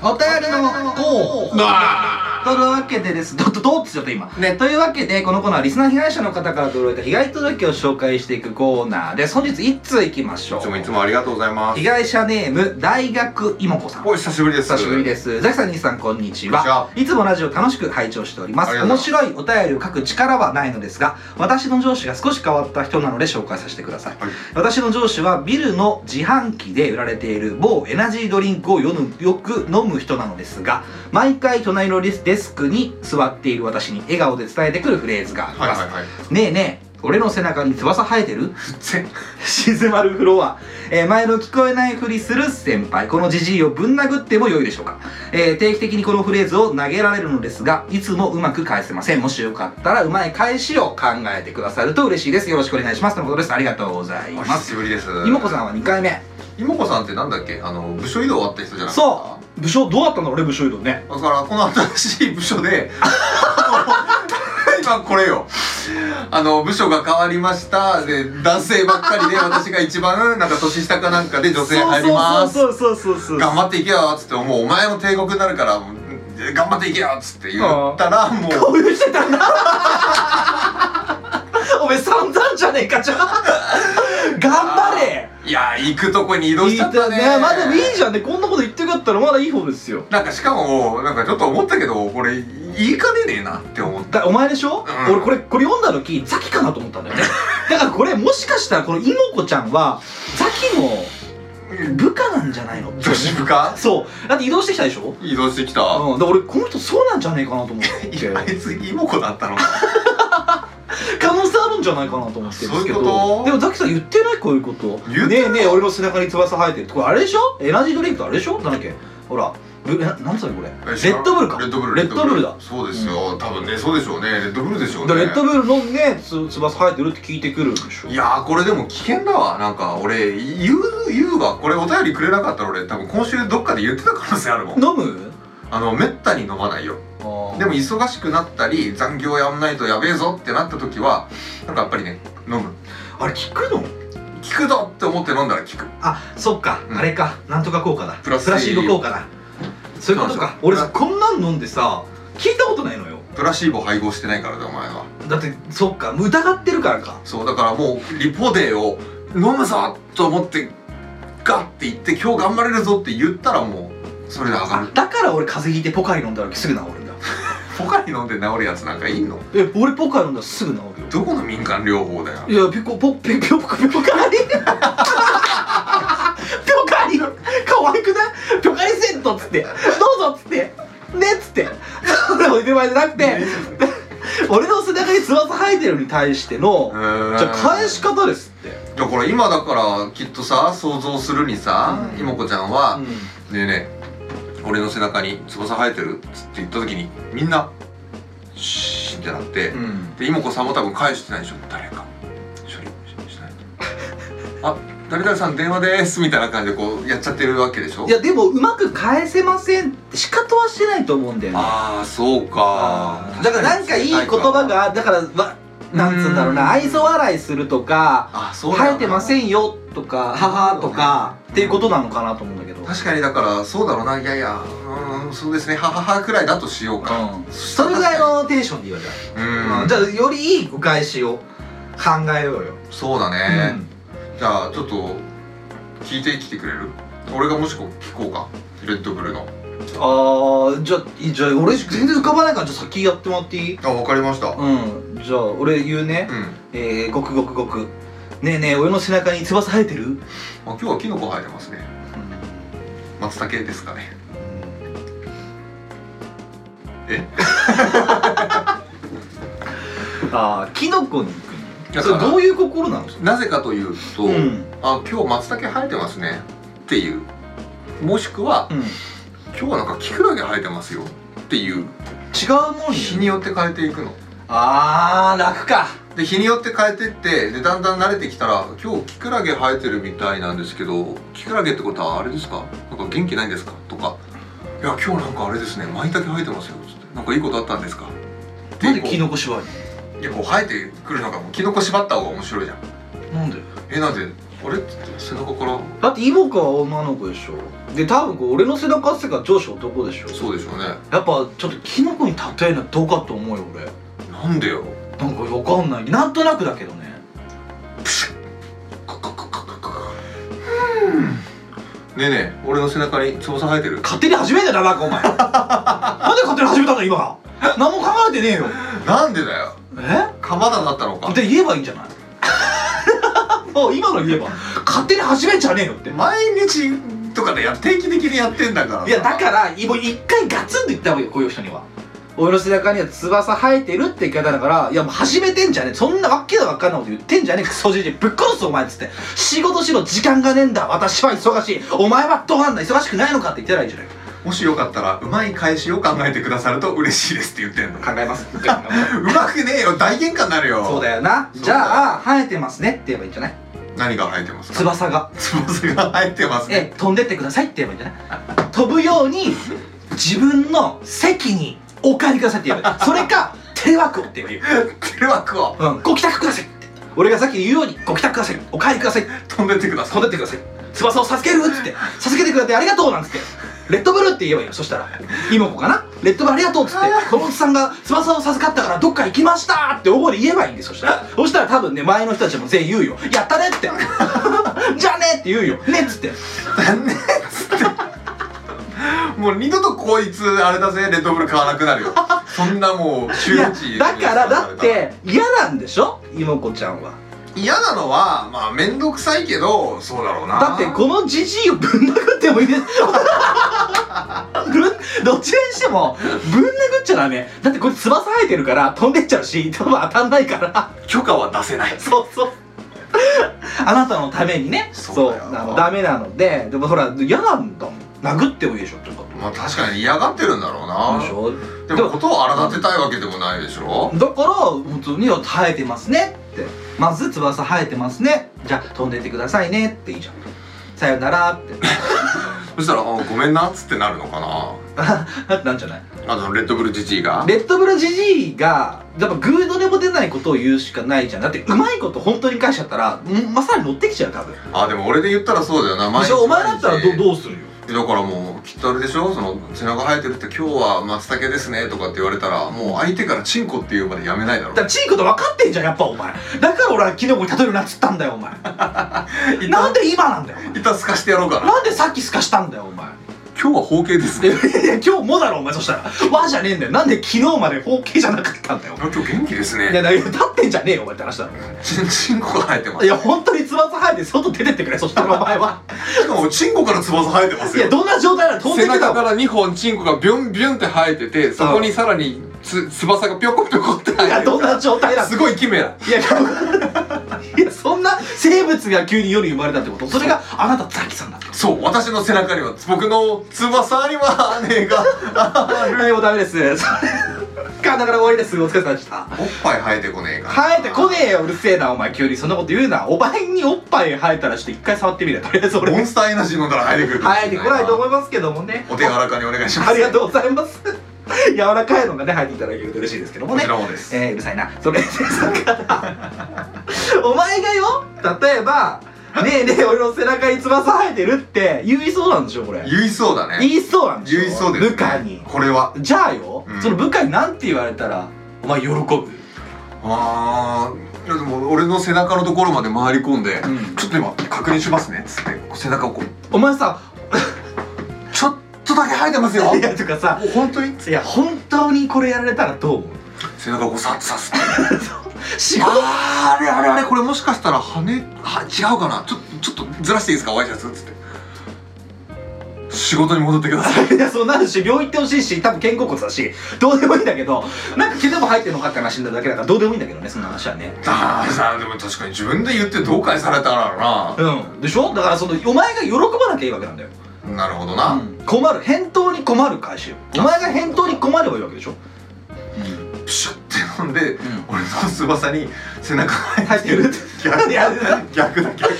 [SPEAKER 1] お便りのコーナーというわけでですどどどうっつっちゃった今、ね、というわけでこのコーナーはリスナー被害者の方から届いた被害届を紹介していくコーナーです本日1通いきましょ
[SPEAKER 2] いつもいうつもありがとうございます
[SPEAKER 1] 被害者ネーム大学いもこさん
[SPEAKER 2] お久しぶりです
[SPEAKER 1] 久しぶりです
[SPEAKER 2] す
[SPEAKER 1] ザキさん兄さんこんにち
[SPEAKER 2] こんにち
[SPEAKER 1] は
[SPEAKER 2] はい
[SPEAKER 1] つもラジオ楽しく拝聴しておりま
[SPEAKER 2] あ
[SPEAKER 1] す
[SPEAKER 2] りがと
[SPEAKER 1] 面
[SPEAKER 2] う
[SPEAKER 1] 白いお便りを書く力はないのですが私の上司が少し変わった人なので紹介させてください
[SPEAKER 2] はい
[SPEAKER 1] 私の上司はビルの自販機で売られている某エナジードリンクをよぬよく飲む人なのですが毎回隣のデスクに座っている私に笑顔で伝えてくるフレーズがあり
[SPEAKER 2] はい
[SPEAKER 1] ま
[SPEAKER 2] は
[SPEAKER 1] す、
[SPEAKER 2] いはい
[SPEAKER 1] ねえねえ俺の背中に翼生えてる
[SPEAKER 2] せ
[SPEAKER 1] 静まるフロア、えー前の聞こえないふりする先輩このじじいをぶん殴っても良いでしょうか、えー定期的にこのフレーズを投げられるのですがいつもうまく返せませんもしよかったらうまい返しを考えてくださると嬉しいですよろしくお願いしますとのことですありがとうござい
[SPEAKER 2] お
[SPEAKER 1] ま
[SPEAKER 2] 久
[SPEAKER 1] す
[SPEAKER 2] しぶりです
[SPEAKER 1] いもこさんは2回目
[SPEAKER 2] 妹子さんってなんだっけあの部署移動あった人じゃない
[SPEAKER 1] そう武将どうだったんだろうね武将移動ね
[SPEAKER 2] だからこの新しい部署で 今これよあの部署が変わりましたで男性ばっかりで私が一番なんか年下かなんかで女性入ります
[SPEAKER 1] そうそうそうそうそう
[SPEAKER 2] 頑張っていけよっつってもうお前の帝国になるからもう頑張っていけよっつって言ったらもう
[SPEAKER 1] こういうしてたな おめえ散々じゃねえかじゃあ頑張れ
[SPEAKER 2] いや行くとこに移動
[SPEAKER 1] い
[SPEAKER 2] し
[SPEAKER 1] い
[SPEAKER 2] ちゃったね
[SPEAKER 1] まあでもいいじゃんねこんなこと言ってくったらまだいい方ですよ
[SPEAKER 2] なんかしかもなんかちょっと思ったけどこれ言いかねねえなって思った
[SPEAKER 1] だお前でしょ、
[SPEAKER 2] うん
[SPEAKER 1] 俺これこれ読んだ時ザキかなと思ったん だよねだからこれもしかしたらこのイモコちゃんはザキの部下なんじゃないの
[SPEAKER 2] 女子部か
[SPEAKER 1] そうだって移動してきたでしょ
[SPEAKER 2] 移動してきたあ
[SPEAKER 1] うん、だから俺この人そうなんじゃねえかなと思って
[SPEAKER 2] いつ妹子だったの
[SPEAKER 1] 可能性あるんじゃないかなと思ってるんですけど
[SPEAKER 2] そういうこと
[SPEAKER 1] でもザキさん言ってないこういうこと
[SPEAKER 2] 言って
[SPEAKER 1] ねえねえ俺の背中に翼生えてるこれあれでしょエナジードリンクあれでしょなんだっけほらぶななんつうのこれレ
[SPEAKER 2] え知ら
[SPEAKER 1] ッドブルか
[SPEAKER 2] レッドブル
[SPEAKER 1] レッドブルだ
[SPEAKER 2] そうですよ、多分ねそうでしょうねレッドブルでしょうね
[SPEAKER 1] でレッドブルのねつ翼生えてるって聞いてくるんでしょ
[SPEAKER 2] いやーこれでも危険だわなんか俺言う言うわこれお便りくれなかったら俺多分今週どっかで言ってた可能性あるもん
[SPEAKER 1] 飲む
[SPEAKER 2] あのめったに飲まないよでも忙しくなったり残業やんないとやべえぞってなった時はなんかやっぱりね飲む
[SPEAKER 1] あれ聞くの
[SPEAKER 2] 効くぞって思って飲んだら効く
[SPEAKER 1] あそっか、
[SPEAKER 2] うん
[SPEAKER 1] あれかなんとか効果だ
[SPEAKER 2] プラス
[SPEAKER 1] シーボ効果だそういうこと
[SPEAKER 2] そうなん
[SPEAKER 1] か
[SPEAKER 2] ですよ
[SPEAKER 1] 俺さこんなん飲んでさ聞いたことないのよ
[SPEAKER 2] プラシーボ配合してないからだお前は
[SPEAKER 1] だってそっか疑ってるからか
[SPEAKER 2] そうだからもうリポデーを飲むぞと思ってガッて言って今日頑張れるぞって言ったらもうそれで上がる
[SPEAKER 1] あだから俺風邪ひいてポカリ飲んだらすぐ治るんだ
[SPEAKER 2] ポカリ飲んで治るやつなんかいんの
[SPEAKER 1] え俺ポカリ飲んだらすぐ治
[SPEAKER 2] どこの民間療法だよ
[SPEAKER 1] るよいやピコポピピョポカ ピョカリピョカリ可愛くないピョカリセットっつってどうぞっつってねっつってお手前じゃなくて俺の背中に翼生えてるのに対してのじ
[SPEAKER 2] じ
[SPEAKER 1] ゃあ返し方ですって、
[SPEAKER 2] だから今だからきっとさ想像するにさ、
[SPEAKER 1] うん
[SPEAKER 2] いもこちゃんは「ねえねえ俺の背中に翼生えてる?」っつって言った時にみんな「シーンってなって、
[SPEAKER 1] うん
[SPEAKER 2] でいもこさんも多分返してないでしょ誰か処理ししないあ誰々さん電話ですみたいな感じでこうやっちゃってるわけでしょ
[SPEAKER 1] いやでもうまく返せませんって仕方はしてないと思うんだよね
[SPEAKER 2] ああそうか
[SPEAKER 1] だからなんかいい言葉がだからわなんつうんだろう
[SPEAKER 2] うん
[SPEAKER 1] な愛想笑いするとか
[SPEAKER 2] あそうだよな
[SPEAKER 1] 生えてませんよとか母とかっていうことなのかなと思うんだけど
[SPEAKER 2] 確かにだからそうだろうないやいやうーんそうですねはははくらいだとしようか、
[SPEAKER 1] うんそれぐらいのテンションで言われた
[SPEAKER 2] うん
[SPEAKER 1] じゃあよりいいお返しを考えようよ、
[SPEAKER 2] そうだね、じゃあちょっと聞いてきてくれる俺がもしこう聞こうかレッドブルの
[SPEAKER 1] あーじゃあいいじゃあ俺全然浮かばないからじゃあ先やってもらっていい
[SPEAKER 2] あわかりましたうん
[SPEAKER 1] うんじゃあ俺言うね、えー、ごくごくごくねえねえ俺の背中に翼生えてる、うん
[SPEAKER 2] あ今日はキノコ生えてますね松茸ですかね
[SPEAKER 1] ああキノコに行くの
[SPEAKER 2] だか
[SPEAKER 1] そ
[SPEAKER 2] ら
[SPEAKER 1] れどういう心なのそれ
[SPEAKER 2] なぜかというと、
[SPEAKER 1] うん
[SPEAKER 2] あ今日松茸生えてますねっていうもしくは
[SPEAKER 1] うん違
[SPEAKER 2] 今日はなんかキクラゲ生えてますよっていう
[SPEAKER 1] うもん
[SPEAKER 2] 日
[SPEAKER 1] よ
[SPEAKER 2] によって変えていくの
[SPEAKER 1] あー楽か
[SPEAKER 2] で日によって変えてってでだんだん慣れてきたら今日キクラゲ生えてるみたいなんですけどキクラゲってことはあれですかなんか元気ないんですかとかいや今日なんかあれですねマイタケ生えてますよつってなんかいいことあったんですかって
[SPEAKER 1] なんで
[SPEAKER 2] こう
[SPEAKER 1] キノコ縛り
[SPEAKER 2] いやこう生えてくるのがもうキノコ縛った方が面白いじゃん
[SPEAKER 1] なんで
[SPEAKER 2] えなんであれっつって背中から
[SPEAKER 1] だってイボカは女の子でしょで多分こう俺の背中汗が上司男でしょ
[SPEAKER 2] そうでしょうね
[SPEAKER 1] やっぱちょっとキノコに例えるのはどうかと思うよ俺
[SPEAKER 2] なんでよ
[SPEAKER 1] なんかわかんないなんとなくだけどね
[SPEAKER 2] カカカカカカカねえねえ俺の背中に翼生えてる
[SPEAKER 1] 勝手に始めんだよななんかお 前なんで勝手に始めたんだ今何も考えてねえよ
[SPEAKER 2] なんでだよ
[SPEAKER 1] え
[SPEAKER 2] 鎌田だったのか
[SPEAKER 1] で言えばいいんじゃない もう今の言えば勝手に始めんじゃねえよって
[SPEAKER 2] 毎日とかでや定期的にやってんだから
[SPEAKER 1] いやだからもう一回ガツンと言った方がいいよこういう人には俺の背中には翼生えてるって言い方だからいやもう始めてんじゃねえそんなわけのわかんないこと言ってんじゃねえクソじじいぶっ殺すぞお前っつって仕事しろ時間がねえんだ私は忙しいお前はどうなんだ忙しくないのかって言ってたらいいじゃないか
[SPEAKER 2] もしよかったらうまい返しを考えてくださると嬉しいですって言ってんのう
[SPEAKER 1] 考えます
[SPEAKER 2] まくねえよ大喧嘩になるよ
[SPEAKER 1] そうだよな
[SPEAKER 2] そうだよ
[SPEAKER 1] じゃあ生えてますねって言えばいいんじゃない
[SPEAKER 2] 何が生えてますか
[SPEAKER 1] 翼が
[SPEAKER 2] 翼が生えてますね
[SPEAKER 1] え飛んでってくださいって言えばいいんじゃない飛ぶように自分の席にお帰りくださいって言えばいいそれか手枠をって言えばいいよ
[SPEAKER 2] テレワークを
[SPEAKER 1] うん、ご帰宅ください俺がさっき言うようにご帰宅くださいお帰りください
[SPEAKER 2] 飛んでってくださ
[SPEAKER 1] 飛んでってください翼を授けるっつって授けてくれてありがとうなんつってレッドブルーって言えばいいよそしたら妹子かなレッドブルーありがとうっつってこのおっさんが翼を授かったからどっか行きましたって大声で言えばいいんですそしたらそしたら多分ね前の人たちも全員言うよやったねって じゃあねって言うよねっつって
[SPEAKER 2] いねっつって もう二度とこいつあれだぜレッドブル買わなくな るよそんなもう
[SPEAKER 1] い
[SPEAKER 2] 周
[SPEAKER 1] や
[SPEAKER 2] 知
[SPEAKER 1] だからだって嫌なんでしょ妹子ちゃんは
[SPEAKER 2] 嫌なのはまあ面倒くさいけどそうだろうな
[SPEAKER 1] だってこのじじいをぶん殴ってもいいですよぶんどっちにしてもぶん殴っちゃダメだってこれ翼生えてるから飛んでっちゃうし多分当たんないから
[SPEAKER 2] 許可は出せない
[SPEAKER 1] そうそうあなたのためにね
[SPEAKER 2] そうだよ
[SPEAKER 1] あのダメなのででもほら嫌なんだもん殴ってもいいでしょとか
[SPEAKER 2] まあ確かに嫌がってるんだろうな
[SPEAKER 1] でしょ
[SPEAKER 2] でもことを荒立てたいわけでもないでしょ
[SPEAKER 1] だから普通に「生えてますね」ってまず翼生えてますねじゃあ飛んでってくださいねっていいじゃんさよならって
[SPEAKER 2] そしたら「あごめんな」っつってなるのかな
[SPEAKER 1] なんじゃない
[SPEAKER 2] あのレッドブルじじいが
[SPEAKER 1] レッドブルジジイがやっぱグードでも出ないことを言うしかないじゃんだってうまいこと本当に返しちゃったらんまさに乗ってきちゃう多分
[SPEAKER 2] あでも俺で言ったらそうだよな毎日
[SPEAKER 1] お前だったらど
[SPEAKER 2] 毎
[SPEAKER 1] どうするよ
[SPEAKER 2] 日だからもうきっとあれでしょその背中生えてるって「今日は松茸ですね」とかって言われたらもう相手から「チンコ」って言うまでやめないだろ
[SPEAKER 1] だからチークと分かってんじゃんやっぱお前だから俺はキノコに例えるなっつったんだよお前なんで今なんだよお前
[SPEAKER 2] 一旦すかしてやろうかな
[SPEAKER 1] なんでさっきすかしたんだよお前
[SPEAKER 2] 今日は包茎です
[SPEAKER 1] い
[SPEAKER 2] ね
[SPEAKER 1] やいや今日もだろお前そしたら和じゃねえんだよなんで昨日まで包茎じゃなかったんだよ
[SPEAKER 2] あ今日元気です
[SPEAKER 1] いや
[SPEAKER 2] ね
[SPEAKER 1] だから立ってんじゃねえよお前って話だろ
[SPEAKER 2] チンチンコが生えてま
[SPEAKER 1] い
[SPEAKER 2] す
[SPEAKER 1] や本当につばさ生えて外出てってくれそしたらお前は
[SPEAKER 2] しかもチンコから翼生えてま
[SPEAKER 1] い
[SPEAKER 2] す
[SPEAKER 1] や
[SPEAKER 2] よ
[SPEAKER 1] どんな状態なの飛んで
[SPEAKER 2] 背
[SPEAKER 1] ってた
[SPEAKER 2] 中
[SPEAKER 1] もん
[SPEAKER 2] から2本チンコがビュンビュンって生えててそこにさらにつ翼がぴょこぴょこって生
[SPEAKER 1] い
[SPEAKER 2] え
[SPEAKER 1] や
[SPEAKER 2] てる
[SPEAKER 1] どんな状態なの
[SPEAKER 2] すごいキメラ
[SPEAKER 1] いや、 いやそんな生物が急に世に生まれたってことそれがあなたザキさんだってこ
[SPEAKER 2] そう私の背中には僕の翼には姉が
[SPEAKER 1] と。もうダメです。それかだから終わりですお疲れ様でした
[SPEAKER 2] おっぱい生えてこねえから
[SPEAKER 1] 生えてこねえようるせえなお前急にそんなこと言うなお前におっぱい生えたらちょっと一回触ってみるとりあえず俺
[SPEAKER 2] モンスターエナジー飲んだら生えてくるかもし
[SPEAKER 1] 生え
[SPEAKER 2] れ
[SPEAKER 1] て
[SPEAKER 2] な
[SPEAKER 1] こないと思いますけどもね
[SPEAKER 2] お手柔らかにお願いしま す
[SPEAKER 1] ありがとうございます柔らかいのがね入っていただけると嬉しいですけども
[SPEAKER 2] こ
[SPEAKER 1] ね
[SPEAKER 2] ちらもです
[SPEAKER 1] えー、うるさいなそれでさ お前がよ例えば「ねえねえ俺の背中に翼生えてる」って言いそうなんでしょこれ
[SPEAKER 2] 言いそうだね
[SPEAKER 1] 言いそうなんでしょ
[SPEAKER 2] 言いそうですね
[SPEAKER 1] 部下に
[SPEAKER 2] これは
[SPEAKER 1] じゃあよ、
[SPEAKER 2] うん
[SPEAKER 1] その部下になんて言われたらお前喜ぶ、
[SPEAKER 2] あーいやでも俺の背中のところまで回り込んで、ちょっと今確認しますねっつってこう背中をこう
[SPEAKER 1] お前さ
[SPEAKER 2] ちょっとだけ生えてますよ
[SPEAKER 1] いやとかさ
[SPEAKER 2] 本当に
[SPEAKER 1] いや本当にこれやられたらどう思う
[SPEAKER 2] 背中をこうさっとさす
[SPEAKER 1] 仕事
[SPEAKER 2] あーあれあれあれこれもしかしたら羽は違うかなちょっとちょっとずらしていいですかワイシャツっつって仕事に戻ってください
[SPEAKER 1] いやそうなるし病院行ってほしいし多分肩甲骨だしどうでもいいんだけどなんか毛でも入ってんのかって話になるだけだからどうでもいいんだけどねそんな話はね
[SPEAKER 2] あーさあでも確かに自分で言ってどう返されたらな
[SPEAKER 1] うんでしょだからそのお前が喜ばなきゃいいわけなんだよ、
[SPEAKER 2] なるほどな、
[SPEAKER 1] 困る返答に困る返しよお前が返答に困ればいいわけでしょ
[SPEAKER 2] プシュッて飲んで、
[SPEAKER 1] ん
[SPEAKER 2] 俺の翼に背中が
[SPEAKER 1] 入ってる
[SPEAKER 2] 逆
[SPEAKER 1] いやいや
[SPEAKER 2] 逆だ逆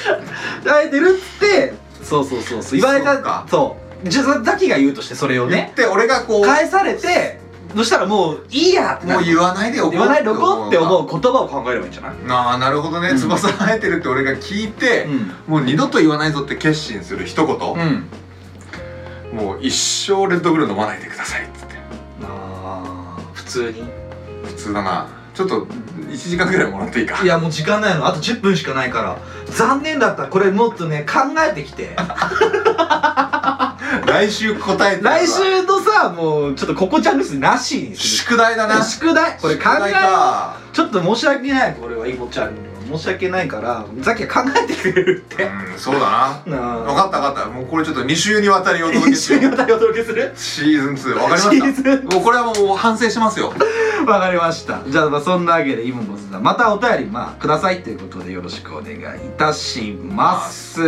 [SPEAKER 1] あえてるってそうそうそうそう言われた
[SPEAKER 2] そうか
[SPEAKER 1] そうじゃあザキが言うとしてそれを
[SPEAKER 2] 言っ
[SPEAKER 1] ね
[SPEAKER 2] て俺がこう
[SPEAKER 1] 返されてそしたらもういいやってな
[SPEAKER 2] も
[SPEAKER 1] る
[SPEAKER 2] う言わないでおこう
[SPEAKER 1] 言わないでおこうって思
[SPEAKER 2] う
[SPEAKER 1] う言葉を考えればいいんじゃない
[SPEAKER 2] なあなるほどね、
[SPEAKER 1] うん
[SPEAKER 2] 翼生えてるって俺が聞いて、もう二度と言わないぞって決心する一言、
[SPEAKER 1] うん
[SPEAKER 2] もう一生レッドブル飲まないでくださいっつって
[SPEAKER 1] あー普通に
[SPEAKER 2] 普通だなちょっと1時間ぐらいもらっていいか
[SPEAKER 1] いやもう時間ないのあと10分しかないから残念だったこれもっとね考えてきて
[SPEAKER 2] 来週答えて
[SPEAKER 1] 来週のさもうちょっとここちゃんですなしにす
[SPEAKER 2] 宿題だ
[SPEAKER 1] る
[SPEAKER 2] な
[SPEAKER 1] 宿題これ考
[SPEAKER 2] 宿
[SPEAKER 1] えよ
[SPEAKER 2] 題か
[SPEAKER 1] うちょっと申し訳ないこれはイボちゃんには申し訳ないからザキは考えてくれ るって
[SPEAKER 2] うんそうだな
[SPEAKER 1] な
[SPEAKER 2] 分かった分かったもうこれちょっと2週にわたりお届け
[SPEAKER 1] 一
[SPEAKER 2] し
[SPEAKER 1] 緒
[SPEAKER 2] よ
[SPEAKER 1] に
[SPEAKER 2] う
[SPEAKER 1] お題お届けする
[SPEAKER 2] シーズン2分かり
[SPEAKER 1] シ
[SPEAKER 2] ま
[SPEAKER 1] ーズ
[SPEAKER 2] し
[SPEAKER 1] ン
[SPEAKER 2] たもうこれはもう反省しますよ
[SPEAKER 1] わかりましたじゃあまあそんなわけでイモコさんまたお便りまあくださいということでよろしくお願いいたします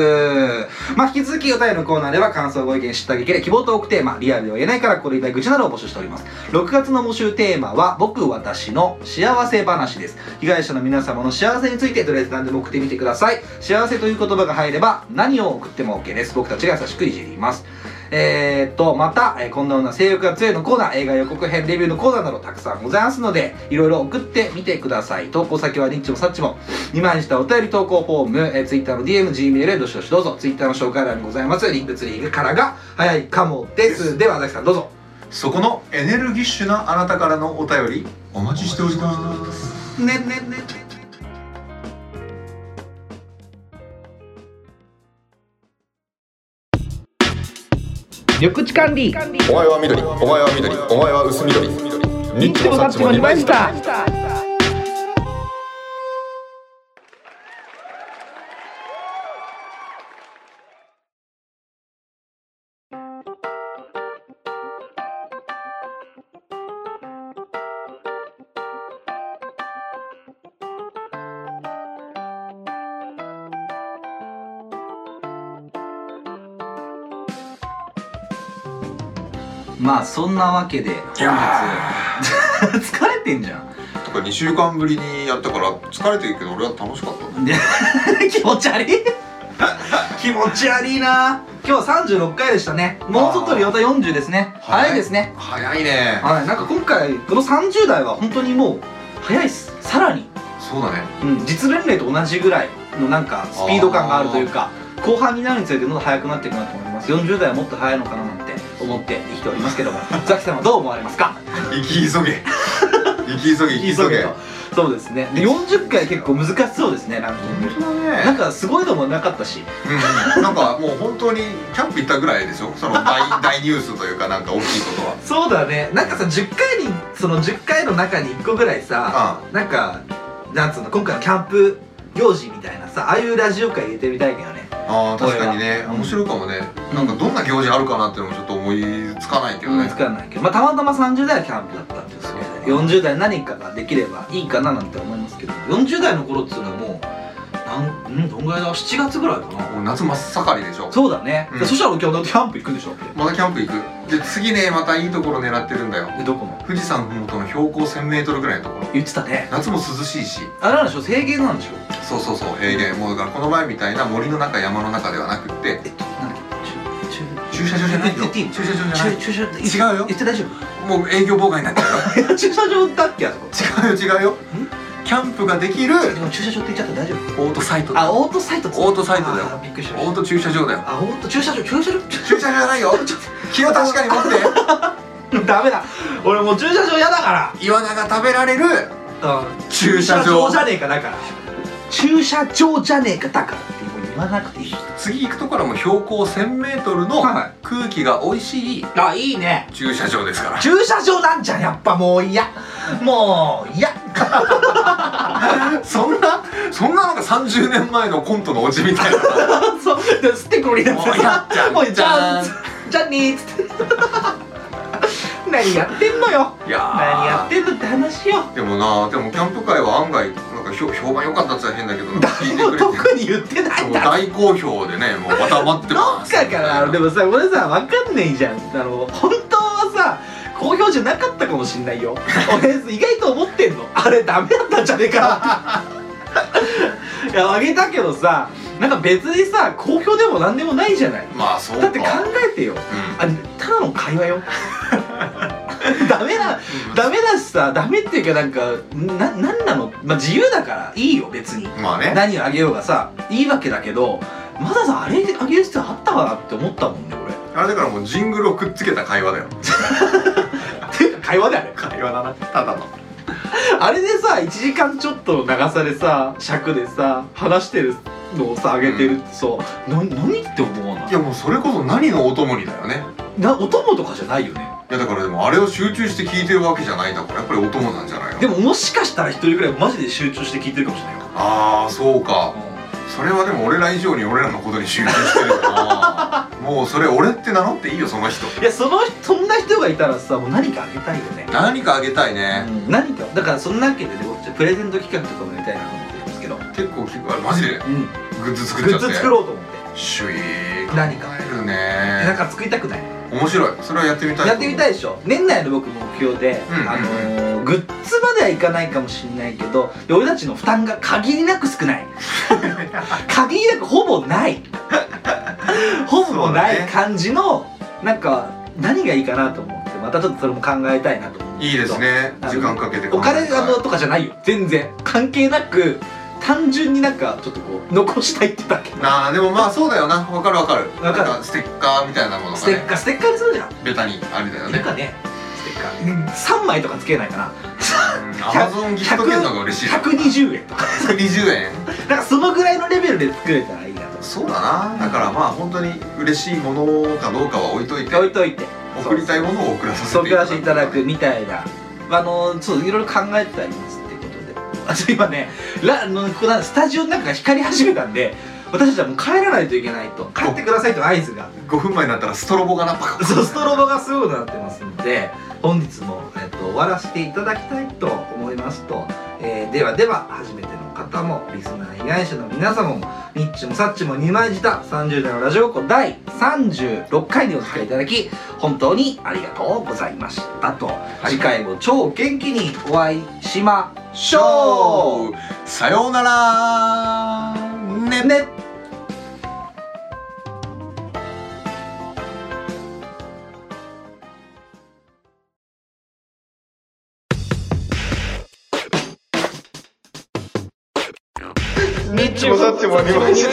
[SPEAKER 1] まあ引き続きお便りのコーナーでは感想ご意見知った激励希望トークテーマリアルでは言えないからこれ言いたい愚痴などを募集しております6月の募集テーマは僕私の幸せ話です被害者の皆様の幸せについてとりあえず何でも送ってみてください幸せという言葉が入れば何を送っても OK です僕たちが優しくいじりますえー、っと、また、えーこんな女性欲が強いのコーナー、映画予告編レビューのコーナーなどたくさんございますので、いろいろ送ってみてください。投稿先はニッチもサッチも、2枚にしたお便り投稿フォーム、えー、Twitter の DM、Gmail へどしどしどうぞ。Twitter の紹介欄にございます、リンクツリーグからが早いかもです。では、ザキさんどうぞ。
[SPEAKER 2] そこのエネルギッシュなあなたからのお便りお待ちしております
[SPEAKER 1] ねねねね。緑地管理
[SPEAKER 4] お前は緑お前は緑お前は薄緑ニッチもサッチも二枚舌
[SPEAKER 1] まあそんなわけで
[SPEAKER 2] いや
[SPEAKER 1] 疲れてんじゃん
[SPEAKER 2] ーとか2週間ぶりにやったから疲れてるけど俺は楽しかった
[SPEAKER 1] で気持ち悪い気持ち悪いな今日は36回でしたねもうちょっとでまた40ですね
[SPEAKER 2] はい
[SPEAKER 1] 早いですね
[SPEAKER 2] 早いね
[SPEAKER 1] はいなんか今回この30代は本当にもう早いっすさらに、
[SPEAKER 2] そうだね
[SPEAKER 1] うん、実年齢と同じぐらいのなんかスピード感があるというか後半になるにつれてどんどん早くなっていくなと思います40代はもっと早いのかななんて思って生きておりますけども ザキさんはどう思われます か
[SPEAKER 2] 生き急げ生き急げ生き急げ
[SPEAKER 1] そうですねで40回結構難しそうですねなんか
[SPEAKER 2] 本当だ
[SPEAKER 1] なんかすごいのもなかったし
[SPEAKER 2] うんなんかもう本当にキャンプ行ったぐらいでしょその大大ニュースというかなんか大きいことは
[SPEAKER 1] そうだねなんかさ10回にその10回の中に1個ぐらいさ
[SPEAKER 2] あ
[SPEAKER 1] なんかなんつうの今回のキャンプ行事みたいなさああいうラジオ会入れてみたいけどね
[SPEAKER 2] あー確かにね
[SPEAKER 1] これは
[SPEAKER 2] 面白いかもねなんかどんな行事あるかなっていうのもちょっと思いつかないけど
[SPEAKER 1] 思い
[SPEAKER 2] ね
[SPEAKER 1] つかないけど、まあ、たまたま30代はキャンプだったっていうそれで40代何かができればいいかななんて思いますけど40代の頃っつうのはもうななんんどんぐらいだ7月ぐらいかな
[SPEAKER 2] もう夏真っ盛りでしょ
[SPEAKER 1] そうだね、
[SPEAKER 2] うん
[SPEAKER 1] そしたら今日だってキャンプ行くんでしょ
[SPEAKER 2] またキャンプ行くで次ねまたいいところ狙ってるんだよ
[SPEAKER 1] でどこも
[SPEAKER 2] 富士山ふもとの標高 1000m ぐらいのところ
[SPEAKER 1] 言ってたね
[SPEAKER 2] 夏も涼しいし
[SPEAKER 1] あれなんでしょ制限なんでしょ
[SPEAKER 2] そうそうそう平原もうだからこの前みたいな森の中山の中ではなくって
[SPEAKER 1] えっとなんだっけ駐
[SPEAKER 2] 駐車場じゃないよ
[SPEAKER 1] 言っていいの
[SPEAKER 2] 駐車場じゃない
[SPEAKER 1] 駐駐車
[SPEAKER 2] 違うよ
[SPEAKER 1] 言って大丈
[SPEAKER 2] もう営業妨害になっちゃうよ
[SPEAKER 1] 夫 駐車場だっけあそこ
[SPEAKER 2] 違うよ違うよキャンプができる
[SPEAKER 1] でも駐車場って言っちゃったら大丈夫
[SPEAKER 2] オートサイトだ
[SPEAKER 1] あ
[SPEAKER 2] よ
[SPEAKER 1] オートサイト
[SPEAKER 2] オートサイトだよ
[SPEAKER 1] あーびっくりしました
[SPEAKER 2] オート駐車場だよ
[SPEAKER 1] あオート駐車場駐車場
[SPEAKER 2] 駐車場じゃないよ気を確かに持って
[SPEAKER 1] ダメだ俺もう駐車場嫌だか
[SPEAKER 2] イワナが食べられる
[SPEAKER 1] ら
[SPEAKER 2] 駐車場
[SPEAKER 1] じゃねえかだから駐車場じゃねえかだからってもう言わなくていい
[SPEAKER 2] 次行くところはもう標高 1000m の
[SPEAKER 1] はい
[SPEAKER 2] 空気が美味しい
[SPEAKER 1] あいいね
[SPEAKER 2] 駐車場ですから
[SPEAKER 1] 駐車場なんじゃんやっぱもう嫌もう嫌
[SPEAKER 2] そんなそんななんか30年前のコントのオチ みたいな
[SPEAKER 1] そうで吸ってくるやつ
[SPEAKER 2] もうやっちゃう
[SPEAKER 1] もうやっちゃう
[SPEAKER 2] じ
[SPEAKER 1] じゃんねーっつって何やってんのよ
[SPEAKER 2] いやー
[SPEAKER 1] 何やってんのって話よ
[SPEAKER 2] でもなでもキャンプ会は案外なんか評評判良かったっつったら変だけどなんか聞いてくれて
[SPEAKER 1] 特に言ってない
[SPEAKER 2] も
[SPEAKER 1] ん
[SPEAKER 2] う
[SPEAKER 1] だ
[SPEAKER 2] 大好評でねもうまた待って
[SPEAKER 1] ど
[SPEAKER 2] ま
[SPEAKER 1] っ
[SPEAKER 2] す
[SPEAKER 1] かからで
[SPEAKER 2] も
[SPEAKER 1] もさ俺さ分かんねえじゃんあの本当はさ好評じゃなかったかもしんないよ俺意外と思ってんのあれダメだったんじゃねえかなっていやあげたけどさなんか別にさ好評でも何でもないじゃない
[SPEAKER 2] まあそうか
[SPEAKER 1] だって考えてよあただの会話よ ダメなダメだしさダメっていうかなんかななんなのまあ自由だからいいよ別に
[SPEAKER 2] うんまあね
[SPEAKER 1] 何をあげようがさいいわけだけどまださあれあげる必要あったかなって思ったもんね俺
[SPEAKER 2] あれだからもうジングルをくっつけた会話だよ
[SPEAKER 1] っていうか会話だよね
[SPEAKER 2] 会話だなただの
[SPEAKER 1] あれでさ1時間ちょっとの長さでさ尺でさ話してるのをさあげてるってさ、な何って思わない
[SPEAKER 2] いやもうそれこそ何のお供にだよね
[SPEAKER 1] なお供とかじゃないよね
[SPEAKER 2] いやだからでもあれを集中して聞いてるわけじゃないんだからやっぱりお供なんじゃないの
[SPEAKER 1] でももしかしたら一人ぐらいマジで集中して聞いてるかもしれないよ
[SPEAKER 2] ああそうかそれはでも俺ら以上に俺らのことに集中してるよな もうそれ俺って名乗っていいよその人
[SPEAKER 1] いやそのそんな人がいたらさもう何かあげたいよね、
[SPEAKER 2] 何かあげたいね、
[SPEAKER 1] うん何かだからそんなわけでね僕プレゼント企画とかもやりたいなと思ってるんですけど、うん、
[SPEAKER 2] 結構きあマジで
[SPEAKER 1] グ
[SPEAKER 2] グッズ作っちゃ
[SPEAKER 1] ッ
[SPEAKER 2] って
[SPEAKER 1] ズ作ろうと思って
[SPEAKER 2] シュイー
[SPEAKER 1] 何か
[SPEAKER 2] 考える
[SPEAKER 1] なん
[SPEAKER 2] ね
[SPEAKER 1] か作りたくない
[SPEAKER 2] 面白いそれはやってみたい
[SPEAKER 1] やってみた
[SPEAKER 2] い
[SPEAKER 1] いでしょ年内の僕目標で、
[SPEAKER 2] うん
[SPEAKER 1] あのーグッズまではいかないかもしれないけどで俺たちの負担が限りなく少ない 限りなくほぼないほぼな
[SPEAKER 2] そうだ
[SPEAKER 1] い
[SPEAKER 2] ね
[SPEAKER 1] 感じの、なんか何がいいかなと思ってまたちょっとそれも考えたいなと思って
[SPEAKER 2] いいですね
[SPEAKER 1] あの
[SPEAKER 2] 時間かけて考
[SPEAKER 1] お
[SPEAKER 2] えたい
[SPEAKER 1] 金あのとかじゃないよ全然関係なく単純になんかちょっとこう残したいってだけ
[SPEAKER 2] なあでもまあそうだよなわかるわかる
[SPEAKER 1] わかる
[SPEAKER 2] なんステッカーみたいなものが
[SPEAKER 1] ステッ
[SPEAKER 2] ね
[SPEAKER 1] カーステッカーにするじゃん
[SPEAKER 2] ベタにあれだよ
[SPEAKER 1] い
[SPEAKER 2] ね
[SPEAKER 1] るかねステッカー3枚とかつけないかな
[SPEAKER 2] アマゾンギフト券の方が嬉しい
[SPEAKER 1] 120円とか
[SPEAKER 2] 120円
[SPEAKER 1] なんかそのぐらいのレベルで作れたらいいなと
[SPEAKER 2] そうだなだからまあ本当に嬉しいものかどうかは置いといて
[SPEAKER 1] 置いといて
[SPEAKER 2] 送りたいものを送らさせ
[SPEAKER 1] そう
[SPEAKER 2] て
[SPEAKER 1] 送らせていただくみたいなあのそういろいろ考えてありますっていうことであと今ねラあのこのスタジオの中が光り始めたんで私たちはもう帰らないといけないと帰ってくださいとの合図が
[SPEAKER 2] 5分前になったらストロボがなパカパカ
[SPEAKER 1] そうストロボがすごくなってますので本日も、えっと終わらせていただきたいと思いますと、えーではでは初めての方もリスナー被害者の皆様もニッチもサッチも二枚舌30代のラジオっ子第36回にお付き合いいただき、本当にありがとうございましたと、
[SPEAKER 2] い
[SPEAKER 1] 次回も超元気にお会いしまし
[SPEAKER 2] シ
[SPEAKER 1] ょう
[SPEAKER 2] ョーさようならねね
[SPEAKER 4] ニッチもサッチも2枚舌